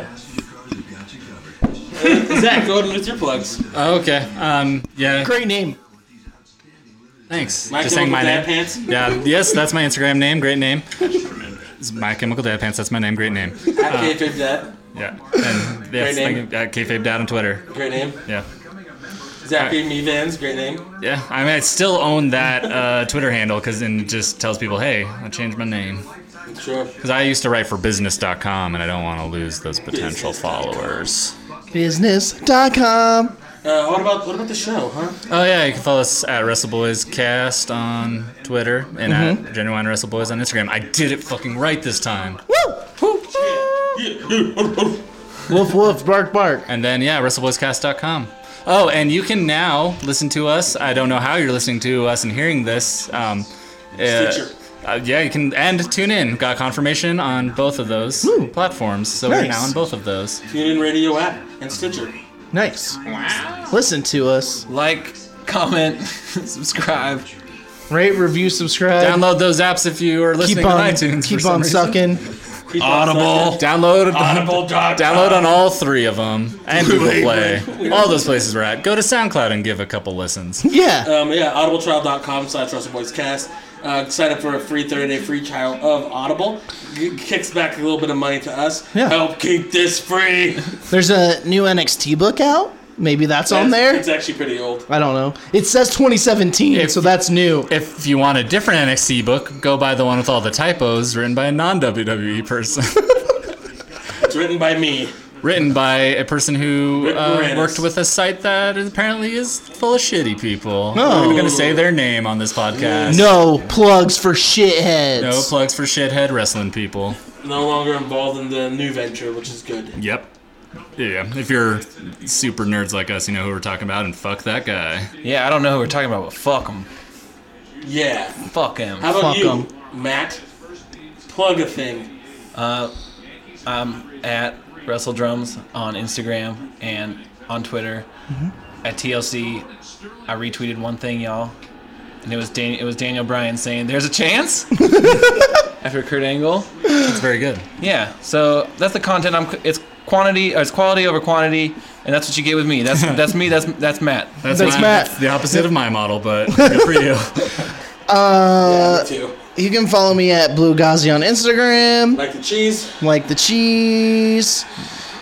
Speaker 3: Zach, go ahead with your plugs.
Speaker 5: Oh, okay. Um. Yeah.
Speaker 2: Great name.
Speaker 5: Thanks.
Speaker 3: My
Speaker 5: Just saying my
Speaker 3: Chemical Dad
Speaker 5: name.
Speaker 3: Pants.
Speaker 5: Yeah. Yes, that's my Instagram name. Great name. It's my Chemical Dad Pants. That's my name. Great name.
Speaker 3: At
Speaker 4: Uh.
Speaker 3: kayfabe dad.
Speaker 5: Yeah. And yes,
Speaker 3: name.
Speaker 5: thank you, uh, kayfabe dad on Twitter.
Speaker 3: Great name.
Speaker 5: Yeah.
Speaker 3: Zach B. Me Vans. Great name.
Speaker 5: Yeah. I mean, I still own that uh, Twitter handle because it just tells people, hey, I changed my name.
Speaker 3: Sure.
Speaker 5: Because I used to write for business.com and I don't want to lose those potential followers.
Speaker 2: Business.com.
Speaker 3: Uh, what about what about the show, huh?
Speaker 5: Oh, yeah. You can follow us at WrestleBoysCast on Twitter and at Genuine WrestleBoys on Instagram. I did it fucking right this time.
Speaker 2: Woo! Woo! Woof woof, bark bark.
Speaker 5: And then, yeah, WrestleBoysCast.com. Oh, and you can now listen to us. I don't know how you're listening to us and hearing this. Um, uh,
Speaker 3: Stitcher.
Speaker 5: uh, yeah, you can. And tune in. Got confirmation on both of those platforms. So we're
Speaker 2: Nice.
Speaker 5: now on both of those.
Speaker 3: Tune in radio app and Stitcher.
Speaker 2: Nice. Listen to us.
Speaker 4: like,
Speaker 5: <laughs>
Speaker 4: comment, subscribe.
Speaker 2: Rate, review, subscribe.
Speaker 5: Download those apps if you are listening
Speaker 2: keep on,
Speaker 5: on, iTunes. for
Speaker 2: keep
Speaker 5: some
Speaker 2: on
Speaker 5: reason.
Speaker 2: sucking.
Speaker 5: <laughs>
Speaker 3: Keep on
Speaker 5: Audible.
Speaker 3: sucking.
Speaker 5: Download.
Speaker 3: Audible. dot com.
Speaker 5: Download on all three of them and Google Play. All those places we're at. Go to SoundCloud and give a couple listens.
Speaker 2: Yeah.
Speaker 3: Um, yeah, audibletrial.com slash WrestleBoysCast. Uh, sign up for a free 30-day free trial of Audible. It kicks back a little bit of money to us.
Speaker 2: Yeah.
Speaker 3: Help keep this free.
Speaker 2: There's a new NXT book out. Maybe that's, on there.
Speaker 3: It's actually pretty old.
Speaker 2: I don't know. It says 2017,
Speaker 5: If-
Speaker 2: so that's new.
Speaker 5: If you want a different NXT book, go buy the one with all the typos written by a non WWE person.
Speaker 3: It's written by me.
Speaker 5: written by a person who
Speaker 3: Rick
Speaker 5: uh,
Speaker 3: Moranis.
Speaker 5: worked with a site that apparently is full of shitty people. We're going to say their name on this podcast.
Speaker 2: No plugs for shitheads.
Speaker 5: No plugs for shithead wrestling people.
Speaker 3: No longer involved in the new venture, which is good.
Speaker 5: Yep. Yeah, if you're super nerds like us, you know who we're talking about, and fuck that guy.
Speaker 4: Yeah, I don't know who we're talking about, but fuck him.
Speaker 3: Yeah.
Speaker 4: Fuck him.
Speaker 3: How about
Speaker 2: Fuck
Speaker 3: you,
Speaker 2: 'em.
Speaker 3: Matt? Plug a thing.
Speaker 4: I'm at WrestleDrums on Instagram and on Twitter.
Speaker 5: Mm-hmm.
Speaker 4: At TLC, I retweeted one thing, y'all,
Speaker 5: <laughs>
Speaker 4: and it was Dan- it was Daniel Bryan saying, "There's a chance." After Kurt Angle,
Speaker 5: It's very good.
Speaker 4: Yeah, so that's the content. I'm. It's quantity. Or it's quality over quantity, and that's what you get with me. That's that's me. That's that's Matt.
Speaker 5: That's,
Speaker 2: That's
Speaker 5: mine.
Speaker 2: Matt.
Speaker 5: That's the opposite of my model,
Speaker 2: <laughs>
Speaker 5: but good for you.
Speaker 3: Yeah,
Speaker 2: Uh,
Speaker 3: me too.
Speaker 2: you can follow me at Blue Ghazi on Instagram,
Speaker 3: Like the cheese.
Speaker 2: like the cheese,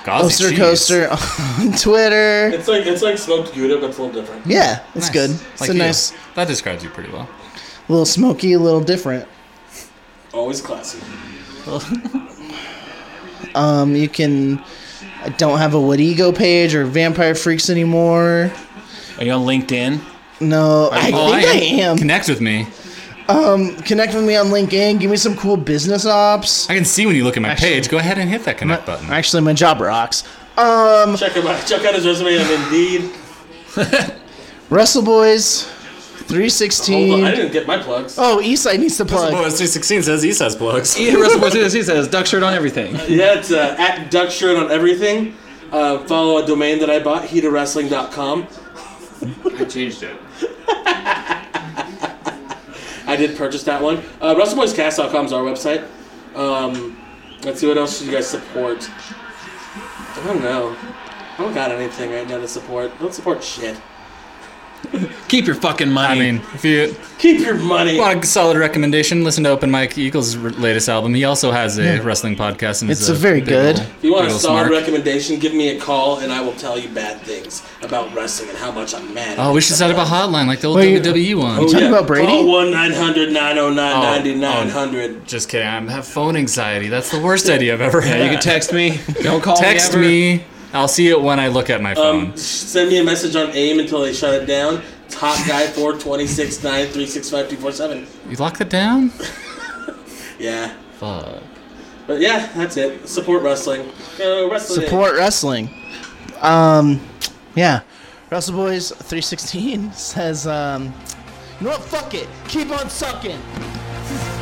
Speaker 5: Gauzy
Speaker 2: Oster
Speaker 5: cheese.
Speaker 2: Coaster <laughs> on Twitter.
Speaker 3: It's like it's like smoked gouda, but it's a little different.
Speaker 2: Yeah, it's
Speaker 5: Nice.
Speaker 2: good. It's
Speaker 5: Like
Speaker 2: a
Speaker 5: you.
Speaker 2: nice
Speaker 5: That describes you pretty well.
Speaker 2: little smoky, a little different.
Speaker 3: Always classy.
Speaker 2: Um, you can. I don't have a What Ego page or Vampire Freaks anymore.
Speaker 4: Are you on LinkedIn?
Speaker 2: No, I think
Speaker 5: Oh,
Speaker 2: I am.
Speaker 5: Connect with me.
Speaker 2: Connect with me on LinkedIn. Give me some cool business ops.
Speaker 5: I can see when you look at my
Speaker 2: Actually-
Speaker 5: page. Go ahead and hit that connect button.
Speaker 2: Actually, my job rocks. Um,
Speaker 3: Check him out. Check out his resume on Indeed.
Speaker 2: Wrestle Boys,
Speaker 3: Hold on, I
Speaker 2: 316.
Speaker 3: didn't get my plugs.
Speaker 2: Oh, Eastside needs to plug.
Speaker 5: Boys 316 says Esau's plugs.
Speaker 4: Yeah, Russell Boys he says duck shirt on everything.
Speaker 3: <laughs> Yeah, it's uh, at Duck Shirt on everything. Uh, follow a domain that I bought, heatawrestling.com.
Speaker 6: I changed it.
Speaker 3: I did purchase that one. Uh, WrestleBoysCast.com is our website. Um, let's see what else should you guys support. I don't know. I don't got anything right now to support. Don't support shit.
Speaker 4: Keep your fucking
Speaker 5: I
Speaker 4: money.
Speaker 5: mean, if you
Speaker 3: Keep your money.
Speaker 5: want a solid recommendation, listen to Open Mike Eagles' r- latest album. He also has a wrestling podcast. And
Speaker 2: It's
Speaker 5: is
Speaker 2: a very
Speaker 5: big
Speaker 2: good.
Speaker 5: ol-
Speaker 3: If you want a
Speaker 5: big ol'
Speaker 3: solid
Speaker 5: smark.
Speaker 3: recommendation, give me a call and I will tell you bad things about wrestling and how much I'm mad.
Speaker 5: Oh, we should set up a hotline like the old
Speaker 2: Wait.
Speaker 5: WWE one.
Speaker 3: Oh,
Speaker 2: talking about Brady?
Speaker 3: Call 1 900 909 9900.
Speaker 5: Just kidding. I have phone anxiety. That's the worst idea I've ever had.
Speaker 4: you can text me. Don't call
Speaker 5: text
Speaker 4: me. ever.
Speaker 5: me. I'll see it when I look at my phone.
Speaker 3: Um, send me a message on AIM until they shut it down. Top guy <laughs> 42693652447.
Speaker 5: you locked it down?
Speaker 3: Yeah.
Speaker 5: Fuck.
Speaker 3: But yeah, that's it. Support wrestling. Go wrestling.
Speaker 2: Support wrestling. Um, yeah. Wrestle Boys <laughs> 316 says, um, you know what? Fuck it. Keep on sucking.